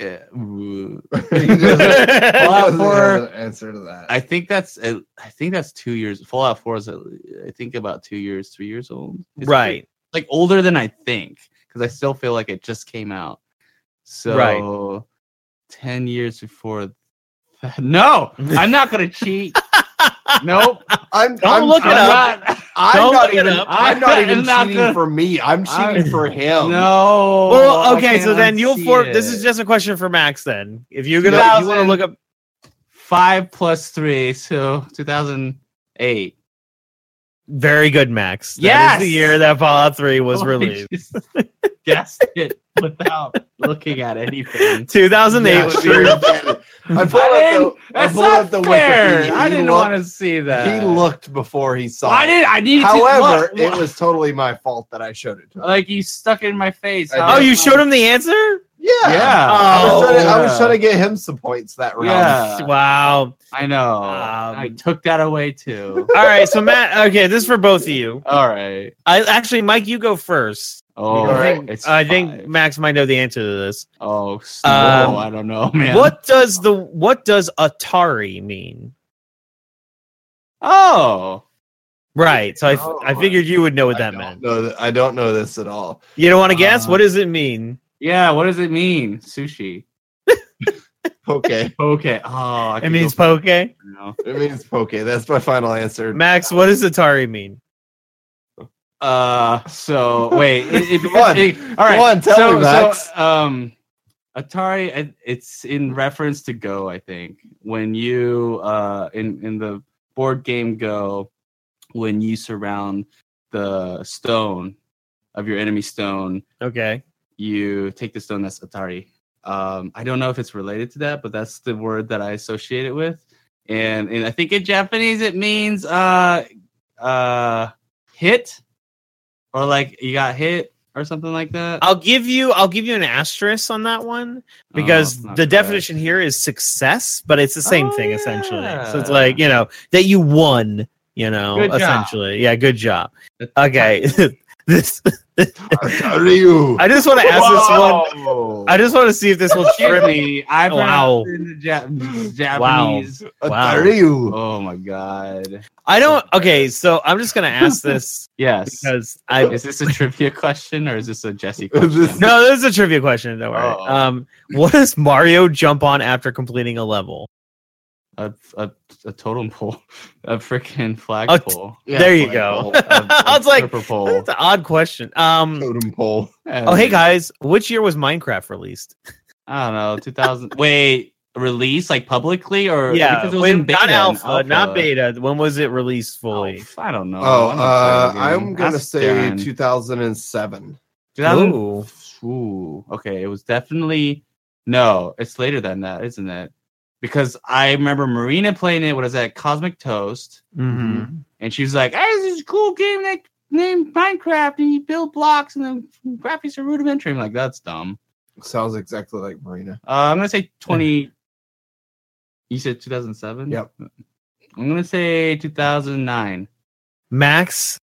[SPEAKER 2] yeah. Ooh.
[SPEAKER 6] He doesn't- he
[SPEAKER 2] Fallout
[SPEAKER 6] doesn't have
[SPEAKER 2] 4.
[SPEAKER 6] an answer to that.
[SPEAKER 2] I think that's uh, I think that's two years. Fallout Four is uh, I think about two years, three years old. It's
[SPEAKER 1] right.
[SPEAKER 2] like older than I think because I still feel like it just came out. So ten years before. That. No, I'm not gonna cheat. nope.
[SPEAKER 6] I'm,
[SPEAKER 1] Don't
[SPEAKER 6] I'm,
[SPEAKER 1] look it
[SPEAKER 6] I'm
[SPEAKER 1] up.
[SPEAKER 6] Not, I'm
[SPEAKER 1] Don't
[SPEAKER 6] not
[SPEAKER 1] look it
[SPEAKER 6] even.
[SPEAKER 1] up.
[SPEAKER 6] I'm not even
[SPEAKER 2] I'm not
[SPEAKER 6] cheating
[SPEAKER 2] gonna-
[SPEAKER 6] for me. I'm cheating
[SPEAKER 2] I'm-
[SPEAKER 6] for him.
[SPEAKER 2] No.
[SPEAKER 1] Well,
[SPEAKER 2] I
[SPEAKER 1] okay, so
[SPEAKER 2] can't
[SPEAKER 1] then you'll
[SPEAKER 2] unsee
[SPEAKER 1] for this
[SPEAKER 2] it.
[SPEAKER 1] is just a question for Max then. If you're gonna if you wanna
[SPEAKER 2] 2000.
[SPEAKER 1] look up
[SPEAKER 2] five plus three, so two thousand eight.
[SPEAKER 1] very good Max. That is
[SPEAKER 2] Yes!
[SPEAKER 1] the year that Fallout 3 was released.
[SPEAKER 2] guessed it without looking at anything.
[SPEAKER 1] 2008
[SPEAKER 6] Yeah,
[SPEAKER 1] was
[SPEAKER 6] sure
[SPEAKER 1] your
[SPEAKER 6] you did. I pulled
[SPEAKER 2] I
[SPEAKER 6] up
[SPEAKER 2] didn't-
[SPEAKER 6] the, I
[SPEAKER 2] That's
[SPEAKER 6] pulled up
[SPEAKER 2] not
[SPEAKER 6] the
[SPEAKER 2] fair.
[SPEAKER 6] Wikipedia.
[SPEAKER 2] I
[SPEAKER 6] He
[SPEAKER 2] didn't
[SPEAKER 6] looked-
[SPEAKER 2] want to see that.
[SPEAKER 6] He looked before he saw.
[SPEAKER 2] I
[SPEAKER 6] it.
[SPEAKER 2] didn't. I needed.
[SPEAKER 6] However,
[SPEAKER 2] to, look,
[SPEAKER 6] it was totally my fault that I showed it to him.
[SPEAKER 2] like you stuck it in my face.
[SPEAKER 6] I
[SPEAKER 2] How
[SPEAKER 1] Oh,
[SPEAKER 2] am
[SPEAKER 1] you
[SPEAKER 2] I-
[SPEAKER 1] showed him the
[SPEAKER 2] Oh,
[SPEAKER 1] answer?
[SPEAKER 6] Yeah.
[SPEAKER 2] Yeah.
[SPEAKER 6] I, was trying to, I
[SPEAKER 2] Oh.
[SPEAKER 6] was trying to get him some points that round.
[SPEAKER 2] Yeah.
[SPEAKER 1] Oh, Wow.
[SPEAKER 2] I know.
[SPEAKER 1] Um,
[SPEAKER 2] I took that away too.
[SPEAKER 1] All right, so Matt, okay, this is for both of you.
[SPEAKER 2] All right.
[SPEAKER 1] I actually Mike, you go first.
[SPEAKER 2] Oh,
[SPEAKER 6] All right.
[SPEAKER 2] it's
[SPEAKER 1] I
[SPEAKER 2] five.
[SPEAKER 1] think Max might know the answer to this.
[SPEAKER 2] Oh,
[SPEAKER 1] Um,
[SPEAKER 2] no, I don't know, man.
[SPEAKER 1] What does the what does Atari mean?
[SPEAKER 2] Oh,
[SPEAKER 1] Right. So I, f- I
[SPEAKER 6] Oh.
[SPEAKER 1] figured you would know what that
[SPEAKER 6] I
[SPEAKER 1] meant.
[SPEAKER 6] don't know th- I don't know this at all.
[SPEAKER 1] You don't want to guess?
[SPEAKER 2] Uh,
[SPEAKER 1] What does it mean?
[SPEAKER 2] yeah. What does it mean? Sushi.
[SPEAKER 6] Okay,
[SPEAKER 2] Okay. Oh, I
[SPEAKER 1] It
[SPEAKER 2] could
[SPEAKER 1] means
[SPEAKER 2] go
[SPEAKER 1] poke.
[SPEAKER 2] for it now.
[SPEAKER 6] it means poke. That's my final answer.
[SPEAKER 1] Max, what does Atari mean?
[SPEAKER 2] Uh, so wait, it, it,
[SPEAKER 6] Come on.
[SPEAKER 2] it- all right.
[SPEAKER 6] Come on, tell
[SPEAKER 2] so,
[SPEAKER 6] me, Max.
[SPEAKER 2] So, um, Atari, it- it's in reference to Go, I think. When you uh in in the board game Go, when you surround the stone of your enemy stone,
[SPEAKER 1] Okay.
[SPEAKER 2] you take the stone that's Atari. Um, I don't know if it's related to that, but that's the word that I associate it with. And and I think in Japanese it means uh uh hit or like you got hit or something like that.
[SPEAKER 3] Oh,
[SPEAKER 1] I'll give you I'll give you an asterisk on that one because
[SPEAKER 2] Oh,
[SPEAKER 1] the
[SPEAKER 2] not correct.
[SPEAKER 1] definition here is success, but it's the same
[SPEAKER 2] Oh,
[SPEAKER 1] thing essentially. So it's
[SPEAKER 2] yeah.
[SPEAKER 1] like, you know, that you won, you know,
[SPEAKER 2] Good job.
[SPEAKER 1] essentially. Yeah, good job. Okay. this
[SPEAKER 3] Ryu.
[SPEAKER 1] I just want to ask this one
[SPEAKER 3] Whoa.
[SPEAKER 1] I just want to see if this will trip
[SPEAKER 2] Excuse
[SPEAKER 1] me.
[SPEAKER 2] me, I
[SPEAKER 1] Wow.
[SPEAKER 2] wow. Japanese.
[SPEAKER 1] Wow.
[SPEAKER 3] Ryu.
[SPEAKER 2] Oh my god.
[SPEAKER 1] I don't okay, so I'm just gonna ask this
[SPEAKER 2] Yes.
[SPEAKER 1] because I
[SPEAKER 2] Is this a trivia question or is this a Jesse
[SPEAKER 3] Is
[SPEAKER 2] question?
[SPEAKER 3] this-
[SPEAKER 1] no, this is a trivia question. Don't worry.
[SPEAKER 2] Oh.
[SPEAKER 1] Um, what does Mario jump on after completing a level?
[SPEAKER 2] a, a, a totem pole, a freaking flag
[SPEAKER 1] A t-
[SPEAKER 2] pole.
[SPEAKER 6] Yeah,
[SPEAKER 1] there you
[SPEAKER 6] flag
[SPEAKER 1] go.
[SPEAKER 6] pole.
[SPEAKER 2] I
[SPEAKER 1] I was like,
[SPEAKER 2] pole.
[SPEAKER 1] that's an odd question. Um,
[SPEAKER 3] Totem pole.
[SPEAKER 1] Oh, hey guys, which year was Minecraft released?
[SPEAKER 2] I don't know, 2000. wait, release like publicly or because it was
[SPEAKER 1] when-
[SPEAKER 2] in
[SPEAKER 1] not
[SPEAKER 2] beta and
[SPEAKER 1] alpha, not
[SPEAKER 2] alpha.
[SPEAKER 1] beta. When was it released fully?
[SPEAKER 2] Oh, I don't know.
[SPEAKER 3] Oh,
[SPEAKER 2] I don't
[SPEAKER 3] uh,
[SPEAKER 2] play the game.
[SPEAKER 3] I'm gonna
[SPEAKER 2] Ask
[SPEAKER 3] say
[SPEAKER 2] Darren.
[SPEAKER 3] 2007.
[SPEAKER 2] 2000
[SPEAKER 1] Ooh.
[SPEAKER 2] Ooh, okay. It was definitely no. It's later than that, isn't it? Because I remember Marina playing it. Was at Cosmic Toast,
[SPEAKER 1] Mhm.
[SPEAKER 2] and she was like, "Hey, this is a cool game that named Minecraft, and you build blocks, and the graphics are rudimentary." I'm like, "That's dumb."
[SPEAKER 3] Sounds exactly like Marina.
[SPEAKER 2] Uh, I'm gonna say 20. you said 2007.
[SPEAKER 3] Yep.
[SPEAKER 2] I'm gonna say 2009.
[SPEAKER 1] Max,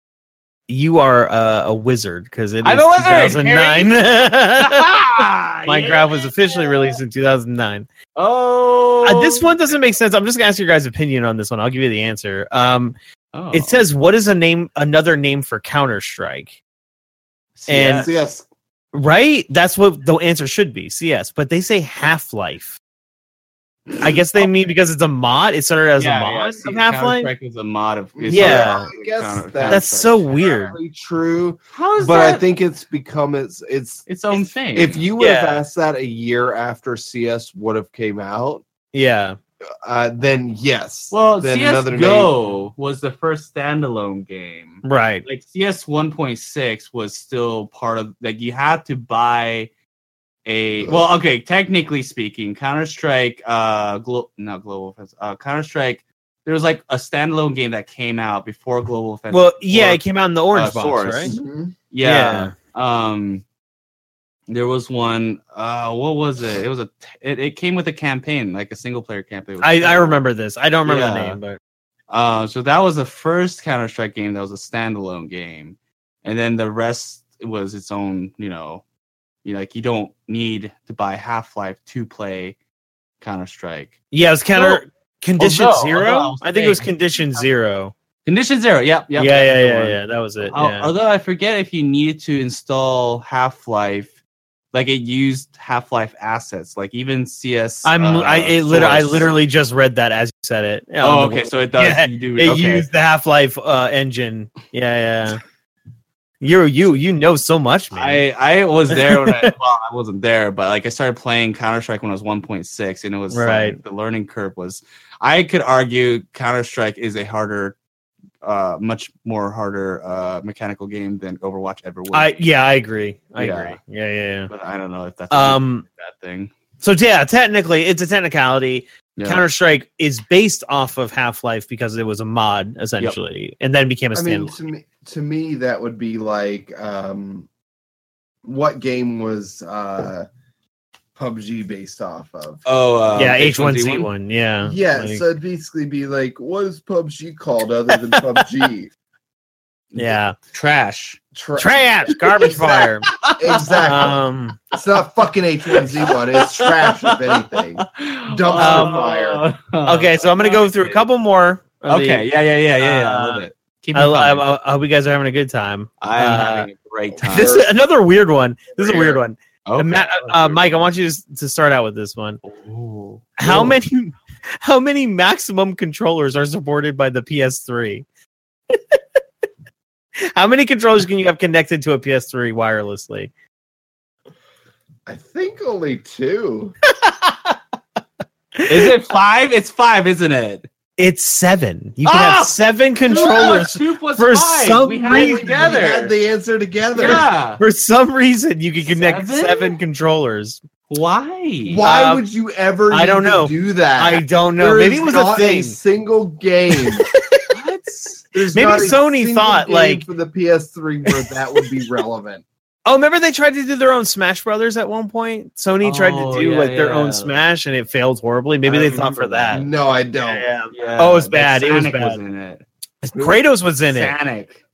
[SPEAKER 1] you are uh, a wizard because it
[SPEAKER 2] I'm
[SPEAKER 1] is
[SPEAKER 2] a wizard,
[SPEAKER 1] 2009.
[SPEAKER 2] Minecraft
[SPEAKER 1] Minecraft was officially released in 2009.
[SPEAKER 2] Oh,
[SPEAKER 1] Uh, this one doesn't make sense. I'm just gonna ask your guys' opinion on this one. I'll give you the answer. Um,
[SPEAKER 2] Oh.
[SPEAKER 1] It says, "What is a name? Another name for Counter Strike?" and-
[SPEAKER 2] CS.
[SPEAKER 3] Yes.
[SPEAKER 1] Right? That's what the answer should be. CS, but they say Half Life. I guess they mean because it's a mod. It started as a mod of Half Life.
[SPEAKER 2] Counter-Strike was a mod of it's
[SPEAKER 1] Yeah.
[SPEAKER 2] sort of
[SPEAKER 3] I guess
[SPEAKER 2] Counter-
[SPEAKER 3] that-
[SPEAKER 1] That's so weird.
[SPEAKER 3] Probably True,
[SPEAKER 2] How is
[SPEAKER 3] but
[SPEAKER 2] that
[SPEAKER 3] I think it's become its its.
[SPEAKER 2] its own thing?
[SPEAKER 3] If you would have
[SPEAKER 1] Yeah.
[SPEAKER 3] asked that a year after CS would have came out,
[SPEAKER 1] Yeah.
[SPEAKER 3] uh, then yes.
[SPEAKER 2] well,
[SPEAKER 3] then
[SPEAKER 2] CS:GO was the first standalone game.
[SPEAKER 1] Right.
[SPEAKER 2] Like CS 1.6 was still part of like you had to buy a well, okay, technically speaking, Counter Strike, uh, glo- not Global Offensive, uh, Counter Strike. There was like a standalone game that came out before Global Offensive.
[SPEAKER 1] Well, yeah,
[SPEAKER 2] before-
[SPEAKER 1] it came out in the orange
[SPEAKER 2] uh,
[SPEAKER 1] box,
[SPEAKER 2] Source.
[SPEAKER 1] right?
[SPEAKER 3] Mhm.
[SPEAKER 2] yeah. um there was one uh what was it it was a it, it came with a campaign like a single player campaign
[SPEAKER 1] I, I remember this. I don't remember the
[SPEAKER 2] Yeah.
[SPEAKER 1] name, but
[SPEAKER 2] uh so that was the first counter-strike game that was a standalone game and then the rest was its own you know you like you don't need to buy half-life to play counter-strike
[SPEAKER 1] yeah, it was counter condition
[SPEAKER 2] although-
[SPEAKER 1] zero.
[SPEAKER 2] although I was
[SPEAKER 1] I, think it was
[SPEAKER 2] thinking-
[SPEAKER 1] condition zero.
[SPEAKER 2] condition zero yep yep
[SPEAKER 1] yeah,
[SPEAKER 2] that's
[SPEAKER 1] yeah,
[SPEAKER 2] the
[SPEAKER 1] yeah,
[SPEAKER 2] one.
[SPEAKER 1] yeah. That was it.
[SPEAKER 2] Al-
[SPEAKER 1] yeah.
[SPEAKER 2] Although I forget if you needed to install Half Life, like it used Half Life assets, like even CS.
[SPEAKER 1] I'm
[SPEAKER 2] uh,
[SPEAKER 1] I it liter- I
[SPEAKER 2] Source.
[SPEAKER 1] literally just read that as you said it. Yeah,
[SPEAKER 2] Oh,
[SPEAKER 1] on the-
[SPEAKER 2] okay. So it does.
[SPEAKER 1] Yeah,
[SPEAKER 2] you do
[SPEAKER 1] It
[SPEAKER 2] okay.
[SPEAKER 1] used the Half Life uh, engine. Yeah, yeah. You're you you know so much, man.
[SPEAKER 2] I I was there when I well I wasn't there, but like I started playing Counter Strike when I was 1.6, and it was like,
[SPEAKER 1] Right.
[SPEAKER 2] the learning curve was. I could argue Counter Strike is a harder, uh, much more harder uh mechanical game than Overwatch ever was.
[SPEAKER 1] I yeah, I agree. I
[SPEAKER 2] Yeah.
[SPEAKER 1] agree. Yeah, yeah,
[SPEAKER 2] but I don't know if that's a
[SPEAKER 1] yeah. Um
[SPEAKER 2] bad thing.
[SPEAKER 1] so yeah, technically it's a technicality.
[SPEAKER 2] Yeah.
[SPEAKER 1] Counter Strike is based off of Half Life because it was a mod essentially and then became a
[SPEAKER 6] I mean,
[SPEAKER 1] standalone.
[SPEAKER 6] to me, to me, that would be like, um, what game was uh, PUBG based off of?
[SPEAKER 2] Oh uh,
[SPEAKER 1] yeah,
[SPEAKER 2] H1Z1?
[SPEAKER 1] H1Z1. Yeah.
[SPEAKER 6] yeah,
[SPEAKER 1] like-
[SPEAKER 6] so it'd basically be like, what is PUBG called other than PUBG?
[SPEAKER 1] yeah.
[SPEAKER 2] trash.
[SPEAKER 6] Tra-
[SPEAKER 1] Trash, garbage fire.
[SPEAKER 6] exactly.
[SPEAKER 1] Um
[SPEAKER 6] it's not fucking H1Z1. It's trash, if anything. Dump
[SPEAKER 1] Um,
[SPEAKER 6] fire.
[SPEAKER 1] okay, so I'm going to go through a couple more. of the-
[SPEAKER 2] Okay, yeah, yeah, yeah, yeah. yeah. I
[SPEAKER 1] Uh,
[SPEAKER 2] love it. Keep
[SPEAKER 1] I,
[SPEAKER 2] it
[SPEAKER 1] I,
[SPEAKER 2] coming.
[SPEAKER 1] I, I hope you guys are having a good time.
[SPEAKER 2] I am
[SPEAKER 1] uh,
[SPEAKER 2] having a great time.
[SPEAKER 1] This is another weird one. This is a weird one.
[SPEAKER 2] Okay.
[SPEAKER 1] Ma- uh, Mike, I want you to, to start out with this one.
[SPEAKER 2] Ooh.
[SPEAKER 1] How many how many maximum controllers are supported by the PS3? how many controllers can you have connected to a PS3 wirelessly?
[SPEAKER 6] I think only two.
[SPEAKER 2] Is it five? It's five, isn't it?
[SPEAKER 1] It's seven. You can
[SPEAKER 2] Ah!
[SPEAKER 1] have seven controllers.
[SPEAKER 2] Two plus
[SPEAKER 1] For
[SPEAKER 2] five.
[SPEAKER 1] some
[SPEAKER 2] we had
[SPEAKER 1] reason-
[SPEAKER 2] it
[SPEAKER 6] We had
[SPEAKER 2] together.
[SPEAKER 6] the answer together.
[SPEAKER 2] yeah.
[SPEAKER 1] For some reason, you can connect
[SPEAKER 2] Seven?
[SPEAKER 1] seven, controllers.
[SPEAKER 2] Why?
[SPEAKER 6] Why
[SPEAKER 1] Um,
[SPEAKER 6] would you ever?
[SPEAKER 1] I don't
[SPEAKER 6] need to
[SPEAKER 1] know.
[SPEAKER 6] Do that?
[SPEAKER 1] I don't know.
[SPEAKER 6] There
[SPEAKER 1] Maybe
[SPEAKER 6] is
[SPEAKER 1] it was a
[SPEAKER 6] not
[SPEAKER 1] thing.
[SPEAKER 6] single game.
[SPEAKER 2] What?
[SPEAKER 6] There's
[SPEAKER 1] Maybe
[SPEAKER 6] not a
[SPEAKER 1] Sony
[SPEAKER 6] single
[SPEAKER 1] thought,
[SPEAKER 6] game
[SPEAKER 1] like-
[SPEAKER 6] for the PS3 where that would be relevant.
[SPEAKER 1] Oh, remember they tried to do their own Smash Brothers at one point? Sony tried
[SPEAKER 2] Oh,
[SPEAKER 1] to do
[SPEAKER 2] yeah,
[SPEAKER 1] like their
[SPEAKER 2] yeah.
[SPEAKER 1] own Smash and it failed horribly. Maybe
[SPEAKER 2] I
[SPEAKER 1] they thought for
[SPEAKER 2] remember
[SPEAKER 1] that.
[SPEAKER 2] that.
[SPEAKER 6] No, I don't.
[SPEAKER 1] Yeah.
[SPEAKER 2] Yeah,
[SPEAKER 1] Oh, it was
[SPEAKER 2] but
[SPEAKER 1] bad. It was
[SPEAKER 2] Sonic
[SPEAKER 1] bad.
[SPEAKER 2] in it.
[SPEAKER 1] Kratos was in it.
[SPEAKER 2] Sonic.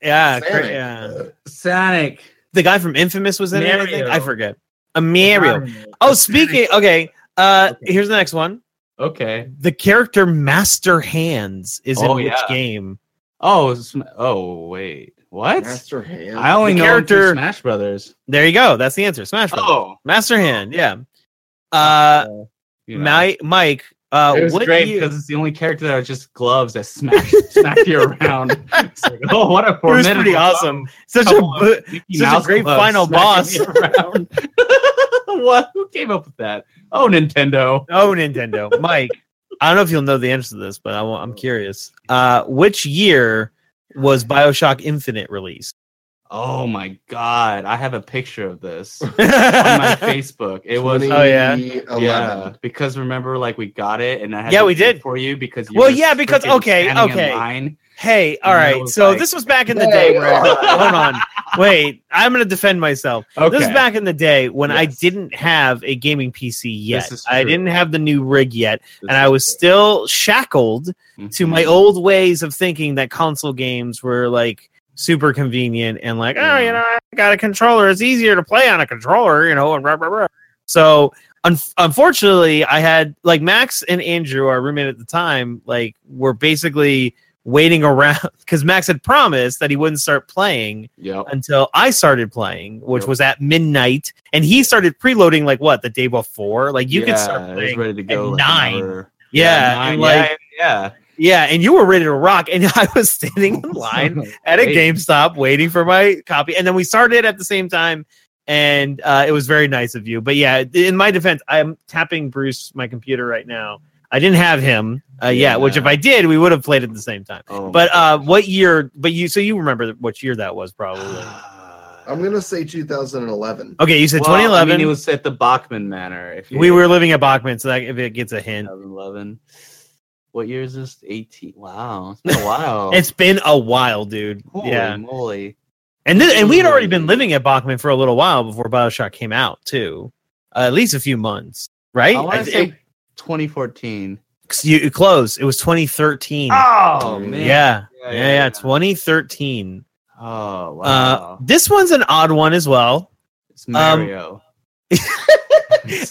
[SPEAKER 1] Yeah,
[SPEAKER 6] Sonic.
[SPEAKER 1] Kra- yeah.
[SPEAKER 2] Sonic.
[SPEAKER 1] The guy from Infamous was in it, I think.
[SPEAKER 2] Mario.
[SPEAKER 1] I forget. A Mario. Oh, speaking okay. Uh
[SPEAKER 2] Okay.
[SPEAKER 1] here's the next one.
[SPEAKER 2] Okay.
[SPEAKER 1] The character Master Hands is
[SPEAKER 2] Oh,
[SPEAKER 1] in which
[SPEAKER 2] yeah.
[SPEAKER 1] game?
[SPEAKER 2] Oh, sm- oh wait. What?
[SPEAKER 6] Master Hand.
[SPEAKER 2] I only
[SPEAKER 1] The
[SPEAKER 2] know him from
[SPEAKER 1] character-
[SPEAKER 2] Smash Brothers.
[SPEAKER 1] There you go. That's the answer. Smash Bros.
[SPEAKER 2] Oh,
[SPEAKER 1] Master Hand, yeah. Uh
[SPEAKER 2] you know.
[SPEAKER 1] Mi- Mike, uh
[SPEAKER 2] it was
[SPEAKER 1] what
[SPEAKER 2] great
[SPEAKER 1] year-
[SPEAKER 2] because it's the only character that was just gloves that smack smack you around. It's like, oh, what a
[SPEAKER 1] it was
[SPEAKER 2] formidable
[SPEAKER 1] pretty
[SPEAKER 2] glove.
[SPEAKER 1] awesome. Such a
[SPEAKER 2] Couple of
[SPEAKER 1] bu-
[SPEAKER 2] Mickey
[SPEAKER 1] such a
[SPEAKER 2] Mouse
[SPEAKER 1] great
[SPEAKER 2] gloves
[SPEAKER 1] final
[SPEAKER 2] smacking me around. what? Who came up with that? Oh, Nintendo.
[SPEAKER 1] Oh, Nintendo. Mike, I don't know if you'll know the answer to this, but I, am curious. Uh, which year was Bioshock Infinite released?
[SPEAKER 2] Oh my god, I have a picture of this on my
[SPEAKER 1] yeah,
[SPEAKER 2] Facebook. It was
[SPEAKER 1] Oh, yeah.
[SPEAKER 6] 2011.
[SPEAKER 2] Yeah, because remember, like we got it, and I had
[SPEAKER 1] Yeah,
[SPEAKER 2] to
[SPEAKER 1] we
[SPEAKER 2] wait
[SPEAKER 1] did.
[SPEAKER 2] for you because you
[SPEAKER 1] Well,
[SPEAKER 2] were
[SPEAKER 1] yeah, because-
[SPEAKER 2] freaking
[SPEAKER 1] okay,
[SPEAKER 2] standing in
[SPEAKER 1] okay.
[SPEAKER 2] line.
[SPEAKER 1] Hey, all
[SPEAKER 2] And I
[SPEAKER 1] right.
[SPEAKER 2] was
[SPEAKER 1] So
[SPEAKER 2] like,
[SPEAKER 1] this was back in the
[SPEAKER 6] "Hey,
[SPEAKER 1] day. Where,
[SPEAKER 6] bro."
[SPEAKER 1] hold on. Wait, I'm going to defend myself.
[SPEAKER 2] Okay,
[SPEAKER 1] This is back in the day when I
[SPEAKER 2] Yes.
[SPEAKER 1] didn't have a gaming PC yet.
[SPEAKER 2] is
[SPEAKER 1] I
[SPEAKER 2] true.
[SPEAKER 1] didn't have the new rig yet, and I was still shackled
[SPEAKER 2] Mm-hmm.
[SPEAKER 1] to my old ways of thinking that console games were like super convenient and like oh you know I got a controller it's easier to play on a controller you know and rah, rah, rah. so un- unfortunately I had like Max and Andrew our roommate at the time like were basically waiting around because Max had promised that he wouldn't start playing
[SPEAKER 2] Yep.
[SPEAKER 1] until I started playing which
[SPEAKER 2] Yep.
[SPEAKER 1] was at midnight and he started preloading like what the day before like you could
[SPEAKER 2] Yeah,
[SPEAKER 1] start
[SPEAKER 2] it was
[SPEAKER 1] playing
[SPEAKER 2] ready to go. like,
[SPEAKER 1] nine.
[SPEAKER 2] whenever.
[SPEAKER 1] yeah,
[SPEAKER 2] nine,
[SPEAKER 1] and, like
[SPEAKER 2] yeah,
[SPEAKER 1] yeah, and you were ready to rock, and I was standing in
[SPEAKER 2] yeah.
[SPEAKER 1] line at a
[SPEAKER 2] Wait.
[SPEAKER 1] GameStop waiting for my copy, and then we started at the same time, and uh, it was very nice of you. But yeah, in my defense, I'm tapping Bruce my computer right now. I didn't have him uh, yet, which if
[SPEAKER 2] Yeah.
[SPEAKER 1] I did, we would have played at the same time.
[SPEAKER 2] Oh,
[SPEAKER 1] But uh, what year? But you, so you remember what year that was, probably?
[SPEAKER 6] I'm gonna say 2011.
[SPEAKER 1] Okay, you said
[SPEAKER 2] Well, I
[SPEAKER 1] 2011.
[SPEAKER 2] mean, it was at the Bachman Manor. If you
[SPEAKER 1] we were living at Bachman, so that if it gets a hint,
[SPEAKER 2] 2011. What year is this? 18. Wow, it's been a while.
[SPEAKER 1] it's been a while, dude.
[SPEAKER 2] Oh. Holy
[SPEAKER 1] yeah,
[SPEAKER 2] moly.
[SPEAKER 1] And th- and we had already
[SPEAKER 2] Ooh.
[SPEAKER 1] been living at Bachman for a little while before Bioshock came out too, uh, at least a few months, right?
[SPEAKER 2] I
[SPEAKER 1] I
[SPEAKER 2] want to
[SPEAKER 1] th-
[SPEAKER 2] say
[SPEAKER 1] it-
[SPEAKER 2] 2014.
[SPEAKER 1] ex- you- close. It was 2013.
[SPEAKER 2] Oh
[SPEAKER 6] man.
[SPEAKER 1] yeah. Yeah,
[SPEAKER 2] Yeah,
[SPEAKER 1] yeah, 2013. Uh,
[SPEAKER 2] Oh
[SPEAKER 1] um,
[SPEAKER 2] wow.
[SPEAKER 1] this one's an odd one as well.
[SPEAKER 2] it's Mario.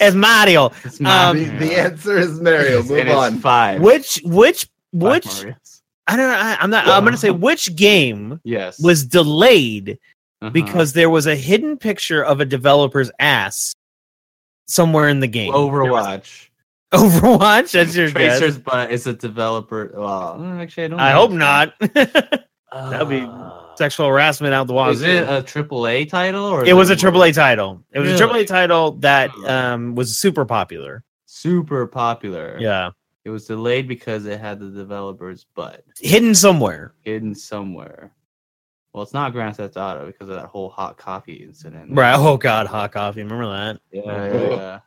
[SPEAKER 1] As Mario,
[SPEAKER 2] It's
[SPEAKER 1] um,
[SPEAKER 6] the, the answer is Mario. Move
[SPEAKER 2] And it's
[SPEAKER 6] on.
[SPEAKER 2] Five.
[SPEAKER 1] which which which
[SPEAKER 2] Five Marios.
[SPEAKER 1] I don't know. I, I'm not. I'm gonna say which game
[SPEAKER 2] Yes.
[SPEAKER 1] was delayed
[SPEAKER 2] Uh-huh.
[SPEAKER 1] because there was a hidden picture of a developer's ass somewhere in the game.
[SPEAKER 2] Overwatch.
[SPEAKER 1] Overwatch. That's your guess.
[SPEAKER 2] Tracer's butt is a developer. Well, mm, actually, I don't.
[SPEAKER 1] I
[SPEAKER 2] know.
[SPEAKER 1] hope not.
[SPEAKER 2] Uh,
[SPEAKER 1] That'd be Sexual harassment out the wazoo.
[SPEAKER 2] Was it Oh, a AAA title or?
[SPEAKER 1] It was a AAA title. It was a
[SPEAKER 2] Really?
[SPEAKER 1] AAA title that
[SPEAKER 2] Huh.
[SPEAKER 1] um, was super popular.
[SPEAKER 2] Super popular.
[SPEAKER 1] Yeah,
[SPEAKER 2] It was delayed because it had the developer's butt
[SPEAKER 1] hidden somewhere.
[SPEAKER 2] hidden somewhere. Well, it's not Grand Theft Auto because of that whole hot coffee incident.
[SPEAKER 1] Right. Oh God, hot coffee. Remember that?
[SPEAKER 2] Yeah.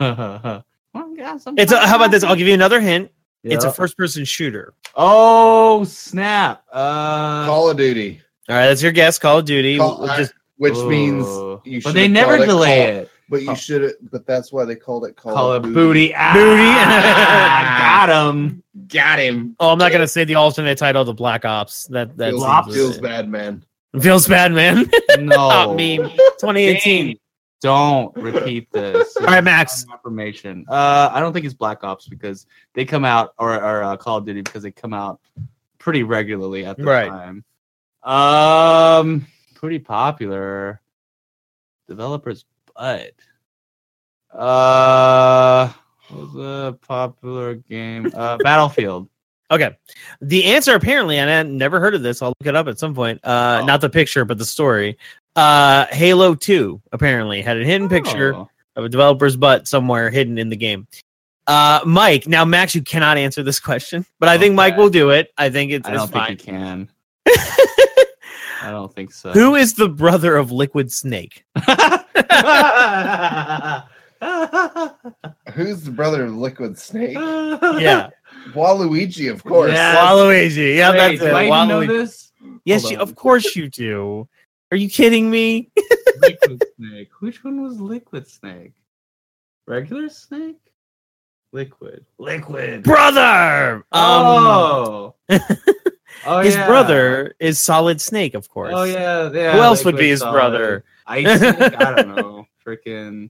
[SPEAKER 2] yeah, yeah.
[SPEAKER 1] It's a, how about this? I'll give you another hint. It's a
[SPEAKER 2] Yeah.
[SPEAKER 1] first-person shooter.
[SPEAKER 2] Oh snap! Uh,
[SPEAKER 6] Call of Duty,
[SPEAKER 1] All right, that's your guess. Call of Duty.
[SPEAKER 6] Call-
[SPEAKER 1] We'll just-
[SPEAKER 6] which
[SPEAKER 2] oh.
[SPEAKER 6] means you
[SPEAKER 2] but
[SPEAKER 6] should've
[SPEAKER 2] they never
[SPEAKER 6] called it
[SPEAKER 2] delay
[SPEAKER 6] Call-
[SPEAKER 2] it.
[SPEAKER 6] But you should. But that's why they called it Call,
[SPEAKER 2] Call it
[SPEAKER 6] of Duty.
[SPEAKER 2] booty. Ah,
[SPEAKER 1] Booty.
[SPEAKER 2] got him.
[SPEAKER 6] Got him.
[SPEAKER 1] oh, I'm not gonna say the alternate title, the Black Ops. That that
[SPEAKER 6] feels,
[SPEAKER 2] Lops.
[SPEAKER 6] feels bad, man.
[SPEAKER 1] Feels bad, man.
[SPEAKER 2] No,
[SPEAKER 1] Hot meme. 2018.
[SPEAKER 2] Oh. Dang. Don't repeat this.
[SPEAKER 1] All right, Max.
[SPEAKER 2] Confirmation. Uh, I don't think it's Black Ops because they come out or, or uh, Call of Duty because they come out pretty regularly at the
[SPEAKER 1] Right.
[SPEAKER 2] time. Um, pretty popular. Developers, but uh, what was a popular game? Uh, Battlefield.
[SPEAKER 1] Okay, the answer apparently, and I never heard of this. I'll look it up at some point. Uh,
[SPEAKER 2] Oh.
[SPEAKER 1] Not the picture, but the story. Uh, Halo Two apparently had a hidden picture
[SPEAKER 2] Oh.
[SPEAKER 1] of a developer's butt somewhere hidden in the game. Uh, Mike, now Max, you cannot answer this question, but I think Mike
[SPEAKER 2] Okay.
[SPEAKER 1] will do it. I think it's,
[SPEAKER 2] I
[SPEAKER 1] it's
[SPEAKER 2] don't
[SPEAKER 1] fine.
[SPEAKER 2] think you can. I don't think so.
[SPEAKER 1] Who is the brother of Liquid Snake?
[SPEAKER 6] Who's the brother of Liquid Snake?
[SPEAKER 1] Yeah,
[SPEAKER 6] Waluigi, of course.
[SPEAKER 2] Uh, Yeah. Yes.
[SPEAKER 1] Waluigi. Yeah,
[SPEAKER 2] Wait,
[SPEAKER 1] that's it.
[SPEAKER 2] do I even know
[SPEAKER 1] Waluigi.
[SPEAKER 2] this?
[SPEAKER 1] Yes,
[SPEAKER 2] Hold
[SPEAKER 1] you,
[SPEAKER 2] on.
[SPEAKER 1] of course you do. Are you kidding me?
[SPEAKER 2] Liquid snake. Which one was liquid snake? Regular snake? Liquid. Liquid.
[SPEAKER 1] Brother! Um,
[SPEAKER 2] oh. oh
[SPEAKER 1] his
[SPEAKER 2] yeah.
[SPEAKER 1] brother is Solid Snake, of course.
[SPEAKER 2] Oh yeah. yeah
[SPEAKER 1] Who else would
[SPEAKER 2] Liquid
[SPEAKER 1] be his
[SPEAKER 2] Solid.
[SPEAKER 1] brother?
[SPEAKER 2] Ice. Snake? I don't know. Freaking.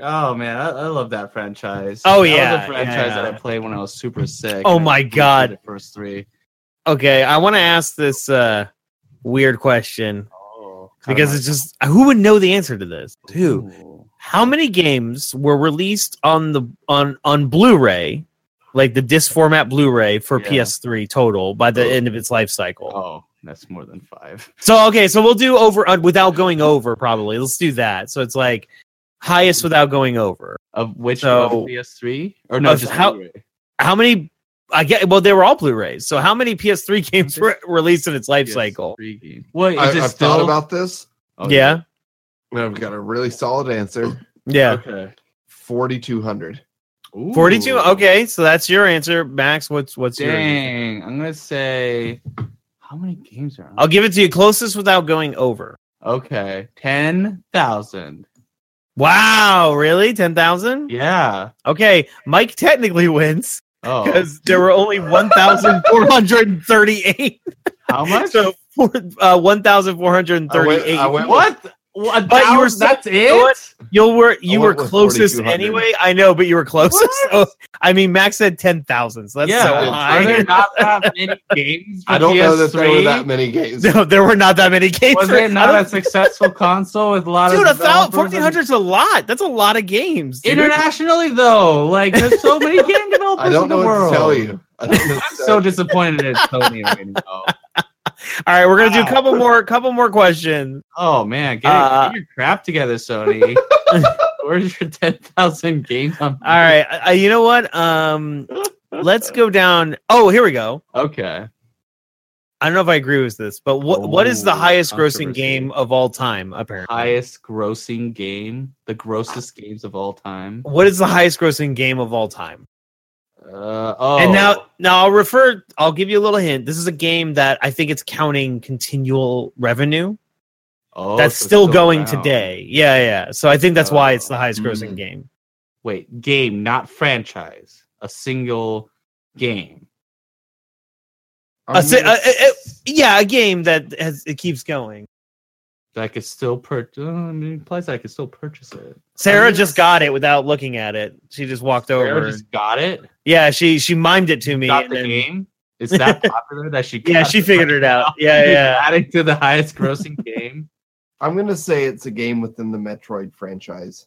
[SPEAKER 2] Oh man, I, I love that franchise.
[SPEAKER 1] Oh,
[SPEAKER 2] That was a
[SPEAKER 1] yeah,
[SPEAKER 2] franchise
[SPEAKER 1] yeah.
[SPEAKER 2] that I played when I was super sick.
[SPEAKER 1] Oh,
[SPEAKER 2] I
[SPEAKER 1] my
[SPEAKER 2] played
[SPEAKER 1] God.
[SPEAKER 2] The first three.
[SPEAKER 1] Okay, I want to ask this uh, weird question
[SPEAKER 2] Oh,
[SPEAKER 1] because it's just who would know the answer to this? Who? How many games were released on the on on Blu-ray, like the disc format Blu-ray for
[SPEAKER 2] Yeah.
[SPEAKER 1] PS3 total by the end of its life cycle?
[SPEAKER 2] Oh, that's more than five.
[SPEAKER 1] So okay, so we'll do over uh, without going over probably. Let's do that. So it's like highest without going over.
[SPEAKER 2] Of which
[SPEAKER 1] So-
[SPEAKER 2] of PS3 or no?
[SPEAKER 1] Of
[SPEAKER 2] Just
[SPEAKER 1] how-
[SPEAKER 2] Blu-ray?
[SPEAKER 1] How many? I get. Well, they were all Blu-rays. So how many PS3 games were released in its life
[SPEAKER 2] PS3
[SPEAKER 1] cycle?
[SPEAKER 2] game. Wait, is
[SPEAKER 6] I,
[SPEAKER 2] it
[SPEAKER 6] I've
[SPEAKER 2] still
[SPEAKER 6] thought about this,
[SPEAKER 2] Oh,
[SPEAKER 1] yeah,
[SPEAKER 6] and I've got a really solid answer.
[SPEAKER 1] yeah.
[SPEAKER 2] Okay.
[SPEAKER 6] Forty-two hundred.
[SPEAKER 2] Ooh.
[SPEAKER 1] 42 okay so that's your answer max what's what's your answer?
[SPEAKER 2] Dang, I'm gonna say how many games are? on?
[SPEAKER 1] i'll give it to you closest without going over
[SPEAKER 2] Okay, ten thousand.
[SPEAKER 1] wow really 10000
[SPEAKER 2] Yeah.
[SPEAKER 1] okay mike technically wins
[SPEAKER 2] Oh,
[SPEAKER 1] because there were only 1438
[SPEAKER 2] how much?
[SPEAKER 1] so four,
[SPEAKER 6] I
[SPEAKER 1] uh,
[SPEAKER 6] went-
[SPEAKER 1] 1438
[SPEAKER 6] I went with-
[SPEAKER 2] what? What?
[SPEAKER 1] But you were
[SPEAKER 2] Thousand- that's
[SPEAKER 1] know
[SPEAKER 2] it.
[SPEAKER 1] you were you
[SPEAKER 6] I
[SPEAKER 1] were
[SPEAKER 6] went with
[SPEAKER 1] closest
[SPEAKER 6] 4200.
[SPEAKER 1] anyway i know but you were closest
[SPEAKER 2] What?
[SPEAKER 1] so, i mean max said 10000 so that's
[SPEAKER 2] yeah.
[SPEAKER 1] so
[SPEAKER 6] it's
[SPEAKER 2] are there
[SPEAKER 1] high
[SPEAKER 2] not that many games? for
[SPEAKER 6] I don't know that there were
[SPEAKER 2] PS3?
[SPEAKER 6] that many games.
[SPEAKER 1] no, there were not that many games.
[SPEAKER 2] Was
[SPEAKER 1] for- I
[SPEAKER 2] it not
[SPEAKER 1] don't-
[SPEAKER 2] a successful console with a lot
[SPEAKER 1] dude? A
[SPEAKER 2] of
[SPEAKER 1] thousand,
[SPEAKER 2] developers and-
[SPEAKER 1] fourteen hundred's a lot. That's a lot of games. dude.
[SPEAKER 2] internationally though? Like there's so many game developers
[SPEAKER 6] I don't
[SPEAKER 2] in the
[SPEAKER 6] know what
[SPEAKER 2] world.
[SPEAKER 6] to tell you. I don't know what
[SPEAKER 2] I'm
[SPEAKER 6] to tell
[SPEAKER 2] so
[SPEAKER 6] you.
[SPEAKER 2] disappointed at Sony. right now.
[SPEAKER 1] All right, we're gonna do a
[SPEAKER 2] Wow.
[SPEAKER 1] couple more, couple more questions.
[SPEAKER 2] Oh man, get,
[SPEAKER 1] Uh,
[SPEAKER 2] get your crap together, Sony. Where's your ten thousand games on?
[SPEAKER 1] All right, uh, you know what? Um, let's go down. Oh, here we go.
[SPEAKER 2] Okay.
[SPEAKER 1] I don't know if I agree with this, but what what is the
[SPEAKER 2] Oh,
[SPEAKER 1] highest grossing
[SPEAKER 2] controversy.
[SPEAKER 1] game of all time? Apparently,
[SPEAKER 2] Highest grossing game, the grossest games of all time.
[SPEAKER 1] what is the highest grossing game of all time?
[SPEAKER 2] Uh, oh,
[SPEAKER 1] And now, now I'll refer. I'll give you a little hint. This is a game that I think it's counting continual revenue
[SPEAKER 2] oh,
[SPEAKER 1] that's
[SPEAKER 2] so it's
[SPEAKER 1] still going
[SPEAKER 2] around.
[SPEAKER 1] today. Yeah, yeah. So I think that's why it's the
[SPEAKER 2] Oh,
[SPEAKER 1] highest grossing
[SPEAKER 2] mm.
[SPEAKER 1] game.
[SPEAKER 2] Wait, game, not franchise. A single game.
[SPEAKER 1] A si-
[SPEAKER 6] I'm gonna-
[SPEAKER 1] uh, uh, uh, yeah, a game that has it keeps going.
[SPEAKER 2] That I could still purchase. I mean, plus I could still purchase it.
[SPEAKER 1] Sarah
[SPEAKER 2] I'm-
[SPEAKER 1] just got it without looking at it. She just walked
[SPEAKER 2] Sarah
[SPEAKER 1] over.
[SPEAKER 2] just got it.
[SPEAKER 1] Yeah, she she mimed it to me.
[SPEAKER 2] Got
[SPEAKER 1] and
[SPEAKER 2] the
[SPEAKER 1] then-
[SPEAKER 2] game. Is that popular that she?
[SPEAKER 1] Yeah,
[SPEAKER 2] got
[SPEAKER 1] she
[SPEAKER 2] the
[SPEAKER 1] figured it out. Yeah,
[SPEAKER 2] It's
[SPEAKER 1] yeah.
[SPEAKER 2] Adding to the highest grossing game.
[SPEAKER 6] I'm gonna say it's a game within the Metroid franchise.
[SPEAKER 2] It's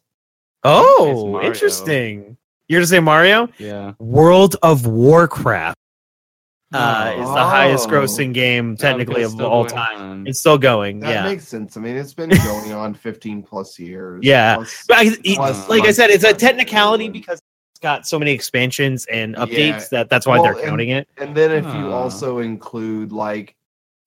[SPEAKER 1] Oh,
[SPEAKER 2] Mario.
[SPEAKER 1] interesting. You're gonna say Mario?
[SPEAKER 2] Yeah.
[SPEAKER 1] World of Warcraft uh, is the highest
[SPEAKER 6] Oh.
[SPEAKER 1] grossing game technically of all time. It's still going.
[SPEAKER 6] That
[SPEAKER 1] yeah.
[SPEAKER 6] makes sense. I mean, it's been going on 15 plus years.
[SPEAKER 1] Yeah.
[SPEAKER 6] Plus-
[SPEAKER 1] But I- it-
[SPEAKER 6] plus-
[SPEAKER 1] like I said, it's a
[SPEAKER 6] plus-
[SPEAKER 1] technicality because it's got so many expansions and
[SPEAKER 6] Yeah.
[SPEAKER 1] updates that that's why
[SPEAKER 6] Well,
[SPEAKER 1] they're
[SPEAKER 6] and-
[SPEAKER 1] counting it.
[SPEAKER 6] And then if you
[SPEAKER 2] Huh.
[SPEAKER 6] also include like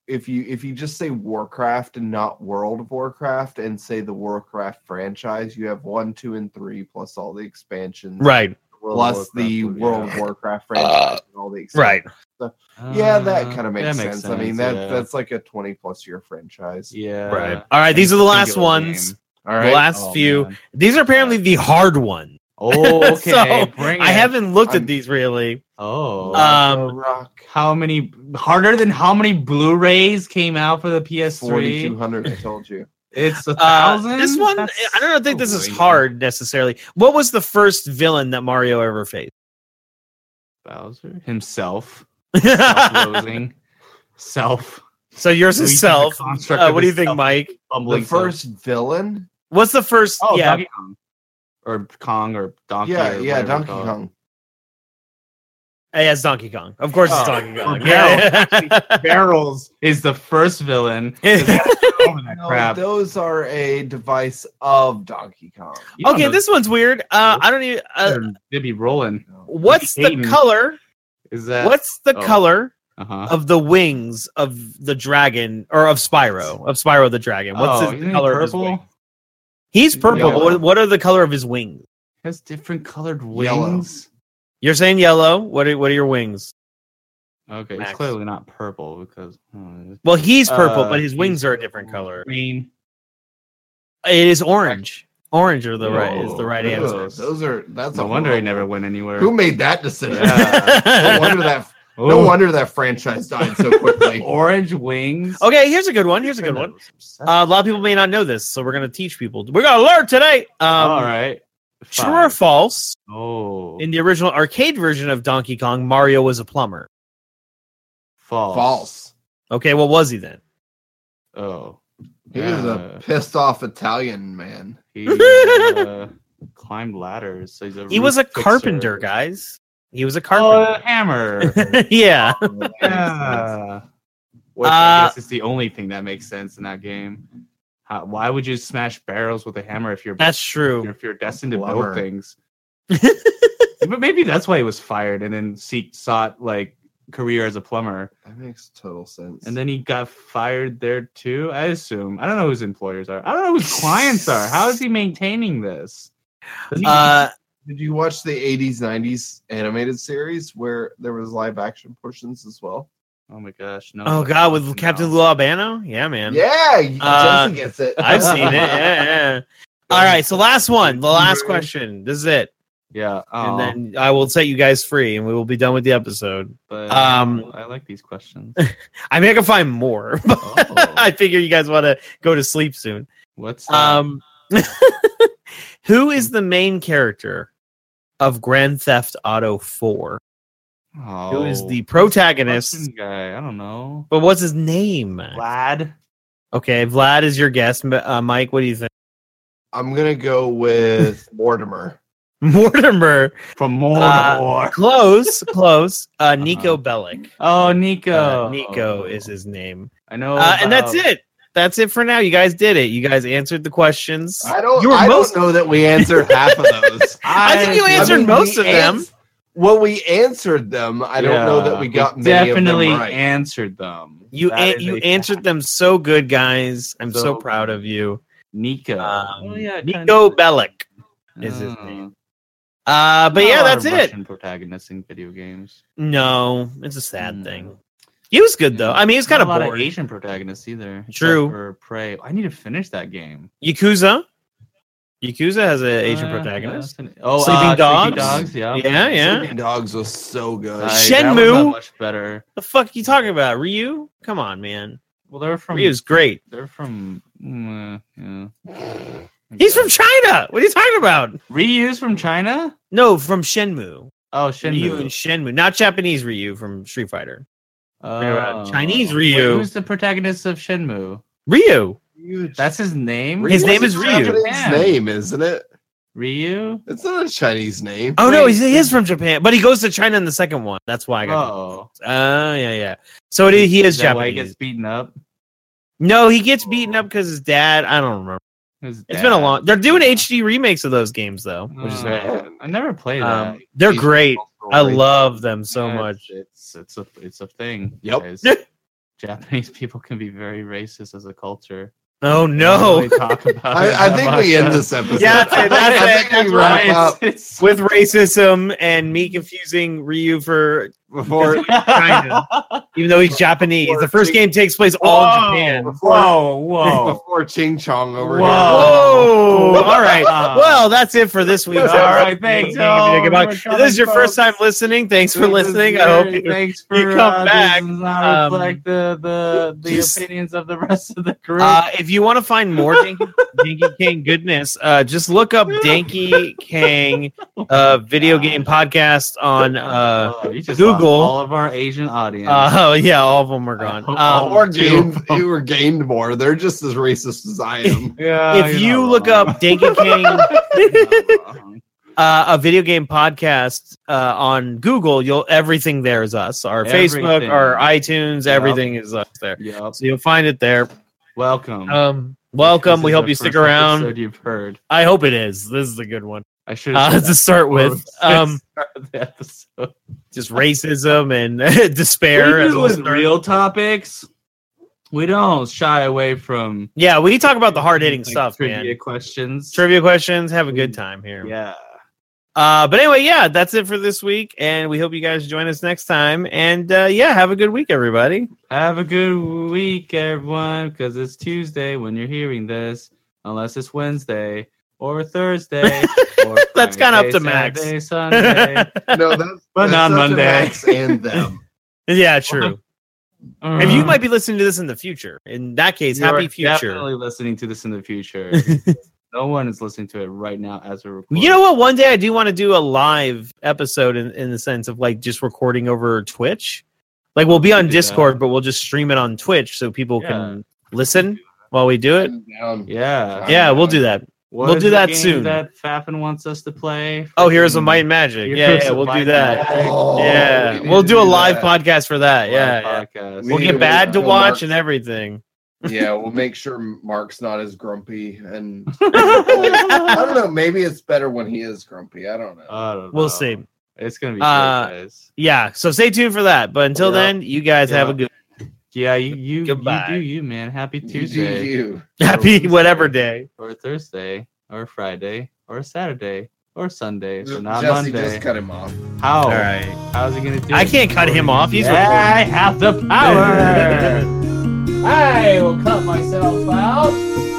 [SPEAKER 6] if you if you just say Warcraft and not World of Warcraft and say the Warcraft franchise, you have one, two, and three plus all the expansions,
[SPEAKER 1] Right.
[SPEAKER 6] Plus the World of Warcraft franchise, and all the
[SPEAKER 1] Right.
[SPEAKER 6] expansions. Uh, Yeah, Uh, that
[SPEAKER 2] Uh,
[SPEAKER 6] kind of makes, sense. I mean, that that's like a 20 plus year franchise.
[SPEAKER 2] yeah.
[SPEAKER 1] Right. All right, these are the last
[SPEAKER 2] Uh, Singular
[SPEAKER 1] ones.
[SPEAKER 2] game.
[SPEAKER 6] All right.
[SPEAKER 1] The last
[SPEAKER 2] Oh,
[SPEAKER 1] few.
[SPEAKER 2] man.
[SPEAKER 1] These are apparently the hard ones.
[SPEAKER 2] Oh, okay.
[SPEAKER 1] So,
[SPEAKER 2] Bring
[SPEAKER 1] I
[SPEAKER 2] it.
[SPEAKER 1] haven't looked at
[SPEAKER 6] I'm-
[SPEAKER 1] these really.
[SPEAKER 2] Oh.
[SPEAKER 1] Uh,
[SPEAKER 6] Rock,
[SPEAKER 1] um,
[SPEAKER 6] rock
[SPEAKER 2] how many harder than how many Blu-rays came out for the PS3?
[SPEAKER 6] 4200 I told you.
[SPEAKER 2] It's a
[SPEAKER 1] Uh,
[SPEAKER 2] thousand.
[SPEAKER 1] this one,
[SPEAKER 2] That's
[SPEAKER 1] I don't think this is
[SPEAKER 2] crazy.
[SPEAKER 1] hard necessarily. What was the first villain that Mario ever faced?
[SPEAKER 2] Bowser himself,
[SPEAKER 1] so
[SPEAKER 2] self-loathing, self
[SPEAKER 1] yours is
[SPEAKER 2] Luigi's
[SPEAKER 1] self.
[SPEAKER 2] the construct
[SPEAKER 1] Uh,
[SPEAKER 2] of
[SPEAKER 1] what do you
[SPEAKER 2] his
[SPEAKER 1] think,
[SPEAKER 2] self-
[SPEAKER 1] Mike?
[SPEAKER 6] The
[SPEAKER 2] bumbling self.
[SPEAKER 6] first villain?
[SPEAKER 1] What's the first?
[SPEAKER 2] Oh,
[SPEAKER 1] yeah,
[SPEAKER 2] Donkey Kong. Or Kong or Donkey.
[SPEAKER 6] Yeah,
[SPEAKER 2] or
[SPEAKER 6] yeah,
[SPEAKER 2] whatever
[SPEAKER 6] Donkey
[SPEAKER 2] it's called.
[SPEAKER 6] Kong.
[SPEAKER 1] yeah, it's Donkey Kong. Of course,
[SPEAKER 2] Oh,
[SPEAKER 1] it's Donkey Kong.
[SPEAKER 2] Rebel.
[SPEAKER 1] Yeah.
[SPEAKER 2] Barrels is the first villain. 'Cause they have
[SPEAKER 1] Oh,
[SPEAKER 2] to go over that
[SPEAKER 6] No,
[SPEAKER 2] crap.
[SPEAKER 6] those are a device of Donkey Kong.
[SPEAKER 2] You don't
[SPEAKER 1] okay,
[SPEAKER 2] know
[SPEAKER 1] this one's weird. Uh, I don't even. Uh,
[SPEAKER 2] they're- they be rolling.
[SPEAKER 1] what's the
[SPEAKER 2] Hayden.
[SPEAKER 1] color?
[SPEAKER 2] Is that
[SPEAKER 1] What's uh, the
[SPEAKER 2] oh.
[SPEAKER 1] color
[SPEAKER 2] Uh-huh.
[SPEAKER 1] of the wings of the dragon or of Spyro of Spyro the dragon? What's
[SPEAKER 2] Oh,
[SPEAKER 1] his,
[SPEAKER 2] isn't
[SPEAKER 1] the
[SPEAKER 2] he
[SPEAKER 1] color of his wings? He's purple.
[SPEAKER 2] Yellow.
[SPEAKER 1] but What, what are the color of his wings?
[SPEAKER 2] Has different colored
[SPEAKER 6] Yellow.
[SPEAKER 2] wings.
[SPEAKER 1] You're saying yellow. What are what are your wings?
[SPEAKER 2] Okay,
[SPEAKER 1] Max.
[SPEAKER 2] it's clearly not purple because hmm,
[SPEAKER 1] Well, he's purple,
[SPEAKER 2] Uh,
[SPEAKER 1] but his
[SPEAKER 2] he's
[SPEAKER 1] wings are a different color.
[SPEAKER 2] green.
[SPEAKER 1] It is orange. Orange are the right is
[SPEAKER 3] Whoa,
[SPEAKER 1] the right
[SPEAKER 3] those-
[SPEAKER 1] answer.
[SPEAKER 3] Those are that's
[SPEAKER 2] No
[SPEAKER 3] a
[SPEAKER 2] wonder he
[SPEAKER 3] horrible-
[SPEAKER 2] never went anywhere.
[SPEAKER 3] Who made that decision?
[SPEAKER 1] Yeah.
[SPEAKER 3] no wonder that no
[SPEAKER 2] Oh,
[SPEAKER 3] wonder that franchise died so quickly.
[SPEAKER 2] Orange wings.
[SPEAKER 1] Okay, here's a good one. Here's a good one. Uh, a lot of people may not know this, so we're gonna teach people. We're gonna learn today. Um,
[SPEAKER 2] All right.
[SPEAKER 1] True
[SPEAKER 2] Fine.
[SPEAKER 1] or false?
[SPEAKER 2] Oh,
[SPEAKER 1] In the original arcade version of Donkey Kong, Mario was a plumber.
[SPEAKER 2] false.
[SPEAKER 3] False.
[SPEAKER 1] Okay, what was he then?
[SPEAKER 2] Oh,
[SPEAKER 3] He was
[SPEAKER 2] Yeah.
[SPEAKER 3] a pissed off Italian man.
[SPEAKER 2] he uh, climbed ladders. So he's a
[SPEAKER 1] He was a
[SPEAKER 2] roof fixer.
[SPEAKER 1] carpenter, guys. He was a
[SPEAKER 2] Oh, a
[SPEAKER 1] carpenter.
[SPEAKER 2] hammer.
[SPEAKER 1] yeah.
[SPEAKER 2] yeah. Which
[SPEAKER 1] Uh,
[SPEAKER 2] I guess is the only thing that makes sense in that game. How, why would you smash barrels with a hammer if you're
[SPEAKER 1] That's true.
[SPEAKER 2] if you're destined to
[SPEAKER 3] Plumber.
[SPEAKER 2] build things? but maybe that's why he was fired and then seek sought like career as a plumber,
[SPEAKER 3] That makes total sense.
[SPEAKER 2] and then he got fired there too. I assume I don't know who his employers are. I don't know who his clients are. How is he maintaining this? Doesn't he-
[SPEAKER 1] Uh,
[SPEAKER 3] did you watch the 80s 90s animated series where there was live action portions as well?
[SPEAKER 2] oh my gosh! No.
[SPEAKER 1] oh God, with Captain Lou Albano? Yeah, man.
[SPEAKER 3] Yeah,
[SPEAKER 1] Uh,
[SPEAKER 3] Jesse gets it.
[SPEAKER 1] I've seen it. Yeah, yeah. All right, so last one, the last question. This is it,
[SPEAKER 2] Yeah. Oh,
[SPEAKER 1] and then I will set you guys free, and we will be done with the episode.
[SPEAKER 2] but,
[SPEAKER 1] um,
[SPEAKER 2] I like these questions.
[SPEAKER 1] I mean, I can find more, but
[SPEAKER 2] Oh.
[SPEAKER 1] I figure you guys want to go to sleep soon.
[SPEAKER 2] What's um?
[SPEAKER 1] Um, who is the main character of Grand Theft Auto Four? Who is the protagonist?
[SPEAKER 2] Russian Oh, guy? I don't know.
[SPEAKER 1] But what's his name?
[SPEAKER 2] Vlad.
[SPEAKER 1] Okay, Vlad is your guess. M- Uh, Mike, what do you think?
[SPEAKER 3] I'm gonna go with Mortimer.
[SPEAKER 1] Mortimer.
[SPEAKER 2] From
[SPEAKER 1] Uh,
[SPEAKER 2] Mordor.
[SPEAKER 1] Close, close. Uh, Nico Bellic.
[SPEAKER 2] oh, Uh-huh. Nico. Oh,
[SPEAKER 1] Uh, Nico is his name.
[SPEAKER 2] I know.
[SPEAKER 1] Uh, and that's
[SPEAKER 2] about-
[SPEAKER 1] it. That's it for now. You guys did it. You guys answered the questions.
[SPEAKER 3] I don't.
[SPEAKER 1] You were
[SPEAKER 3] I
[SPEAKER 1] most-
[SPEAKER 3] don't know that we answered half of those.
[SPEAKER 1] I think you
[SPEAKER 2] I
[SPEAKER 1] answered
[SPEAKER 3] mean,
[SPEAKER 1] most
[SPEAKER 3] we
[SPEAKER 1] of them.
[SPEAKER 3] ans- well, we answered them. I don't know that we got many
[SPEAKER 2] definitely
[SPEAKER 3] of them right.
[SPEAKER 2] answered them.
[SPEAKER 1] you
[SPEAKER 2] That
[SPEAKER 1] an-
[SPEAKER 2] is
[SPEAKER 1] you
[SPEAKER 2] a
[SPEAKER 1] answered
[SPEAKER 2] fact.
[SPEAKER 1] them so good, guys. I'm so,
[SPEAKER 2] So-
[SPEAKER 1] proud of you.
[SPEAKER 2] Nico.
[SPEAKER 1] Um,
[SPEAKER 2] Oh, yeah, kinda.
[SPEAKER 1] Nico Bellic. is his
[SPEAKER 2] Oh.
[SPEAKER 1] name. Uh, but
[SPEAKER 2] Not a
[SPEAKER 1] yeah,
[SPEAKER 2] lot
[SPEAKER 1] that's
[SPEAKER 2] of
[SPEAKER 1] it.
[SPEAKER 2] Russian protagonists in video games.
[SPEAKER 1] No, it's a sad
[SPEAKER 2] Mm.
[SPEAKER 1] thing. He was good though. I mean, he's
[SPEAKER 2] Not
[SPEAKER 1] kind of
[SPEAKER 2] a lot of
[SPEAKER 1] bored.
[SPEAKER 2] Asian protagonists either. except
[SPEAKER 1] True.
[SPEAKER 2] For Prey. I need to finish that game.
[SPEAKER 1] Yakuza. Yakuza has an Asian
[SPEAKER 2] Uh,
[SPEAKER 1] protagonist.
[SPEAKER 2] yeah, that's an- oh,
[SPEAKER 1] Sleeping
[SPEAKER 2] uh,
[SPEAKER 1] Dogs?
[SPEAKER 2] Dogs. Yeah.
[SPEAKER 1] Yeah, yeah.
[SPEAKER 3] Sleeping Dogs was so good.
[SPEAKER 2] I- that was
[SPEAKER 1] Shenmue.
[SPEAKER 2] not much better.
[SPEAKER 1] The fuck you talking about, Ryu? Come on, man.
[SPEAKER 2] Well, they're from.
[SPEAKER 1] Ryu's great.
[SPEAKER 2] They're from. mm, yeah.
[SPEAKER 1] He's from China. What are you talking about?
[SPEAKER 2] Ryu's from China.
[SPEAKER 1] No, from Shenmue.
[SPEAKER 2] Oh,
[SPEAKER 1] Ryu
[SPEAKER 2] Shenmue.
[SPEAKER 1] and Shenmue, not Japanese Ryu from Street Fighter.
[SPEAKER 2] Oh.
[SPEAKER 1] uh, Chinese
[SPEAKER 2] Wait,
[SPEAKER 1] Ryu.
[SPEAKER 2] who's the protagonist of Shenmue?
[SPEAKER 1] Ryu.
[SPEAKER 3] Huge.
[SPEAKER 2] That's his name.
[SPEAKER 1] His name is
[SPEAKER 3] Ryu's a
[SPEAKER 1] Ryu.
[SPEAKER 3] Japanese
[SPEAKER 2] Japan.
[SPEAKER 3] name, isn't it?
[SPEAKER 2] Ryu.
[SPEAKER 3] It's not a Chinese name.
[SPEAKER 1] Oh no,
[SPEAKER 2] Wait.
[SPEAKER 1] he's, he is from Japan, but he goes to China in the second one. That's why I got.
[SPEAKER 2] Oh,
[SPEAKER 1] Oh, yeah, yeah. So it is, he is
[SPEAKER 2] is that why he
[SPEAKER 1] Japanese.
[SPEAKER 2] gets beaten up?
[SPEAKER 1] no, he gets beaten up because his dad. I don't remember.
[SPEAKER 2] His
[SPEAKER 1] It's
[SPEAKER 2] dad.
[SPEAKER 1] been a long. They're doing HD remakes of those games though, which is
[SPEAKER 2] Oh, I never played that.
[SPEAKER 1] um, they're
[SPEAKER 3] He's
[SPEAKER 1] great.
[SPEAKER 3] also
[SPEAKER 1] I
[SPEAKER 3] racist.
[SPEAKER 1] love them so
[SPEAKER 2] Yeah,
[SPEAKER 1] much.
[SPEAKER 2] It's it's a it's a thing.
[SPEAKER 3] Yep.
[SPEAKER 2] guys. Japanese people can be very racist as a culture.
[SPEAKER 1] Oh
[SPEAKER 2] We
[SPEAKER 1] no,
[SPEAKER 2] talk about it
[SPEAKER 3] I, I
[SPEAKER 2] that
[SPEAKER 3] think
[SPEAKER 2] much.
[SPEAKER 3] we end this episode.
[SPEAKER 1] Yeah, that's it, that's
[SPEAKER 3] I
[SPEAKER 1] it,
[SPEAKER 3] think
[SPEAKER 1] that's
[SPEAKER 3] we wrap
[SPEAKER 2] Right.
[SPEAKER 3] up
[SPEAKER 2] It's-
[SPEAKER 1] with racism and me confusing Ryu for
[SPEAKER 3] before
[SPEAKER 1] China, even though he's Japanese. The first game takes place all in Japan.
[SPEAKER 2] Whoa, whoa.
[SPEAKER 3] before Ching Chong over
[SPEAKER 2] Whoa.
[SPEAKER 3] here.
[SPEAKER 1] Whoa!
[SPEAKER 2] Whoa.
[SPEAKER 1] All right. Well, that's it for this week.
[SPEAKER 2] All right, thanks. Oh,
[SPEAKER 1] Goodbye.
[SPEAKER 2] we're
[SPEAKER 1] If
[SPEAKER 2] coming,
[SPEAKER 1] this is your first
[SPEAKER 2] folks.
[SPEAKER 1] time listening, thanks for
[SPEAKER 2] This is
[SPEAKER 1] listening. I hope
[SPEAKER 2] very-
[SPEAKER 1] you-
[SPEAKER 2] thanks for
[SPEAKER 1] come
[SPEAKER 2] uh, this
[SPEAKER 1] back.
[SPEAKER 2] does not
[SPEAKER 1] Um,
[SPEAKER 2] reflect the the, the
[SPEAKER 1] just-
[SPEAKER 2] opinions of the rest of the group.
[SPEAKER 1] uh, if you want to find more Danky, Danky Kang goodness, uh, just look up Danky Kang uh, video game podcast on. Uh,
[SPEAKER 2] Oh, you just
[SPEAKER 1] Google-
[SPEAKER 2] lost all of our Asian audience.
[SPEAKER 1] uh, oh yeah, all of them are gone.
[SPEAKER 2] Oh,
[SPEAKER 1] Um,
[SPEAKER 3] or gained, you were gained more. They're just as racist as I am.
[SPEAKER 2] oh, yeah,
[SPEAKER 1] if
[SPEAKER 2] you're
[SPEAKER 1] you
[SPEAKER 2] not
[SPEAKER 1] look
[SPEAKER 2] wrong.
[SPEAKER 1] up Danky Kang
[SPEAKER 2] You're not wrong.
[SPEAKER 1] uh, a video game podcast uh, on Google, you'll everything there is us. Our Facebook,
[SPEAKER 2] Everything.
[SPEAKER 1] our iTunes,
[SPEAKER 2] Yep.
[SPEAKER 1] everything is us there.
[SPEAKER 2] Yep.
[SPEAKER 1] So you'll find it there.
[SPEAKER 2] Welcome.
[SPEAKER 1] Um,
[SPEAKER 2] This
[SPEAKER 1] welcome.
[SPEAKER 2] is
[SPEAKER 1] We
[SPEAKER 2] the
[SPEAKER 1] hope you stick
[SPEAKER 2] first
[SPEAKER 1] around.
[SPEAKER 2] episode You've heard.
[SPEAKER 1] I hope it is. This is a good one
[SPEAKER 2] I should
[SPEAKER 1] uh,
[SPEAKER 2] have
[SPEAKER 1] to start with. Um,
[SPEAKER 2] the episode.
[SPEAKER 1] just racism and despair.
[SPEAKER 2] we
[SPEAKER 1] as
[SPEAKER 2] do
[SPEAKER 1] we'll
[SPEAKER 2] with
[SPEAKER 1] start.
[SPEAKER 2] real topics. We don't shy away from
[SPEAKER 1] Yeah, we talk about the hard hitting
[SPEAKER 2] like,
[SPEAKER 1] stuff,
[SPEAKER 2] trivia
[SPEAKER 1] man.
[SPEAKER 2] questions.
[SPEAKER 1] Trivia questions. Have a good time here.
[SPEAKER 2] Yeah.
[SPEAKER 1] Uh, but anyway, yeah, that's it for this week, and we hope you guys join us next time. And uh, yeah, have a good week, everybody.
[SPEAKER 2] Have a good week, everyone, because it's Tuesday when you're hearing this, unless it's Wednesday or Thursday. Or
[SPEAKER 1] That's kinda up to Max.
[SPEAKER 2] Saturday, Sunday.
[SPEAKER 6] No, that's,
[SPEAKER 2] But
[SPEAKER 6] that's
[SPEAKER 2] not
[SPEAKER 6] such a
[SPEAKER 2] Monday.
[SPEAKER 6] Max and them.
[SPEAKER 1] Yeah, true.
[SPEAKER 2] Uh,
[SPEAKER 1] And you might be listening to this in the future. In that case,
[SPEAKER 2] you
[SPEAKER 1] happy
[SPEAKER 2] are
[SPEAKER 1] future.
[SPEAKER 2] Definitely listening to this in the future. no one is listening to it right now as we're recording.
[SPEAKER 1] You know what? One day I do want to do a live episode in, in the sense of like just recording over Twitch. Like we'll be
[SPEAKER 2] We
[SPEAKER 1] on
[SPEAKER 2] do
[SPEAKER 1] Discord, but we'll just stream it on Twitch so people
[SPEAKER 2] Yeah.
[SPEAKER 1] can listen while we do it.
[SPEAKER 6] And down.
[SPEAKER 2] Yeah.
[SPEAKER 1] Yeah, we'll do that.
[SPEAKER 2] What
[SPEAKER 1] We'll
[SPEAKER 2] is
[SPEAKER 1] do
[SPEAKER 2] the
[SPEAKER 1] that
[SPEAKER 2] game
[SPEAKER 1] soon.
[SPEAKER 2] That Faffin wants us to play.
[SPEAKER 1] Oh, here's a
[SPEAKER 2] Freaking
[SPEAKER 1] Might and Magic.
[SPEAKER 2] Heroes
[SPEAKER 1] Yeah, yeah,
[SPEAKER 2] of
[SPEAKER 1] we'll
[SPEAKER 2] Might
[SPEAKER 1] do
[SPEAKER 2] and
[SPEAKER 1] that.
[SPEAKER 2] Magic.
[SPEAKER 6] Oh,
[SPEAKER 1] yeah,
[SPEAKER 6] we need
[SPEAKER 1] we'll
[SPEAKER 6] to
[SPEAKER 1] do a
[SPEAKER 6] do
[SPEAKER 1] live
[SPEAKER 6] that.
[SPEAKER 1] podcast for that.
[SPEAKER 2] Live
[SPEAKER 1] yeah, yeah.
[SPEAKER 2] podcast.
[SPEAKER 6] We
[SPEAKER 1] we'll
[SPEAKER 6] need
[SPEAKER 1] get
[SPEAKER 6] to
[SPEAKER 1] bad to
[SPEAKER 6] until
[SPEAKER 1] watch
[SPEAKER 6] March.
[SPEAKER 1] and everything.
[SPEAKER 6] yeah, we'll make sure Mark's not as grumpy. And I don't know. Maybe it's better when he is grumpy. I don't know.
[SPEAKER 2] I don't
[SPEAKER 6] Oh.
[SPEAKER 1] We'll
[SPEAKER 2] know.
[SPEAKER 1] see.
[SPEAKER 2] It's gonna be great,
[SPEAKER 1] Uh,
[SPEAKER 2] guys.
[SPEAKER 1] Yeah, so stay tuned for that. But until
[SPEAKER 6] Yeah.
[SPEAKER 1] then, you guys have a
[SPEAKER 6] Yeah.
[SPEAKER 1] good
[SPEAKER 2] Yeah, you you, you
[SPEAKER 1] Goodbye.
[SPEAKER 2] do you, man. Happy
[SPEAKER 6] you do
[SPEAKER 2] Tuesday
[SPEAKER 6] you.
[SPEAKER 1] happy
[SPEAKER 2] Tuesday.
[SPEAKER 1] whatever day.
[SPEAKER 2] or Thursday or Friday or Saturday or Sunday, so
[SPEAKER 6] Jesse,
[SPEAKER 2] not Monday.
[SPEAKER 6] just cut him off.
[SPEAKER 2] How?
[SPEAKER 1] All right.
[SPEAKER 2] How's he gonna do?
[SPEAKER 1] I
[SPEAKER 2] it?
[SPEAKER 1] can't cut him off. He's
[SPEAKER 2] I have the power. I will cut myself out.